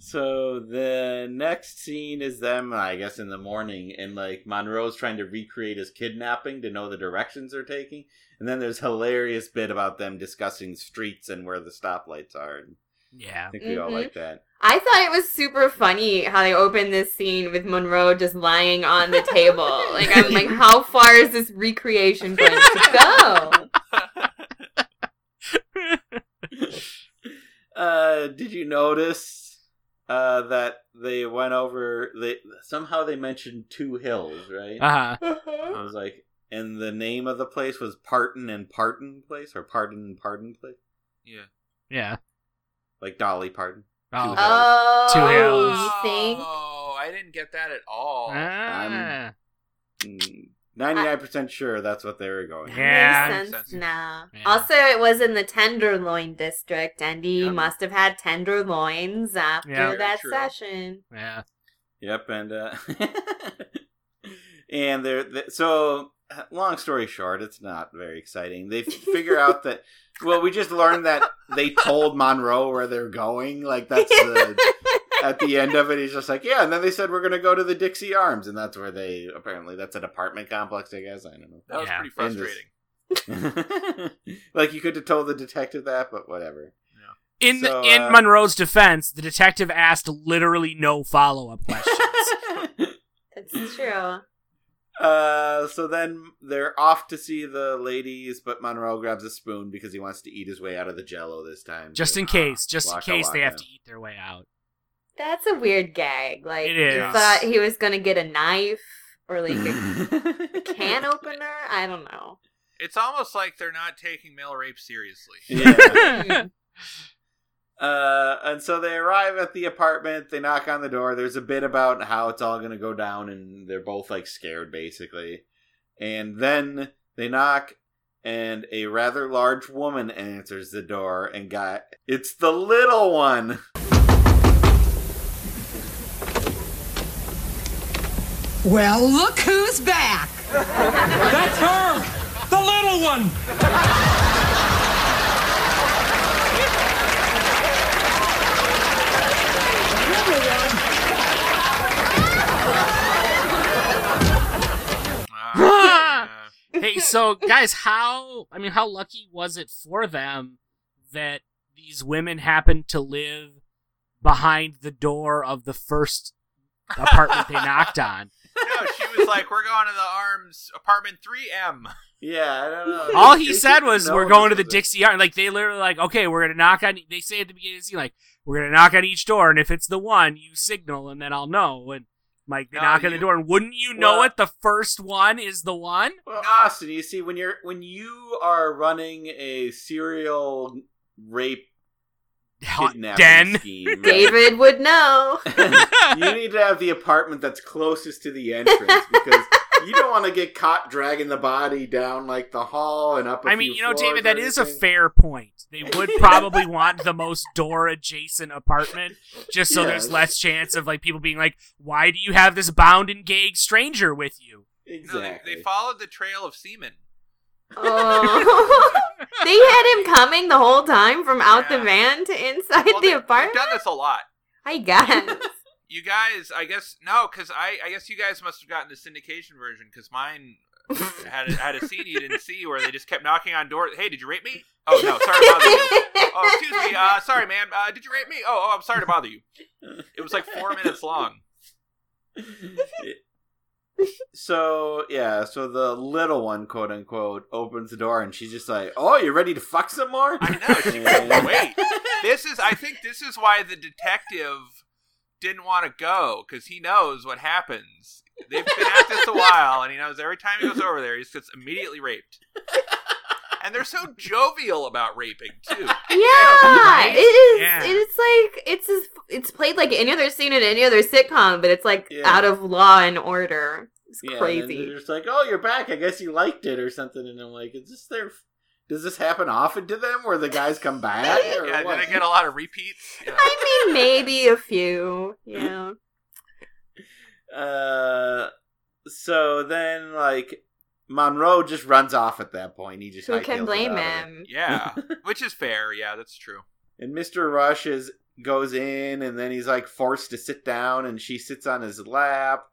Speaker 3: So the next scene is them, I guess, in the morning, and like Monroe's trying to recreate his kidnapping to know the directions they're taking, and then there's hilarious bit about them discussing streets and where the stoplights are. And
Speaker 5: yeah.
Speaker 3: I think we all
Speaker 1: Mm-hmm.
Speaker 4: Mhm.
Speaker 3: like that.
Speaker 4: I thought it was super funny how they opened this scene with Monroe just lying on the table. like I'm like, how far is this recreation going to go?
Speaker 3: Uh, did you notice uh, that they went over? They somehow they mentioned two hills, right?
Speaker 5: Uh
Speaker 3: I was like, and the name of the place was Parton and Parton Place, or Pardon and Pardon Place,
Speaker 1: Yeah.
Speaker 5: Yeah.
Speaker 3: like Dolly Parton.
Speaker 5: Oh.
Speaker 3: Two-
Speaker 4: Oh,
Speaker 5: Two hills.
Speaker 4: you think?
Speaker 1: Oh, I didn't get that at
Speaker 4: Oh.
Speaker 1: all.
Speaker 5: Ah.
Speaker 3: Mm. Ninety-nine percent sure that's what they were going.
Speaker 5: Yeah.
Speaker 4: Makes sense
Speaker 1: Sense.
Speaker 4: now.
Speaker 5: Yeah.
Speaker 4: Also, it was in the tenderloin district, and he
Speaker 1: Yeah.
Speaker 4: must have had tenderloins after
Speaker 5: Yeah.
Speaker 4: that
Speaker 1: True. <laughs>
Speaker 4: session.
Speaker 5: yeah.
Speaker 3: Yep, and uh, <laughs> and they're, they so. Long story short, it's not very exciting. They figure out that well, we just learned that they told Monroe where they're going. Like that's the, at the end of it. He's just like, yeah, and then they said we're gonna go to the Dixie Arms, and that's where they apparently that's an apartment complex. I guess I don't know.
Speaker 1: That was
Speaker 5: Yeah.
Speaker 1: pretty frustrating.
Speaker 3: <laughs> like you could have told the detective that, but whatever.
Speaker 5: In
Speaker 3: So,
Speaker 5: in
Speaker 3: uh,
Speaker 5: Monroe's defense, the detective asked literally no follow up questions.
Speaker 4: That's true.
Speaker 3: Uh, so then they're off to see the ladies, but Monroe grabs a spoon because he wants to eat his way out of the jello this time.
Speaker 5: just
Speaker 3: But,
Speaker 5: in
Speaker 3: uh,
Speaker 5: case, just in
Speaker 3: waka
Speaker 5: case they have
Speaker 3: waka.
Speaker 5: to eat their way out.
Speaker 4: That's a weird gag. Like
Speaker 5: It
Speaker 4: you
Speaker 5: is.
Speaker 4: thought he was gonna get a knife or like a
Speaker 1: <laughs>
Speaker 4: can opener. I don't know.
Speaker 1: It's almost like they're not taking male rape seriously. <laughs>
Speaker 3: Yeah.
Speaker 4: Mm.
Speaker 3: Uh, and so they arrive at the apartment. They knock on the door. There's a bit about how it's all going to go down, and they're both like scared, basically. And then they knock, and a rather large woman answers the door. And got it's the little one. <laughs>
Speaker 9: Well, look who's back.
Speaker 7: That's her! The little one!
Speaker 1: Ah,
Speaker 4: <laughs>
Speaker 5: hey, so guys, how I mean, how lucky was it for them that these women happened to live behind the door of the first apartment they knocked on?
Speaker 1: yeah. uh, No, she was like, "We're going to the Arms apartment 3M." <laughs>
Speaker 3: Yeah, I don't know.
Speaker 5: <laughs> All he said was,
Speaker 3: No
Speaker 5: "We're
Speaker 3: one
Speaker 5: going to the
Speaker 3: says it.
Speaker 5: Dixie Yard." Like they literally like, "Okay, we're gonna knock on." They say at the beginning of the scene, like, "We're gonna knock on each door, and if it's the one, you signal, and then I'll know." And like they
Speaker 1: No,
Speaker 5: knock
Speaker 1: you-
Speaker 5: on the door, and wouldn't you know
Speaker 3: Well-
Speaker 5: it? The first one is the one.
Speaker 3: Well, Austin, you see, when you're when you are running a serial rape kidnapping
Speaker 5: Den. <laughs>
Speaker 3: scheme,
Speaker 4: David would know.
Speaker 3: <laughs> you need to have the apartment that's closest to the
Speaker 5: <laughs>
Speaker 3: entrance because you don't want to get caught dragging the body down like the hall and up. I
Speaker 5: I mean, you know, David, that is a fair point. They
Speaker 3: <laughs>
Speaker 5: would probably want the most door adjacent apartment just so there's
Speaker 3: Yes.
Speaker 5: less chance of like people being like, "Why do you have this bound and gagged stranger with you?"
Speaker 1: No,
Speaker 3: Exactly.
Speaker 1: they, they followed the trail of semen.
Speaker 4: Oh. <laughs> They had him coming the whole time from out the
Speaker 1: Yeah.
Speaker 4: van to inside
Speaker 1: Well, they-
Speaker 4: <laughs> the apartment.
Speaker 1: They've done this a lot.
Speaker 4: I guess.
Speaker 1: <laughs> You guys, I guess no, because I, I guess you guys must have gotten the syndication version because mine had a, had a scene you didn't see where they just kept knocking on doors. Hey, did you rape me? Oh no, sorry to bother
Speaker 4: <laughs>
Speaker 1: you. Oh, excuse me. Uh, sorry, ma'am. Uh, did you rape me? Oh, oh, I'm sorry to bother you. It was like four minutes long.
Speaker 3: so yeah, so the little one, quote unquote, opens the door and she's just like, "Oh, you ready to fuck some more?"
Speaker 1: I know.
Speaker 3: <laughs>
Speaker 1: She
Speaker 3: And-
Speaker 1: wait. This is. I think this is why the detective didn't want to go because he knows what happens. They've been at this a while, and he knows every time he goes over there, he just gets immediately raped. And they're so jovial about raping too.
Speaker 4: Yeah, it is.
Speaker 5: Yeah.
Speaker 4: It's like it's as, it's played like any other scene in any other sitcom, but it's like
Speaker 3: Yeah.
Speaker 4: out of Law and Order. It's
Speaker 3: Yeah, And then
Speaker 4: crazy.
Speaker 3: they're just like, "Oh, you're back. I guess you liked it or something." And I'm like, "Is this their? Does this happen often to them where the guys come back?" Or
Speaker 1: Yeah,
Speaker 3: what?
Speaker 1: did I get a lot of repeats? Yeah.
Speaker 4: I mean, maybe a few.
Speaker 3: <laughs>
Speaker 4: Yeah.
Speaker 3: Uh, so then like Monroe just runs off at that point. He just
Speaker 4: Who
Speaker 3: hightails
Speaker 4: can
Speaker 3: it
Speaker 4: blame
Speaker 3: out of it.
Speaker 4: him?
Speaker 1: Yeah, which is fair. Yeah, that's true.
Speaker 3: <laughs> And Mr. Rush is goes in and then he's like forced to sit down and she sits on his lap.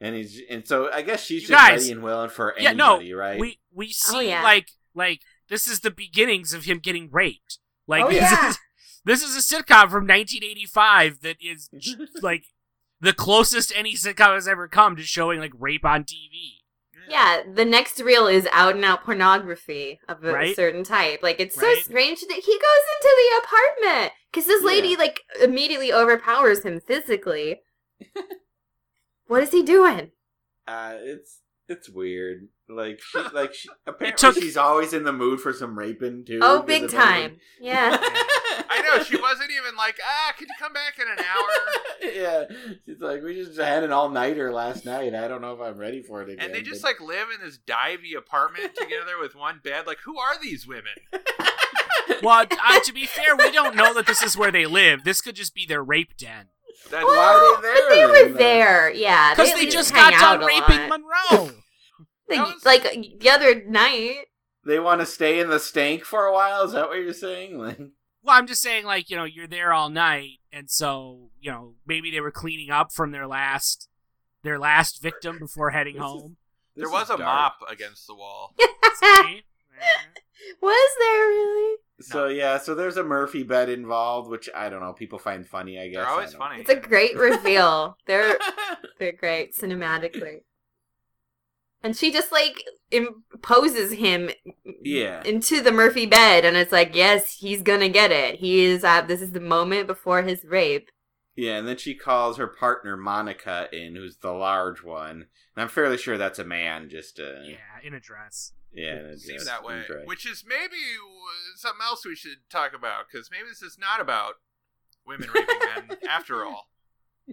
Speaker 3: And he's and so I guess she's
Speaker 5: You
Speaker 3: just
Speaker 5: guys-
Speaker 3: ready and willing for
Speaker 5: Yeah, no,
Speaker 3: anybody, right?
Speaker 5: We we see
Speaker 4: Oh, yeah.
Speaker 5: like like this is the beginnings of him getting raped. Like
Speaker 3: Oh,
Speaker 5: this
Speaker 4: yeah.
Speaker 5: is this is a sitcom from 1985 that
Speaker 3: <laughs>
Speaker 5: is like the closest any sitcom has ever come to showing like rape on TV.
Speaker 4: Yeah, the next reel is out and out pornography of a
Speaker 5: Right?
Speaker 4: certain type. Like it's so
Speaker 5: Right.
Speaker 4: strange that he goes into the apartment because this lady
Speaker 3: Yeah.
Speaker 4: like immediately overpowers
Speaker 3: <laughs>
Speaker 4: him physically. what is he doing?
Speaker 3: uh, it's it's weird.
Speaker 1: <laughs>
Speaker 3: Like she like she apparently
Speaker 5: took-
Speaker 3: she's always in the mood for some raping too.
Speaker 4: Oh,
Speaker 3: because
Speaker 4: big
Speaker 3: of
Speaker 4: time! Yeah.
Speaker 1: I know she wasn't even like, ah, could you come back in an hour?
Speaker 3: everything. <laughs> yeah. She's like, we just had an all nighter last night. I don't know if I'm ready for it again.
Speaker 1: And they just
Speaker 3: but-
Speaker 1: like live in this divey
Speaker 3: <laughs>
Speaker 1: apartment together with one bed. Like, who are these women?
Speaker 5: Well, uh, to be fair, we don't know that this is where they live. This could just be their rape den
Speaker 1: That's
Speaker 3: Why are they
Speaker 4: But
Speaker 3: there
Speaker 4: they were
Speaker 3: then?
Speaker 4: there, yeah.
Speaker 5: because
Speaker 4: at
Speaker 5: they
Speaker 4: least
Speaker 5: just
Speaker 4: hang
Speaker 5: got done
Speaker 4: out a
Speaker 5: raping
Speaker 4: lot.
Speaker 5: Monroe.
Speaker 4: They-
Speaker 1: That was-
Speaker 4: Like the other night.
Speaker 3: they want to stay in the stank for a while. Is that what you're saying? <laughs> Like,
Speaker 5: Well, I'm just saying, like, you know, you're there all night, and so, you know, maybe they were cleaning up from their last their last victim before heading
Speaker 3: This is-
Speaker 5: home.
Speaker 1: there
Speaker 3: this
Speaker 1: was
Speaker 3: is
Speaker 1: a
Speaker 3: dark.
Speaker 1: mop against the wall.
Speaker 5: See?
Speaker 4: Was there really?
Speaker 3: So yeah, so there's a Murphy bed involved, which I don't know. People find funny, I guess.
Speaker 1: They're always
Speaker 3: I don't-
Speaker 1: funny.
Speaker 4: It's a
Speaker 5: <laughs>
Speaker 4: great reveal. they're they're great cinematically. And she just like imposes him
Speaker 3: Yeah.
Speaker 4: into the Murphy bed, and it's like, yes, he's gonna get it. He is. Uh, this is the moment before his rape.
Speaker 3: <laughs>
Speaker 1: <laughs>
Speaker 3: Yeah, and then she calls her partner Monica in, who's the large one, and I'm fairly sure that's a man. Just uh,
Speaker 5: Yeah, in a dress.
Speaker 3: yeah,
Speaker 1: It
Speaker 3: that's-
Speaker 1: seemed
Speaker 3: that's
Speaker 1: that way,
Speaker 3: incorrect.
Speaker 1: which is maybe uh, something else we should talk about because maybe this is not about women raping
Speaker 3: <laughs>
Speaker 1: men after all.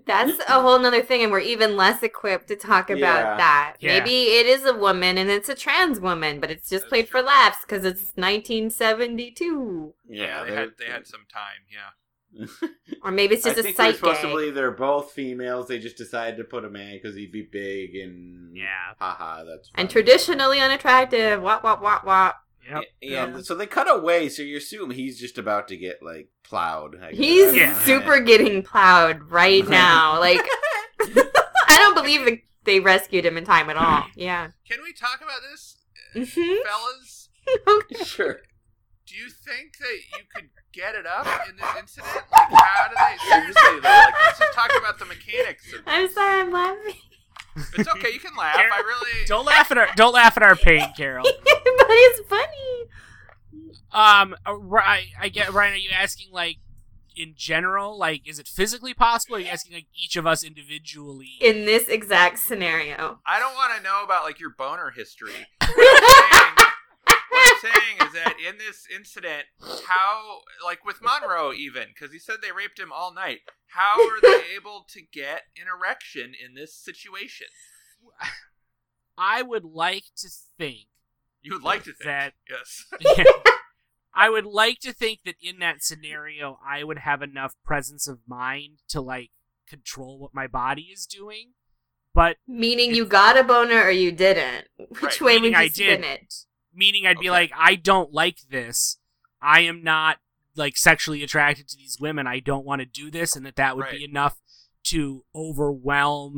Speaker 4: That's a whole nother thing, and we're even less equipped to talk about
Speaker 3: Yeah.
Speaker 4: that.
Speaker 5: Yeah.
Speaker 4: Maybe it is a woman and it's a trans woman, but it's just
Speaker 1: That's
Speaker 4: played for
Speaker 1: true.
Speaker 4: laughs because it's 1972.
Speaker 3: yeah,
Speaker 1: they had they had some time. Yeah,
Speaker 4: Or maybe it's
Speaker 3: I
Speaker 4: just a
Speaker 3: think we're
Speaker 4: sight
Speaker 3: supposed to
Speaker 4: gag.
Speaker 3: believe they're both females. They just decided to put a man because he'd be big and
Speaker 5: Yeah.
Speaker 3: haha, that's funny.
Speaker 4: and traditionally unattractive. Wop wop wop wop.
Speaker 5: Yep.
Speaker 3: Yeah,
Speaker 4: Yeah.
Speaker 3: so they cut away, so you assume he's just about to get like plowed. I guess. <laughs>
Speaker 4: He's
Speaker 5: Yeah.
Speaker 4: super getting plowed right now. Like <laughs> I don't believe that they rescued him in time
Speaker 3: <clears throat>
Speaker 4: at all. Yeah.
Speaker 1: can we talk about this,
Speaker 4: hmm
Speaker 1: fellas?
Speaker 3: sure.
Speaker 1: Do you think that you could get it up in this incident? Like, how do they? Seriously though, like, let's just talk about the mechanics. Of
Speaker 4: I'm
Speaker 1: this.
Speaker 4: sorry, I'm laughing, <laughs>
Speaker 1: It's okay, you can laugh. I really
Speaker 5: Don't laugh at our don't laugh at our pain,
Speaker 4: <laughs>
Speaker 5: Carol.
Speaker 4: but it's funny.
Speaker 5: Um, uh, Ri- I, I get Ryan. Are you asking like in general, like is it physically possible? Or are you asking like each of us individually?
Speaker 4: In this exact scenario.
Speaker 1: I don't want to know about like your boner history. What I'm, saying, what I'm saying is that in this incident, how like with Monroe even because he said they raped him all night. How are they able to get an erection in this situation?
Speaker 5: I would like to think
Speaker 1: You would like to think
Speaker 5: That-
Speaker 1: yes. <laughs>
Speaker 5: I would like to think that in that scenario, I would have enough presence of mind to like control what my body is doing. But
Speaker 4: Meaning you got a boner or you didn't.
Speaker 1: Right,
Speaker 4: Which way would
Speaker 5: meaning
Speaker 4: you
Speaker 5: I
Speaker 4: spin
Speaker 5: didn't.
Speaker 4: it?
Speaker 5: meaning I'd be
Speaker 1: Okay.
Speaker 5: like, I don't like this. I am not like sexually attracted to these women. I don't want to do this, and that that would
Speaker 1: Right.
Speaker 5: be enough to overwhelm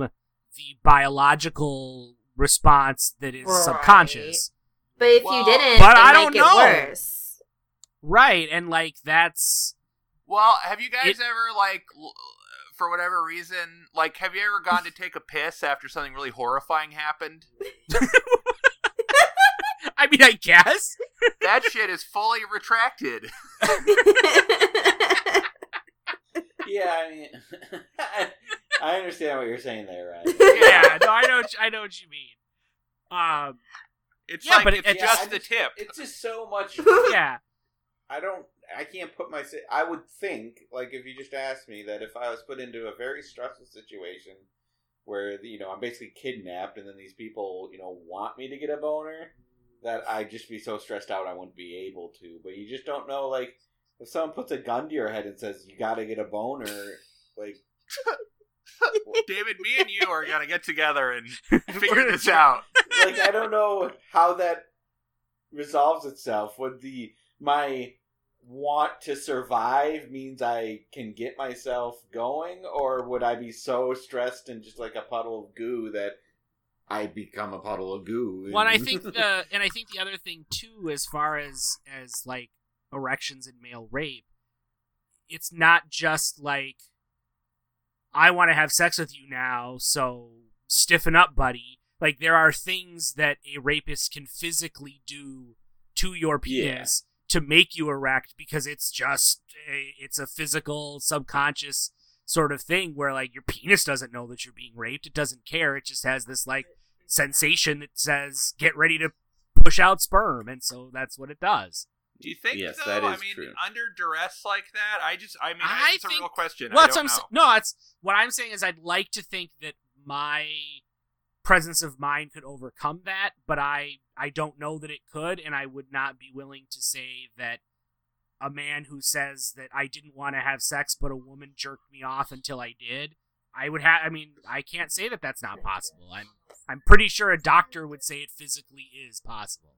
Speaker 5: the biological response that is
Speaker 4: Right.
Speaker 5: subconscious.
Speaker 4: But if
Speaker 1: Well,
Speaker 4: you didn't,
Speaker 5: but
Speaker 4: it
Speaker 5: I
Speaker 4: might
Speaker 5: don't
Speaker 4: get
Speaker 5: know. <laughs>
Speaker 4: worse.
Speaker 5: Right, and like that's <laughs>
Speaker 1: Well, have you guys
Speaker 5: It-
Speaker 1: ever like, l- for whatever reason, like, have you ever gone to take a piss after something really horrifying happened?
Speaker 5: I mean, I guess.
Speaker 1: That shit is fully retracted. <laughs>
Speaker 3: Yeah, I mean, <laughs> I, I understand what you're saying there, Ryan.
Speaker 4: <laughs>
Speaker 5: <laughs> Yeah, no, I know what you- I know what you mean. Um
Speaker 1: It's
Speaker 5: Yeah,
Speaker 1: like
Speaker 5: but
Speaker 1: it's
Speaker 5: it's-
Speaker 1: just
Speaker 3: Yeah, I
Speaker 1: the tip.
Speaker 3: It's just so
Speaker 4: <laughs>
Speaker 3: much.
Speaker 5: yeah.
Speaker 3: I don't. I can't put my. I would think, like, if you just asked me that, if I was put into a very stressful situation where you know I'm basically kidnapped, and then these people you know want me to get a boner, that I'd just be so stressed out I wouldn't be able to. But you just don't know, like, if someone puts a gun to your head and says you got to get a boner, like,
Speaker 1: David, me and you are gonna get together
Speaker 5: <laughs>
Speaker 1: and figure this out.
Speaker 3: <laughs> like I don't know how that resolves itself. Would the my want to survive means I can get myself going, or would I be so stressed and just like a puddle of goo that I become a puddle of goo?
Speaker 5: Well, and I
Speaker 3: <laughs>
Speaker 5: think the and I think the other thing too, as far as as like erections and male rape, it's not just like I want to have sex with you now, so stiffen up, buddy. Like there are things that a rapist can physically do to your
Speaker 3: Yeah.
Speaker 5: penis to make you erect because it's just a, it's a physical subconscious sort of thing where like your penis doesn't know that you're being raped it doesn't care it just has this like sensation that says get ready to push out sperm and so that's what it does
Speaker 1: Do you think
Speaker 3: Yes,
Speaker 1: though?
Speaker 3: that
Speaker 1: I
Speaker 3: is
Speaker 1: mean,
Speaker 3: true.
Speaker 1: under duress like that, I just, I mean,
Speaker 5: I
Speaker 1: it's a
Speaker 5: think-
Speaker 1: real question.
Speaker 5: well
Speaker 1: I
Speaker 5: that's
Speaker 1: don't
Speaker 5: what I'm
Speaker 1: know.
Speaker 5: sa- no it's what i'm saying is i'd like to think that my presence of mind could overcome that but i i don't know that it could and i would not be willing to say that a man who says that i didn't want to have sex but a woman jerked me off until i did i would have i mean i can't say that that's not possible i'm i'm pretty sure a doctor would say it physically is possible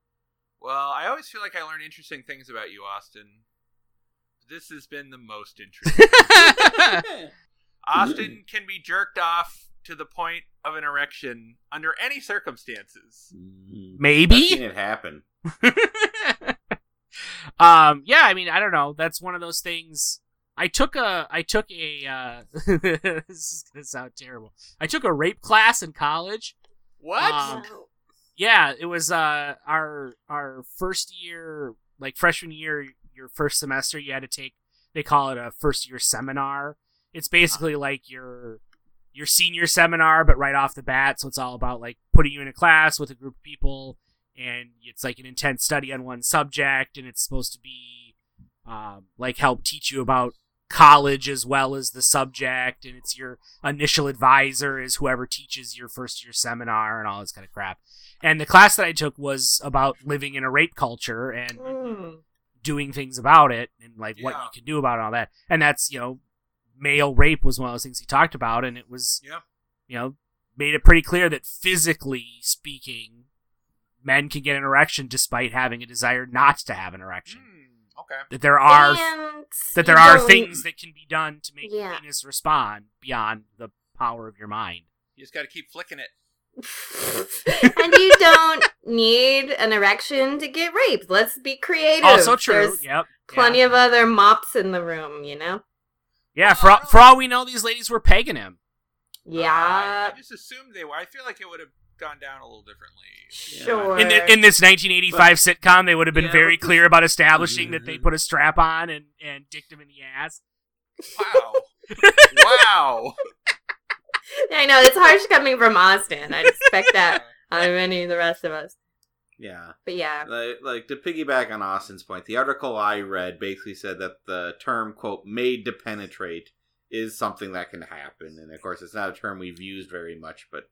Speaker 1: Well, I always feel like I learn interesting things about you, Austin. This has been the most
Speaker 5: <laughs>
Speaker 1: interesting. Austin can be jerked off to the point of an erection under any circumstances.
Speaker 3: I've
Speaker 5: maybe
Speaker 3: seen it happen.
Speaker 5: <laughs> um yeah i mean i don't know that's one of those things i took a i took a uh <laughs> this is gonna sound terrible i took a rape class in college
Speaker 1: What?
Speaker 5: Um, yeah it was uh our our first year like freshman year your first semester you had to take they call it a first year seminar it's basically like your your senior seminar but right off the bat so it's all about like putting you in a class with a group of people and it's like an intense study on one subject and it's supposed to be um, like help teach you about college as well as the subject and it's your initial advisor is whoever teaches your first year seminar and all this kind of crap and the class that i took was about living in a rape culture and
Speaker 4: Mm.
Speaker 5: doing things about it and like what
Speaker 1: Yeah.
Speaker 5: you can do about it and all that. And that's, you know, male rape was one of those things he talked about and it was
Speaker 1: Yeah.
Speaker 5: you know, made it pretty clear that physically speaking, men can get an erection despite having a desire not to have an erection.
Speaker 1: Hmm, okay.
Speaker 5: That there are
Speaker 4: And
Speaker 5: that there
Speaker 4: you
Speaker 5: are
Speaker 4: don't-
Speaker 5: things that can be done to make your
Speaker 4: Yeah.
Speaker 5: penis respond beyond the power of your mind.
Speaker 1: You just got to keep flicking it.
Speaker 4: <laughs> and you don't need an erection to get raped. Let's be creative.
Speaker 5: Also true.
Speaker 4: There's
Speaker 5: yep.
Speaker 4: plenty
Speaker 5: yeah. Oh,
Speaker 4: of other mops in the room, you know?
Speaker 5: Yeah, for
Speaker 4: Oh.
Speaker 5: all, for all we know these ladies were pegging him.
Speaker 1: I,
Speaker 4: Yeah.
Speaker 1: I just assumed they were. I feel like it would have gone down a little differently.
Speaker 4: Sure.
Speaker 5: in, the, in this 1985 sitcom, they would have been
Speaker 3: Yeah,
Speaker 5: very
Speaker 3: but
Speaker 5: clear about establishing that
Speaker 1: Mm.
Speaker 5: they put a strap on and, and dicked him in the ass. <laughs>
Speaker 1: Wow. wow.
Speaker 4: I know, it's harsh coming from Austin. I'd expect that <laughs> out of any of the rest of us.
Speaker 3: Yeah.
Speaker 4: But yeah.
Speaker 3: Like, like to piggyback on Austin's point, the article I read basically said that the term "quote made to penetrate" is something that can happen, and of course, it's not a term we've used very much, but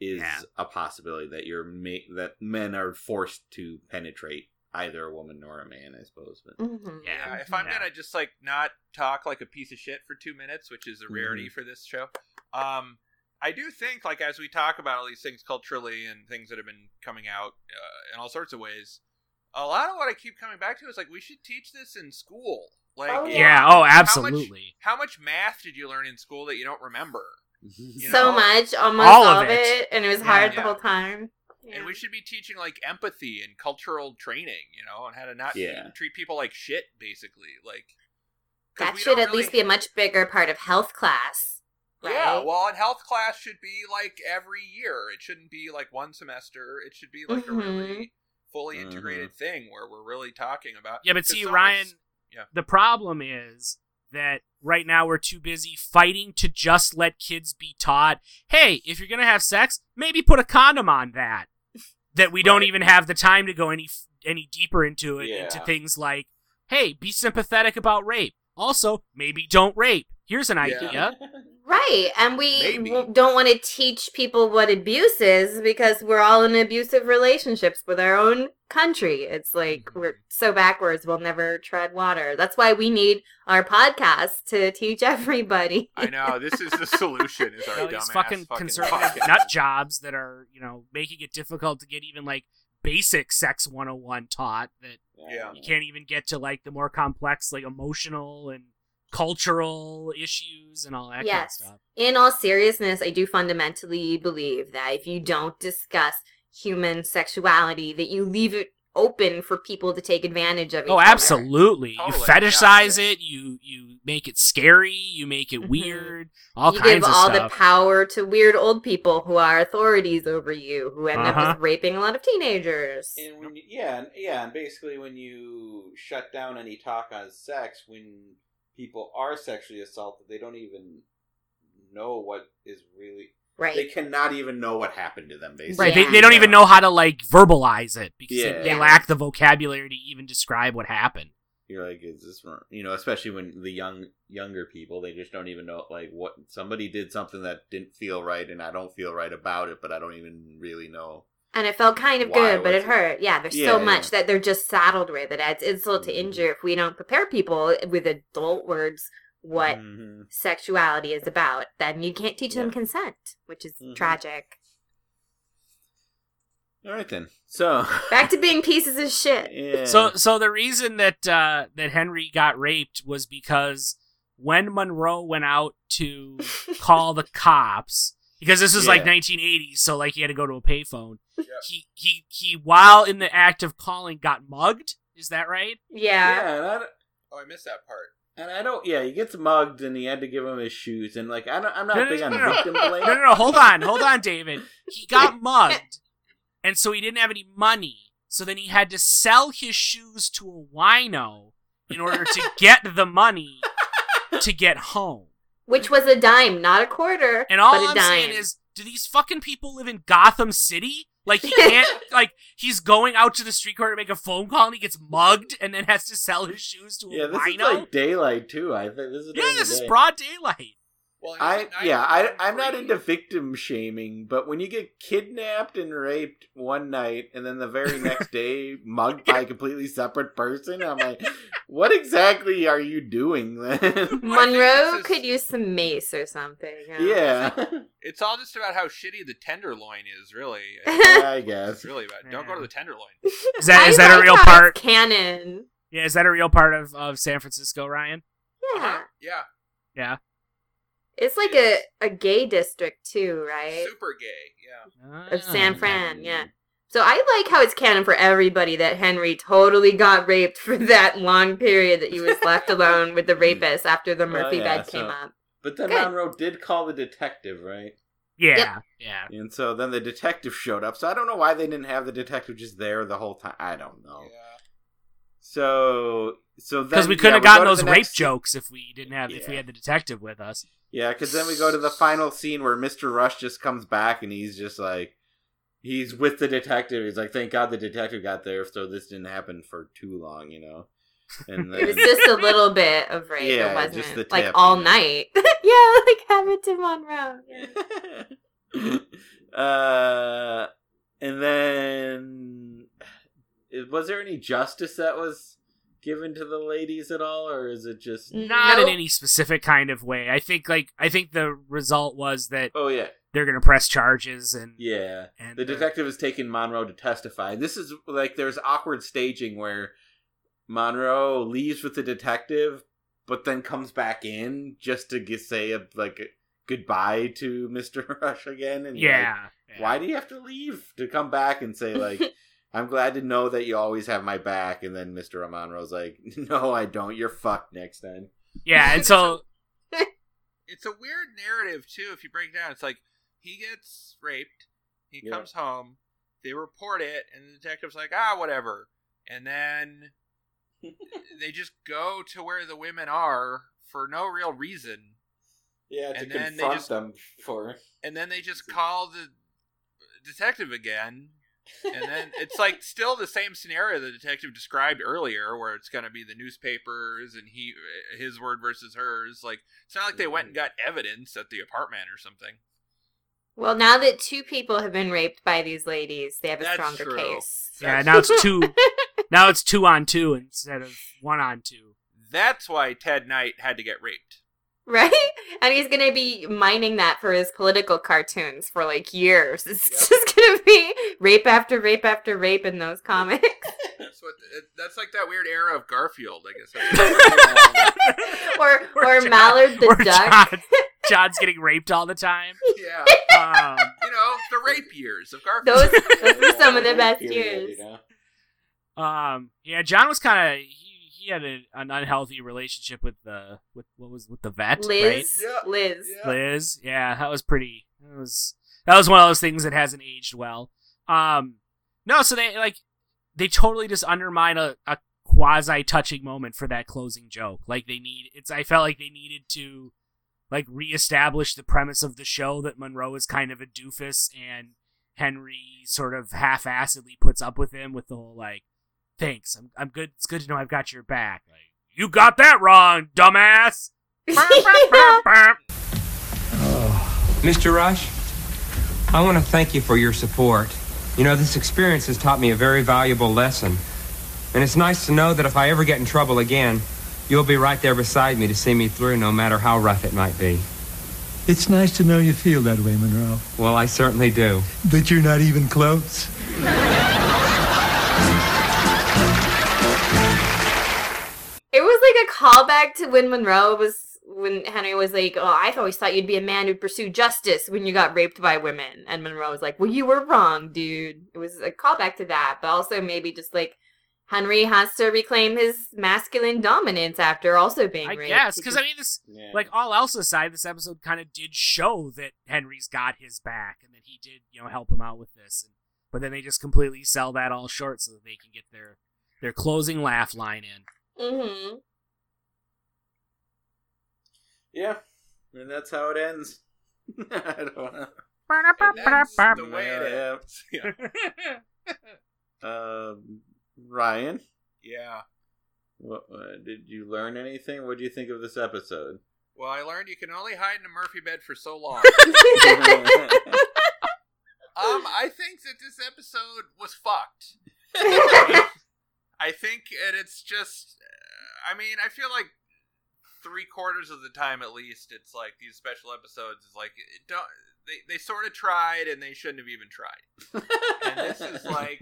Speaker 3: is
Speaker 5: Yeah.
Speaker 3: a possibility that you're ma- that men are forced to penetrate either a woman or a man, I suppose. But
Speaker 4: Mhm.
Speaker 1: Yeah, if I'm
Speaker 5: Yeah.
Speaker 1: gonna just
Speaker 5: Mm-hmm.
Speaker 1: like not talk like a piece of shit for two minutes, which is a rarity for this show, um, I do think, like as we talk about all these things culturally and things that have been coming out uh, in all sorts of ways, a lot of what I keep coming back to is like we should teach this in school. Like,
Speaker 4: Oh,
Speaker 1: you know,
Speaker 5: Yeah. Oh, absolutely.
Speaker 1: How much, how much math did you learn in school that you don't remember? You know?
Speaker 4: so much, almost all, of it. and it was
Speaker 5: Yeah.
Speaker 4: hard
Speaker 1: Yeah.
Speaker 4: the whole time. Yeah.
Speaker 1: And we should be teaching like empathy and cultural training, you know, and how to not
Speaker 3: Yeah.
Speaker 1: treat, treat people like shit, basically. Like 'cause
Speaker 4: that
Speaker 1: we
Speaker 4: should
Speaker 1: don't
Speaker 4: at least be
Speaker 1: really-
Speaker 4: a much bigger part of health class. Right?
Speaker 1: Yeah, well, and health class should be like every year. It shouldn't be like one semester. It should be
Speaker 5: Mm-hmm.
Speaker 1: like a really fully
Speaker 3: Mm-hmm.
Speaker 1: integrated thing where we're really talking about.
Speaker 5: Yeah, but
Speaker 1: 'cause
Speaker 5: see,
Speaker 1: so
Speaker 5: Ryan,
Speaker 1: much- yeah.
Speaker 5: the problem is that right now we're too busy fighting to just let kids be taught, hey, if you're going to have sex, maybe put a condom on that. That we don't
Speaker 1: Right.
Speaker 5: even have the time to go any f- any deeper into it, into
Speaker 1: Yeah.
Speaker 5: things like, hey, be sympathetic about rape. Also, maybe don't rape. Here's an
Speaker 1: Yeah.
Speaker 5: idea.
Speaker 4: Right, and we
Speaker 1: Maybe.
Speaker 4: w- don't want to teach people what abuse is because we're all in abusive relationships with our own country. It's like
Speaker 1: Mm-hmm.
Speaker 4: we're so backwards, we'll never tread water. That's why we need our podcast to teach <laughs> everybody.
Speaker 1: I know this is the solution. Is our
Speaker 5: You know,
Speaker 1: dumbass
Speaker 5: these fucking, conservative
Speaker 1: podcast.
Speaker 5: nut jobs that are, you know, making it difficult to get even like basic sex 101 taught that
Speaker 1: Yeah.
Speaker 5: you can't even get to like the more complex like emotional and cultural issues and all that
Speaker 4: Yes.
Speaker 5: kind of stuff.
Speaker 4: In all seriousness, I do fundamentally believe that if you don't discuss human sexuality, that you leave it open for people to take advantage of.
Speaker 5: Oh,
Speaker 4: each other.
Speaker 5: absolutely.
Speaker 1: Totally,
Speaker 5: you
Speaker 1: yeah.
Speaker 5: fetishize it, you you make it scary, you make it
Speaker 4: Mhm.
Speaker 5: weird, all
Speaker 4: you
Speaker 5: kinds
Speaker 4: give
Speaker 5: of
Speaker 4: all
Speaker 5: stuff.
Speaker 4: <laughs> the power to weird old people who are authorities over you, who end up
Speaker 5: Uh-huh.
Speaker 4: just raping a lot of teenagers.
Speaker 3: And when you, yeah, and, yeah, and basically when you shut down any talk on sex, when people are sexually assaulted, they don't even know what is really. They
Speaker 4: Right.
Speaker 3: cannot even know what happened to them. Basically,
Speaker 5: Right, they,
Speaker 4: Yeah.
Speaker 5: they don't even know how to like verbalize it because they-
Speaker 3: Yeah.
Speaker 5: they lack the vocabulary to even describe what happened.
Speaker 3: You're like, is this wrong? You know, especially when the young younger people, they just don't even know like what somebody did something that didn't feel right, and I don't feel right about it, but I don't even really know.
Speaker 4: And it felt kind of
Speaker 3: Why
Speaker 4: good,
Speaker 3: was
Speaker 4: but it
Speaker 3: it-
Speaker 4: hurt. Yeah, there's
Speaker 3: Yeah,
Speaker 4: so
Speaker 3: yeah.
Speaker 4: much that they're just saddled with. It adds insult to
Speaker 3: Mhm.
Speaker 4: injury if we don't prepare people with adult words what
Speaker 3: Mhm.
Speaker 4: sexuality is about. Then you can't teach them
Speaker 3: Yeah.
Speaker 4: consent, which is
Speaker 3: Mhm.
Speaker 4: tragic.
Speaker 3: All right then. So <laughs>
Speaker 4: Back to being pieces of shit.
Speaker 3: yeah.
Speaker 5: So so the reason that uh, that Henry got raped was because when Monroe went out
Speaker 3: <laughs>
Speaker 5: to call the cops because this was like
Speaker 3: Yeah.
Speaker 5: 1980s, so like he had to go to a payphone. He he he while in the act of calling got mugged. Is that right?
Speaker 4: <laughs> Yeah.
Speaker 3: yeah, and I,
Speaker 1: Oh, I missed that part.
Speaker 3: And I don't. Yeah, he gets mugged, and he had to give him his shoes. And like, I don't. I'm not
Speaker 5: No, no,
Speaker 3: big
Speaker 5: no,
Speaker 3: on
Speaker 5: no, no.
Speaker 3: victim
Speaker 5: No no
Speaker 3: blame.
Speaker 5: no. Hold on hold on, David.
Speaker 3: <laughs>
Speaker 5: He got mugged, and so he didn't have any money. So then he had to sell his shoes to a wino in
Speaker 3: <laughs>
Speaker 5: order to get the money to get home.
Speaker 4: Which was a dime, not a quarter.
Speaker 5: And all
Speaker 4: but a
Speaker 5: I'm
Speaker 4: dime.
Speaker 5: saying is, do these fucking people live in Gotham City? Like he can't,
Speaker 4: <laughs>
Speaker 5: like he's going out to the street corner to make a phone call and he gets mugged and then has to sell his shoes to a
Speaker 3: Yeah, this is
Speaker 5: rhino.
Speaker 3: like daylight too. I think this is.
Speaker 5: yeah,
Speaker 3: during the
Speaker 5: this is
Speaker 3: day.
Speaker 5: broad
Speaker 4: <laughs>
Speaker 5: daylight.
Speaker 1: Well,
Speaker 3: I
Speaker 1: he's not
Speaker 3: yeah. I
Speaker 1: even
Speaker 3: I'm not
Speaker 1: free.
Speaker 3: into victim shaming, but when you get kidnapped and raped one night, and then the very next day mugged by a completely separate person, I'm like, what exactly are you doing then?
Speaker 4: Monroe
Speaker 1: this is-
Speaker 4: could use some mace or something. you
Speaker 3: <laughs>
Speaker 4: know?
Speaker 3: yeah.
Speaker 1: It's all just about how shitty the tenderloin is,
Speaker 3: <laughs>
Speaker 1: really.
Speaker 3: yeah, I guess.
Speaker 1: It's really bad. Don't go to the tenderloin.
Speaker 5: Is that
Speaker 4: I
Speaker 5: is that a
Speaker 4: like
Speaker 5: real
Speaker 4: how it's
Speaker 5: part?
Speaker 4: Canon.
Speaker 5: Yeah, is that a real part of of San Francisco, Ryan?
Speaker 4: Yeah.
Speaker 1: Yeah,
Speaker 5: Yeah.
Speaker 4: It's like a,
Speaker 1: Yes.
Speaker 4: a gay district too, right?
Speaker 1: super gay. Yeah.
Speaker 4: Of San
Speaker 5: Ah.
Speaker 4: Fran, yeah. So I like how it's canon for everybody that Henry totally got raped for that long period that he was
Speaker 3: <laughs>
Speaker 4: left alone with the rapist after the Murphy
Speaker 3: Oh, yeah,
Speaker 4: bed came
Speaker 3: so- <laughs>
Speaker 4: up.
Speaker 3: But then
Speaker 4: Good.
Speaker 3: Monroe did call the detective, right?
Speaker 5: Yeah,
Speaker 4: Yep.
Speaker 5: yeah.
Speaker 3: And so then the detective showed up. So I don't know why they didn't have the detective just there the whole time. I don't know.
Speaker 1: Yeah.
Speaker 3: So so then
Speaker 5: Because we couldn't
Speaker 3: yeah,
Speaker 5: have gotten
Speaker 3: go to
Speaker 5: those
Speaker 3: the
Speaker 5: rape
Speaker 3: next-
Speaker 5: jokes if we didn't have if we
Speaker 3: Yeah.
Speaker 5: had the detective with us.
Speaker 3: Yeah, because then we go to the final scene where Mr. Rush just comes back and he's just like he's with the detective. He's like, "Thank God the detective got there, so this didn't happen for too long," you know. And
Speaker 4: <laughs> It was
Speaker 3: then
Speaker 4: just a little bit of rape.
Speaker 3: Yeah,
Speaker 4: it wasn't
Speaker 3: just the
Speaker 4: like
Speaker 3: tip,
Speaker 4: all
Speaker 3: yeah.
Speaker 4: night. <laughs> yeah, like have it to Monroe.
Speaker 3: <laughs> uh, eh, and then was there any justice that was given to the ladies at all, or is it just?
Speaker 5: Not
Speaker 4: Nope.
Speaker 5: in any specific kind of way. I think like I think the result was that
Speaker 3: Oh yeah,
Speaker 5: they're gonna press charges and
Speaker 3: yeah.
Speaker 5: and
Speaker 3: The
Speaker 5: uh,
Speaker 3: detective is taking Monroe to testify. This is like there's awkward staging where Monroe leaves with the detective, but then comes back in just to g- say a, like goodbye to Mister <laughs> Rush again. And
Speaker 5: yeah,
Speaker 3: like,
Speaker 5: yeah.
Speaker 3: why do you have to leave to come back and say
Speaker 4: <laughs>
Speaker 3: like? I'm glad to know that you always have my back. And then Mr. Monroe's like, <laughs> "No, I don't. You're fucked next time." <laughs>
Speaker 5: yeah, and so
Speaker 1: <laughs> it's a weird narrative too. If you break it down, it's like he gets raped, he
Speaker 3: Yeah.
Speaker 1: comes home, they report it, and the detective's like, ah, whatever, and then they just go to where the women are for no real reason,
Speaker 3: Yeah,
Speaker 1: to And then they confront just- <laughs>
Speaker 3: them for
Speaker 1: and then they just call the detective again. and <laughs> then it's like still the same scenario the detective described earlier where it's going to be the newspapers and he his word versus hers like it's not like they went and got evidence at the apartment or something
Speaker 4: Well, now that two people have been raped by these ladies, they have a
Speaker 1: That's
Speaker 4: stronger
Speaker 1: true.
Speaker 4: case.
Speaker 5: yeah, now it's <laughs> two.
Speaker 3: <laughs>
Speaker 5: now it's two on two instead of one on two.
Speaker 1: <laughs> That's why Ted Knight had to get raped.
Speaker 4: Right? <laughs> And he's going to be mining that for his political cartoons for like years. <laughs> It's just going to be rape after rape after rape in those comics. <laughs>
Speaker 1: That's what. it- That's like that weird era of Garfield, I guess. <laughs> That's-
Speaker 4: or
Speaker 5: <laughs> Or
Speaker 4: or
Speaker 5: John-
Speaker 4: Mallard the
Speaker 5: Where
Speaker 4: duck. <laughs>
Speaker 5: John, John's getting raped all the time.
Speaker 1: yeah,
Speaker 5: Um,
Speaker 1: you know the rape years of Garfield.
Speaker 4: Those those were
Speaker 3: <laughs>
Speaker 4: some of the best years.
Speaker 5: Um, yeah, John was kind of he, he had a, an unhealthy relationship with the with what was with the vet,
Speaker 4: Liz,
Speaker 1: Yeah.
Speaker 4: Liz.
Speaker 1: Yeah.
Speaker 5: right? Liz, yeah, that was pretty. That was that was one of those things that hasn't aged well. Um, no, so they like they totally just undermine a, a quasi touching moment for that closing joke. Like they need it's. I felt like they needed to like reestablish the premise of the show that Monroe is kind of a doofus and Henry sort of half assedly puts up with him with the whole like, thanks, I'm I'm good. It's good to know I've got your back. Like you got that wrong, dumbass.
Speaker 4: <laughs>
Speaker 7: Mr. Rush, I want to thank you for your support. You know, this experience has taught me a very valuable lesson. And it's nice to know that if I ever get in trouble again, you'll be right there beside me to see me through no matter how rough it might be.
Speaker 8: It's nice to know you feel that way, Monroe.
Speaker 7: Well, I certainly do.
Speaker 8: But you're not even close.
Speaker 4: It was like a callback to when Monroe was when Henry was like, "Oh, I've always thought you'd be a man who'd pursue justice when you got raped by women," and Monroe was like, "Well, you were wrong, dude." It was a callback to that, but also maybe just like. Henry has to reclaim his masculine dominance after also being
Speaker 5: I
Speaker 4: raped.
Speaker 5: guess
Speaker 4: He
Speaker 5: because I
Speaker 4: just-
Speaker 5: mean this. Like all else aside, this episode kind of did show that Henry's got his back and that he did, you know, help him out with this. And, but then they just completely sell that all short so that they can get their their closing laugh line in.
Speaker 4: <laughs> Mhm.
Speaker 3: yeah, and that's how it ends. <laughs> I don't know.
Speaker 1: And that's the way it is.
Speaker 3: Yeah.
Speaker 1: Yeah.
Speaker 5: <laughs>
Speaker 3: Um, Ryan,
Speaker 1: <laughs> yeah.
Speaker 3: what, uh, did you learn anything? What do you think of this episode?
Speaker 1: Well, I learned you can only hide in a Murphy bed for so long.
Speaker 5: <laughs>
Speaker 1: um, I think that this episode was fucked. I think, and it's just, uh, I mean, I feel like three quarters of the time, at least, it's like these special episodes is like it don't they they sort of tried and they shouldn't have even tried. And this is
Speaker 5: <laughs>
Speaker 1: like.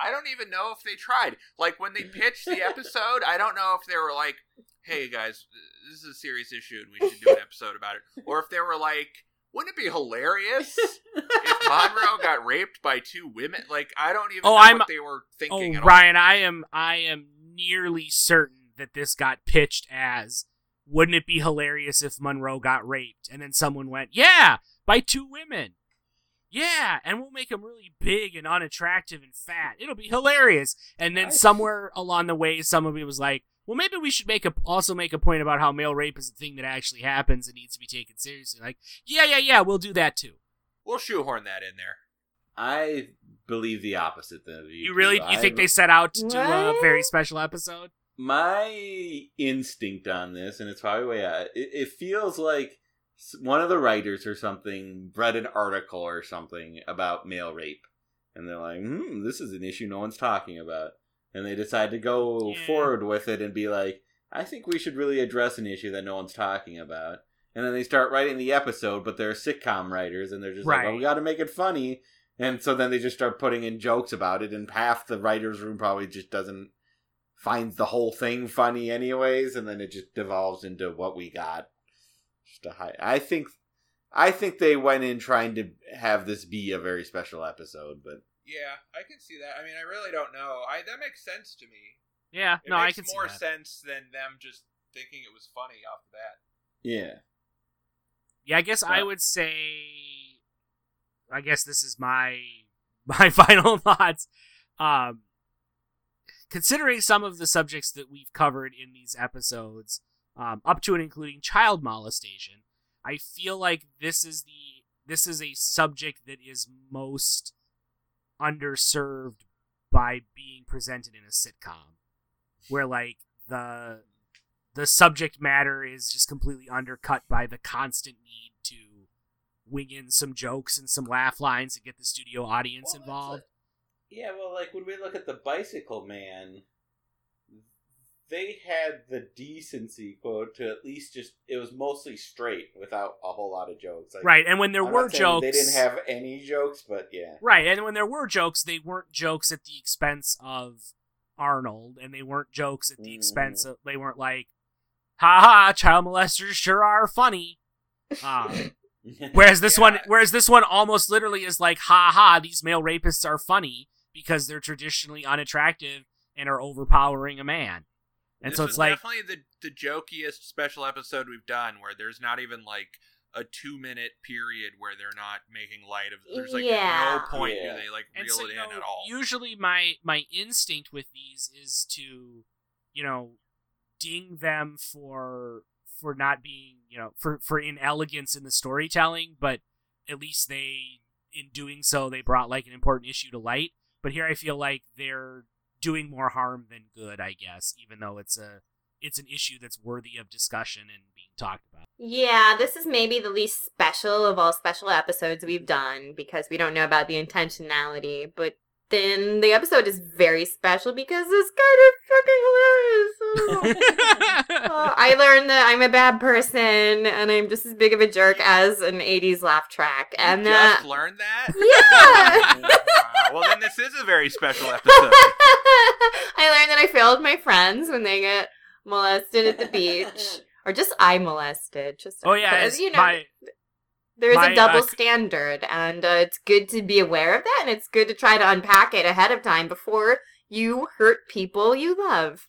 Speaker 1: I don't even know if they tried. Like when they pitched the episode, I don't know if they were like, "Hey guys, this is a serious issue and we should
Speaker 5: <laughs>
Speaker 1: do an episode about it," or if they were like, "Wouldn't it be hilarious
Speaker 5: <laughs>
Speaker 1: if Monroe got raped by two women?" Like I don't even
Speaker 5: Oh,
Speaker 1: know
Speaker 5: I'm-
Speaker 1: what they were thinking.
Speaker 5: oh,
Speaker 1: at all.
Speaker 5: Ryan, I am I am nearly certain that this got pitched as wouldn't it be hilarious if Monroe got raped and then someone went, "Yeah, by two women." Yeah, and we'll make him really big and unattractive and fat. It'll be hilarious. And then somewhere along the way somebody was like, "Well, maybe we should make a also make a point about how male rape is a thing that actually happens and needs to be taken seriously." Like, "Yeah, yeah, yeah, we'll do that too."
Speaker 1: We'll shoehorn that in there.
Speaker 3: I believe the opposite of you.
Speaker 5: You really
Speaker 3: two.
Speaker 5: you think
Speaker 3: I-
Speaker 5: they set out to do a
Speaker 4: What?
Speaker 5: very special episode?
Speaker 3: my instinct on this, and it's probably way out, it, it feels like s- one of the writers or something read an article or something about male rape, and they're like, "Hmm, this is an issue no one's talking about. and they decide to go
Speaker 5: Yeah.
Speaker 3: forward with it and be like, I think we should really address an issue that no one's talking about. And then they start writing the episode, but they're sitcom writers and they're just like, well, we
Speaker 5: Right.
Speaker 3: got to make it funny. And so then they just start putting in jokes about it, and half the writers' room probably just doesn't finds the whole thing funny, anyways. And then it just devolves into what we got. Just a high. I think, I think they went in trying to have this be a very special episode, but
Speaker 1: Yeah, I can see that. I mean, I really don't know. I that makes sense to me.
Speaker 5: Yeah,
Speaker 1: It
Speaker 5: no, I
Speaker 1: makes
Speaker 5: can see
Speaker 1: more
Speaker 5: that.
Speaker 1: sense than them just thinking it was funny off the bat.
Speaker 3: yeah.
Speaker 5: Yeah, I guess I
Speaker 3: Yeah.
Speaker 5: would say. I guess this is my <laughs> my final thoughts. Um, considering some of the subjects that we've covered in these episodes, um, up to and including child molestation, I feel like this is the this is a subject that is most underserved by being presented in a sitcom, where like the the subject matter is just completely undercut by the constant need to wing in some jokes and some laugh lines and get the studio audience
Speaker 3: Well, that's
Speaker 5: involved.
Speaker 3: like- yeah, well, like when we look at the Bicycle Man, they had the decency quote to at least just it was mostly straight without a whole lot of jokes. Like,
Speaker 5: right, and when there
Speaker 3: I'm
Speaker 5: were
Speaker 3: not saying
Speaker 5: jokes,
Speaker 3: They didn't have any jokes, but yeah,
Speaker 5: right, and when there were jokes, they weren't jokes at the expense of Arnold, and they weren't jokes at the expense
Speaker 3: Mm.
Speaker 5: of they weren't like, ha ha, child molesters sure
Speaker 3: <laughs>
Speaker 5: are funny. Um,
Speaker 1: <laughs>
Speaker 5: whereas this one,
Speaker 1: Yeah.
Speaker 5: whereas this one almost literally is like, ha ha, these male rapists are funny because they're traditionally unattractive and are overpowering a man, and
Speaker 1: This
Speaker 5: so
Speaker 1: was
Speaker 5: it's like,
Speaker 1: definitely the the jokiest special episode we've done, where there's not even like a two minute period where they're not making light of. There's like
Speaker 4: Yeah.
Speaker 1: no point
Speaker 3: Yeah.
Speaker 1: do they like
Speaker 5: and
Speaker 1: reel
Speaker 5: so,
Speaker 1: it
Speaker 5: you
Speaker 1: in
Speaker 5: know,
Speaker 1: at all.
Speaker 5: Usually, my my instinct with these is to, you know, ding them for for not being, you know, for for inelegance in the storytelling. But at least they, in doing so, they brought like an important issue to light. But here, I feel like they're doing more harm than good. I guess, even though it's a it's an issue that's worthy of discussion and being talked about. <laughs>
Speaker 4: Yeah, this is maybe the least special of all special episodes we've done because we don't know about the intentionality, but then the episode is very special because it's kind of fucking hilarious.
Speaker 5: <laughs>
Speaker 4: <laughs> Oh, I learned that I'm a bad person and I'm just as big of a jerk as an 80s laugh track. And
Speaker 1: you
Speaker 4: that.
Speaker 1: just learned
Speaker 4: <laughs>
Speaker 1: that. <laughs>
Speaker 4: Yeah! <laughs>
Speaker 1: Wow, well, then this is a very special episode.
Speaker 4: I learned that I failed my friends when they get molested at the
Speaker 5: <laughs>
Speaker 4: beach. Or just I molested. Just
Speaker 5: oh yeah,
Speaker 4: because,
Speaker 5: it's my-
Speaker 4: There is
Speaker 5: My,
Speaker 4: a double
Speaker 5: uh, c-
Speaker 4: standard, and uh, it's good to be aware of that, and it's good to try to unpack it ahead of time before you hurt people you love.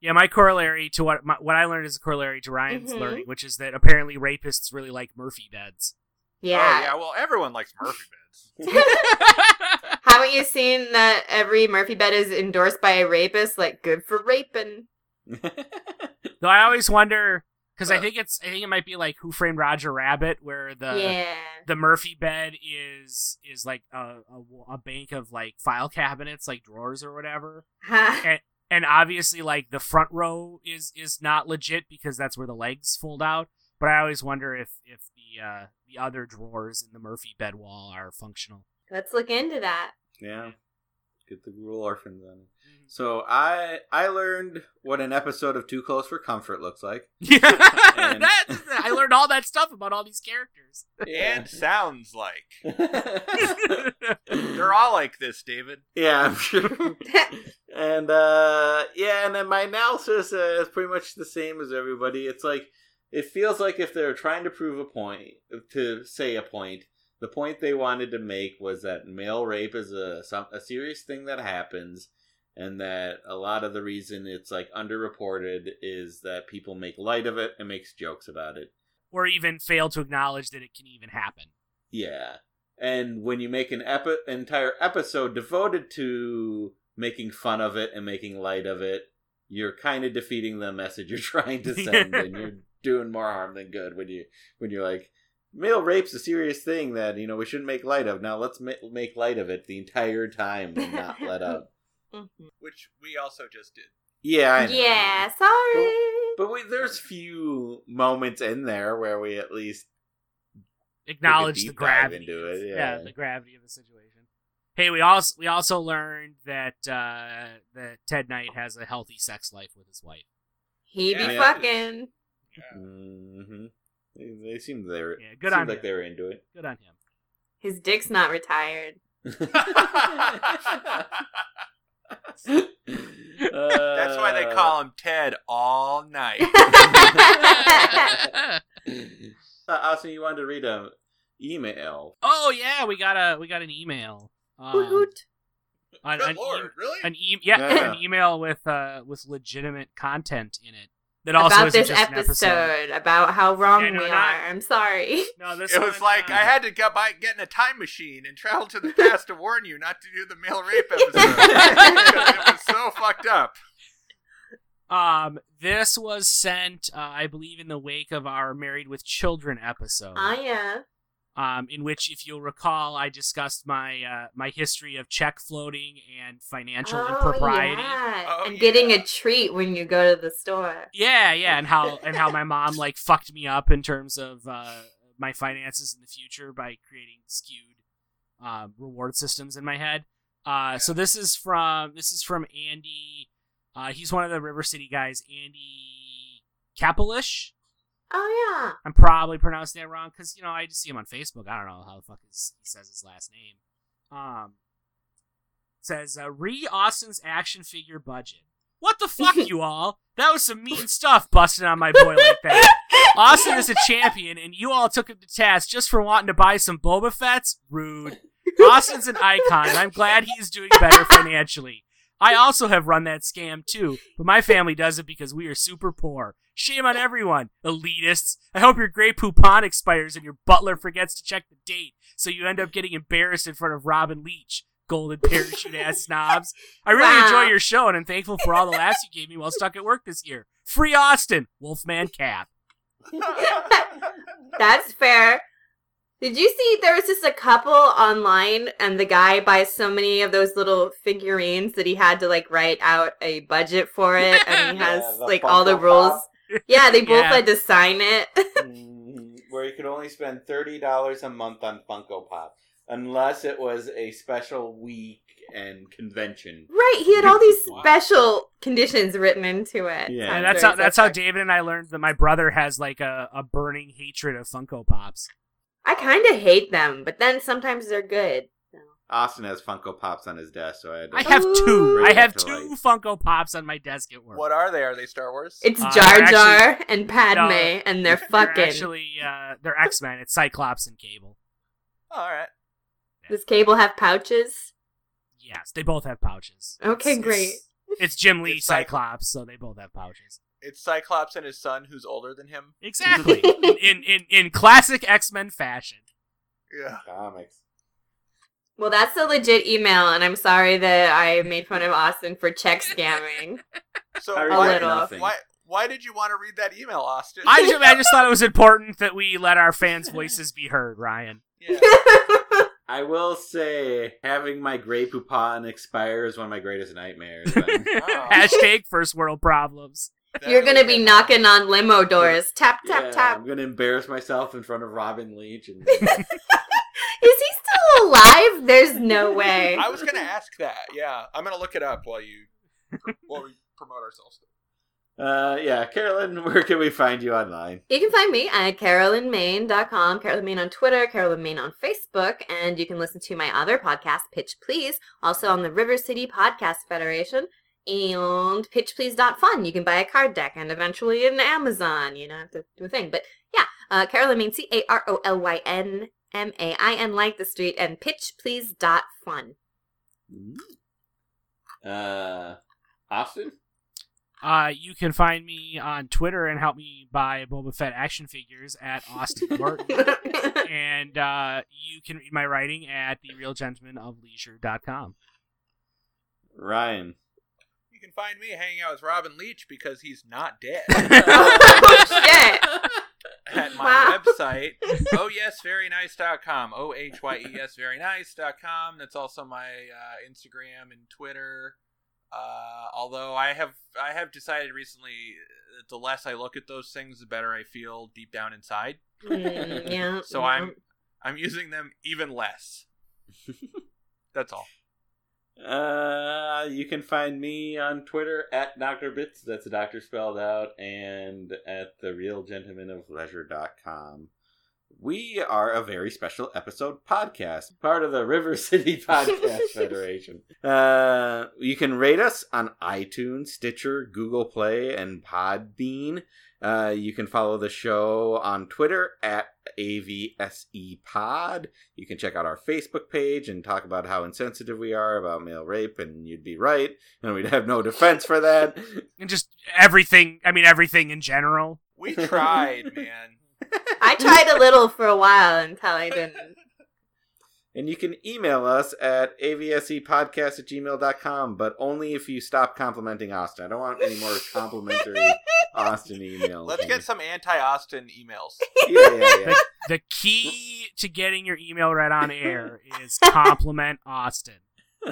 Speaker 5: Yeah, my corollary to what my, what I learned is a corollary to Ryan's
Speaker 4: Mhm.
Speaker 5: learning, which is that apparently rapists really like Murphy beds.
Speaker 1: Oh,
Speaker 4: <laughs> Yeah.
Speaker 1: yeah. Well, everyone likes Murphy beds.
Speaker 4: Haven't you seen that every Murphy bed is endorsed by a rapist? Like, good for raping.
Speaker 5: Though I always wonder because I think it's I think it might be like Who Framed Roger Rabbit, where the
Speaker 4: yeah.
Speaker 5: the Murphy bed is is like a, a w- a bank of like file cabinets, like drawers or whatever,
Speaker 4: Huh.
Speaker 5: and obviously like the front row is is not legit because that's where the legs fold out. But I always wonder if if the uh, the other drawers in the Murphy bed wall are functional.
Speaker 4: <laughs> Let's look into that.
Speaker 3: <laughs>
Speaker 4: <laughs>
Speaker 3: yeah. Get the rural orphans on. it. So I I learned what an episode of Too Close for Comfort looks like.
Speaker 5: Yeah, <laughs>
Speaker 3: And-
Speaker 5: that, I learned all that stuff about all these
Speaker 3: <laughs>
Speaker 5: characters.
Speaker 1: And sounds like
Speaker 3: Yeah.
Speaker 1: they're all like this, David.
Speaker 3: Yeah, I'm sure. and uh yeah, and then my analysis uh, is pretty much the same as everybody. It's like it feels like if they were trying to prove a point, to say a point, the point they wanted to make was that male rape is a some, a serious thing that happens, and that a lot of the reason it's like underreported is that people make light of it and makes jokes about it.
Speaker 5: or even fail to acknowledge that it can even happen.
Speaker 3: Yeah. And when you make an epi- entire episode devoted to making fun of it and making light of it, you're kind of defeating the message you're <laughs> trying to send and you're doing more harm than good when you when you're like male rape's a serious thing that you know we shouldn't make light of. Now let's ma- make light of it the entire time and
Speaker 5: <laughs>
Speaker 3: not let up.
Speaker 1: Which we also just did.
Speaker 3: Yeah, I know.
Speaker 4: Yeah, sorry.
Speaker 3: But we, there's few moments in there where we at least
Speaker 5: Acknowledge
Speaker 3: deep
Speaker 5: the
Speaker 3: dive
Speaker 5: gravity.
Speaker 3: into
Speaker 5: of-
Speaker 3: it,
Speaker 5: yeah.
Speaker 3: yeah.
Speaker 5: the gravity of the situation. Hey, we also we also learned that uh, that Ted Knight has a healthy sex life with his wife.
Speaker 4: He be
Speaker 1: Yeah.
Speaker 4: fucking.
Speaker 3: hmm They, they seemed they were.
Speaker 5: Yeah, good
Speaker 3: seemed
Speaker 5: on
Speaker 3: like
Speaker 5: you.
Speaker 3: they were into it.
Speaker 5: Good
Speaker 3: <laughs>
Speaker 5: on him.
Speaker 4: His dick's not retired. <laughs>
Speaker 1: That's why
Speaker 4: Uh.
Speaker 1: they
Speaker 3: <laughs>
Speaker 1: call him Ted all
Speaker 5: <laughs>
Speaker 1: night.
Speaker 3: him. Uh, Austin, you wanted to read an email.
Speaker 5: oh yeah, we got a we got an email. Um,
Speaker 4: Hoot hoot.
Speaker 5: an, an,
Speaker 1: Good
Speaker 5: e-
Speaker 1: lord, really?
Speaker 5: an e- yeah,
Speaker 3: Yeah.
Speaker 5: an email with uh with legitimate content in it that also
Speaker 4: about
Speaker 5: isn't
Speaker 4: this
Speaker 5: just an
Speaker 4: episode, about how wrong
Speaker 5: Yeah, no,
Speaker 4: we
Speaker 5: not-
Speaker 4: are. I'm sorry.
Speaker 5: No, this
Speaker 1: it was
Speaker 5: one,
Speaker 1: like
Speaker 5: uh,
Speaker 1: I had to go by get in a time machine and travel to the past to warn you not to do the male rape episode. <laughs> 'Cause it was so fucked up.
Speaker 5: Um, this was sent, uh, I believe, in the wake of our Married with Children
Speaker 4: <laughs>
Speaker 5: episode.
Speaker 4: I am.
Speaker 5: um, in which, if you'll recall, I discussed my uh, my history of check floating and financial
Speaker 4: Oh,
Speaker 5: impropriety.
Speaker 4: yeah.
Speaker 1: Oh,
Speaker 4: and getting
Speaker 1: yeah.
Speaker 4: a treat when you go to the store.
Speaker 5: Yeah, yeah, and how and how my mom like fucked me up in terms of uh, my finances in the future by creating skewed um, reward systems in my head. Uh, So this is from this is from Andy. Uh, he's one of the River City guys, Andy Kapolish.
Speaker 4: Oh
Speaker 5: I'm probably pronouncing that wrong because you know I just see him on Facebook. I don't know how the fuck his, he says his last name. Um, says uh, re Austin's action figure budget. What the fuck, you all? That was some mean stuff busting on my boy like that. Austin is a champion, and you all took him to task just for wanting to buy some Boba Fett's. Rude. Austin's an icon, and I'm glad he's doing better financially. I also have run that scam too, but my family does it because we are super poor. Shame on everyone, elitists. I hope your Grey Poupon expires and your butler forgets to check the date, so you end up getting embarrassed in front of Robin Leach, golden parachute ass snobs. I really
Speaker 4: Wow.
Speaker 5: enjoy your show and I'm thankful for all the laughs you gave me while stuck at work this year. Free Austin, Wolfman Cap.
Speaker 4: yeah. <laughs> That's fair. Did you see there was just a couple online and the guy buys so many of those little figurines that he had to like write out a budget for it
Speaker 5: <laughs>
Speaker 4: and he
Speaker 3: Yeah,
Speaker 4: has
Speaker 3: the
Speaker 4: like all the
Speaker 3: Funko
Speaker 4: rules. Yeah, they both
Speaker 5: Yeah.
Speaker 4: had to sign it. <laughs>
Speaker 3: Mhm. Where you could only spend thirty dollars a month on Funko Pop, unless it was a special week and convention.
Speaker 4: right, he had all these
Speaker 3: <laughs> Wow.
Speaker 4: special conditions written into it.
Speaker 3: Yeah.
Speaker 4: So I'm
Speaker 5: And that's
Speaker 4: very
Speaker 5: how that's how
Speaker 4: suspect.
Speaker 5: David and I learned that my brother has like a, a burning hatred of Funko Pops.
Speaker 4: I kinda hate them, but then sometimes they're good.
Speaker 3: Austin has Funko Pops on his desk, so I had to
Speaker 5: I have two.
Speaker 4: Ooh.
Speaker 5: I have
Speaker 3: Right.
Speaker 5: two Funko Pops on my desk at work.
Speaker 1: What are they? Are they Star Wars?
Speaker 4: It's
Speaker 5: Uh,
Speaker 4: Jar
Speaker 5: they're actually-
Speaker 4: Jar and Padme
Speaker 5: No. <laughs>
Speaker 4: and they're fucking
Speaker 5: actually uh, they're X Men. It's Cyclops and Cable.
Speaker 1: All right.
Speaker 4: Does Cable have pouches?
Speaker 5: Yes, they both have pouches.
Speaker 4: Okay,
Speaker 5: It's-
Speaker 4: great.
Speaker 5: It's, it's Jim Lee
Speaker 1: It's Cyclo-
Speaker 5: Cyclops, so they both have pouches.
Speaker 1: It's Cyclops and his son, who's older than him.
Speaker 5: Exactly. in, in in in classic X Men fashion.
Speaker 1: Yeah.
Speaker 3: comics.
Speaker 4: Well, that's a legit email, and I'm sorry that I made fun of Austin for check scamming.
Speaker 5: <laughs>
Speaker 4: <laughs>
Speaker 1: So
Speaker 3: I
Speaker 1: why,
Speaker 4: regret
Speaker 1: why,
Speaker 3: nothing.
Speaker 1: why did you want to read that email, Austin?
Speaker 5: I just, I just thought it was important that we let our fans'
Speaker 4: <laughs>
Speaker 5: voices be heard, Ryan.
Speaker 1: <laughs> yeah.
Speaker 3: I will say, having my Grey Poupon expire is one of my greatest nightmares.
Speaker 5: <laughs>
Speaker 3: but-
Speaker 5: Hashtag first world problems.
Speaker 1: That
Speaker 4: You're
Speaker 1: is-
Speaker 4: gonna be knocking on limo doors. Tap tap
Speaker 3: Yeah,
Speaker 4: tap.
Speaker 3: I'm gonna embarrass myself in front of Robin Leach. And
Speaker 4: Is he still alive? There's no way.
Speaker 1: I was gonna ask that. Yeah, I'm gonna look it up while
Speaker 3: <laughs>
Speaker 1: you while we promote ourselves.
Speaker 3: uh, yeah, Carolyn, <laughs> where can we find you online?
Speaker 4: You can find me at carolinmain.com, Carolyn Main on Twitter, Carolyn Main on Facebook, and you can listen to my other podcast, Pitch Please, also on the River City Podcast Federation and pitchplease.fun. You can buy a card deck and eventually an Amazon. You don't have to do a thing. But yeah, uh, Carolyn Main, C A R O L Y N M A I N, like the street, and pitchplease.fun.
Speaker 3: Uh, Austin.
Speaker 5: Uh, you can find me on Twitter and help me buy Boba Fett action figures at Austin Martin. and uh, you can read my writing at therealgentlemanofleisure.com.
Speaker 3: Ryan.
Speaker 1: You can find me hanging out with Robin Leach because he's not dead
Speaker 4: <laughs>
Speaker 1: <laughs>
Speaker 4: oh, shit.
Speaker 1: at my
Speaker 4: Wow.
Speaker 1: website. Oh yes, very nice.com. O h y e s very nice.com. That's also my uh, Instagram and Twitter. Uh, although I have I have decided recently that the less I look at those things, the better I feel deep down inside.
Speaker 4: Mm, yeah.
Speaker 1: So
Speaker 4: yeah.
Speaker 1: I'm I'm using them even less. That's all.
Speaker 3: Uh, you can find me on Twitter at Dr. Bits. That's a doctor spelled out, and at the Real Gentleman of Leisure.com. We are a very special episode podcast, part of the River <laughs> City Podcast Federation. Uh, you can rate us on iTunes, Stitcher, Google Play, and Podbean. Uh, you can follow the show on Twitter at AVSE E Pod. You can check out our Facebook page and talk about how insensitive we are about male rape, and you'd be right, and we'd have no defense
Speaker 1: <laughs>
Speaker 3: for that.
Speaker 5: And just everything. I mean, everything in general.
Speaker 1: We tried, man.
Speaker 4: I tried a little for a while until I didn't.
Speaker 3: And you can email us at avsepodcast at gmail.com, but only if you stop complimenting Austin. I don't want any more
Speaker 1: <laughs>
Speaker 3: complimentary
Speaker 4: <laughs>
Speaker 3: Austin emails.
Speaker 1: Let's get some anti-Austin emails.
Speaker 3: Yeah, yeah, yeah.
Speaker 5: The key to getting your email read on air is compliment Austin. <laughs>
Speaker 4: <laughs>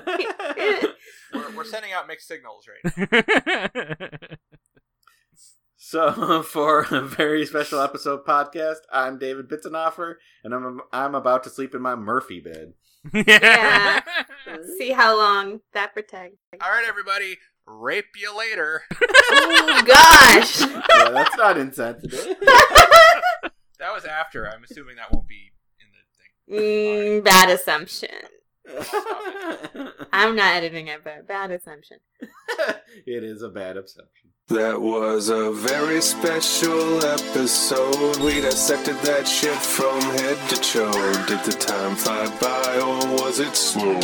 Speaker 1: We're, we're sending out mixed signals <laughs> right now.
Speaker 3: So, <laughs> for a very special episode podcast, I'm David Bitzenoffer, and I'm I'm about to sleep in my
Speaker 1: <laughs>
Speaker 3: Murphy bed.
Speaker 4: Yeah. See how long that protects.
Speaker 1: All right, everybody, rape you later.
Speaker 4: <laughs> Oh gosh.
Speaker 3: Yeah, that's not insensitive. <laughs>
Speaker 1: That was after. I'm assuming that won't be in the
Speaker 4: Mm, bad assumption. I'm not editing it, but bad assumption.
Speaker 3: it is a bad assumption.
Speaker 2: That was a very special episode. We dissected that shit from head to toe. Did the time fly by or was it slow?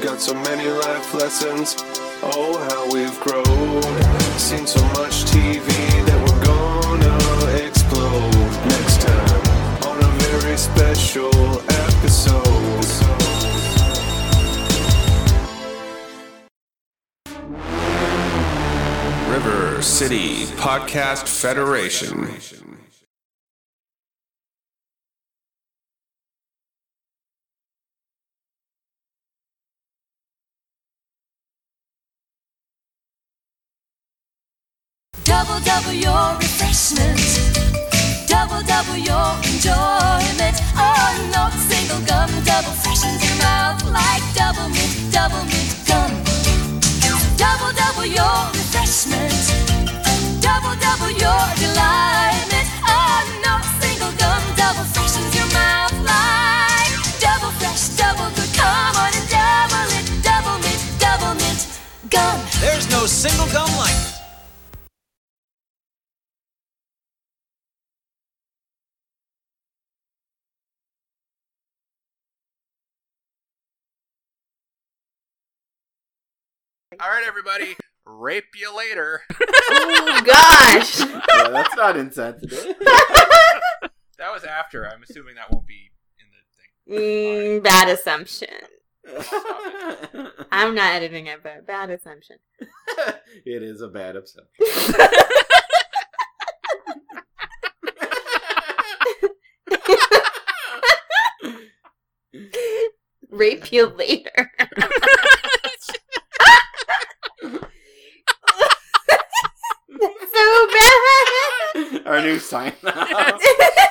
Speaker 2: Got so many life lessons. Oh, how we've grown. Seen so much TV that we're gonna explode next time on a very special episode. River City Podcast Federation.
Speaker 10: Double, double your refreshment. Double, double your enjoyment. Oh, no single gum. Double freshens your mouth like double mint, double mint gum. Double, double your refreshment. Double, double your delighted. Oh, no single gum. Double freshens your mouth like double fresh, double good. Come on and double it. Double mint, double mint gum.
Speaker 11: There's no single gum like it.
Speaker 1: All right, everybody, rape you later.
Speaker 4: <laughs> Oh gosh.
Speaker 3: Yeah, that's not insensitive.
Speaker 1: That was after. I'm assuming that won't be in the thing.
Speaker 4: Mm, bad assumption. I'm not editing it, but bad assumption.
Speaker 3: it is a bad assumption.
Speaker 4: <laughs> Rape you later. That's so bad. <laughs>
Speaker 3: Our new sign off.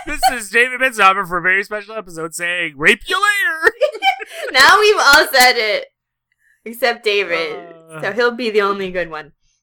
Speaker 5: this is David Benzhopper for a very special episode saying, "Rape you later."
Speaker 4: Now we've all said it, except David. so he'll be the only good one.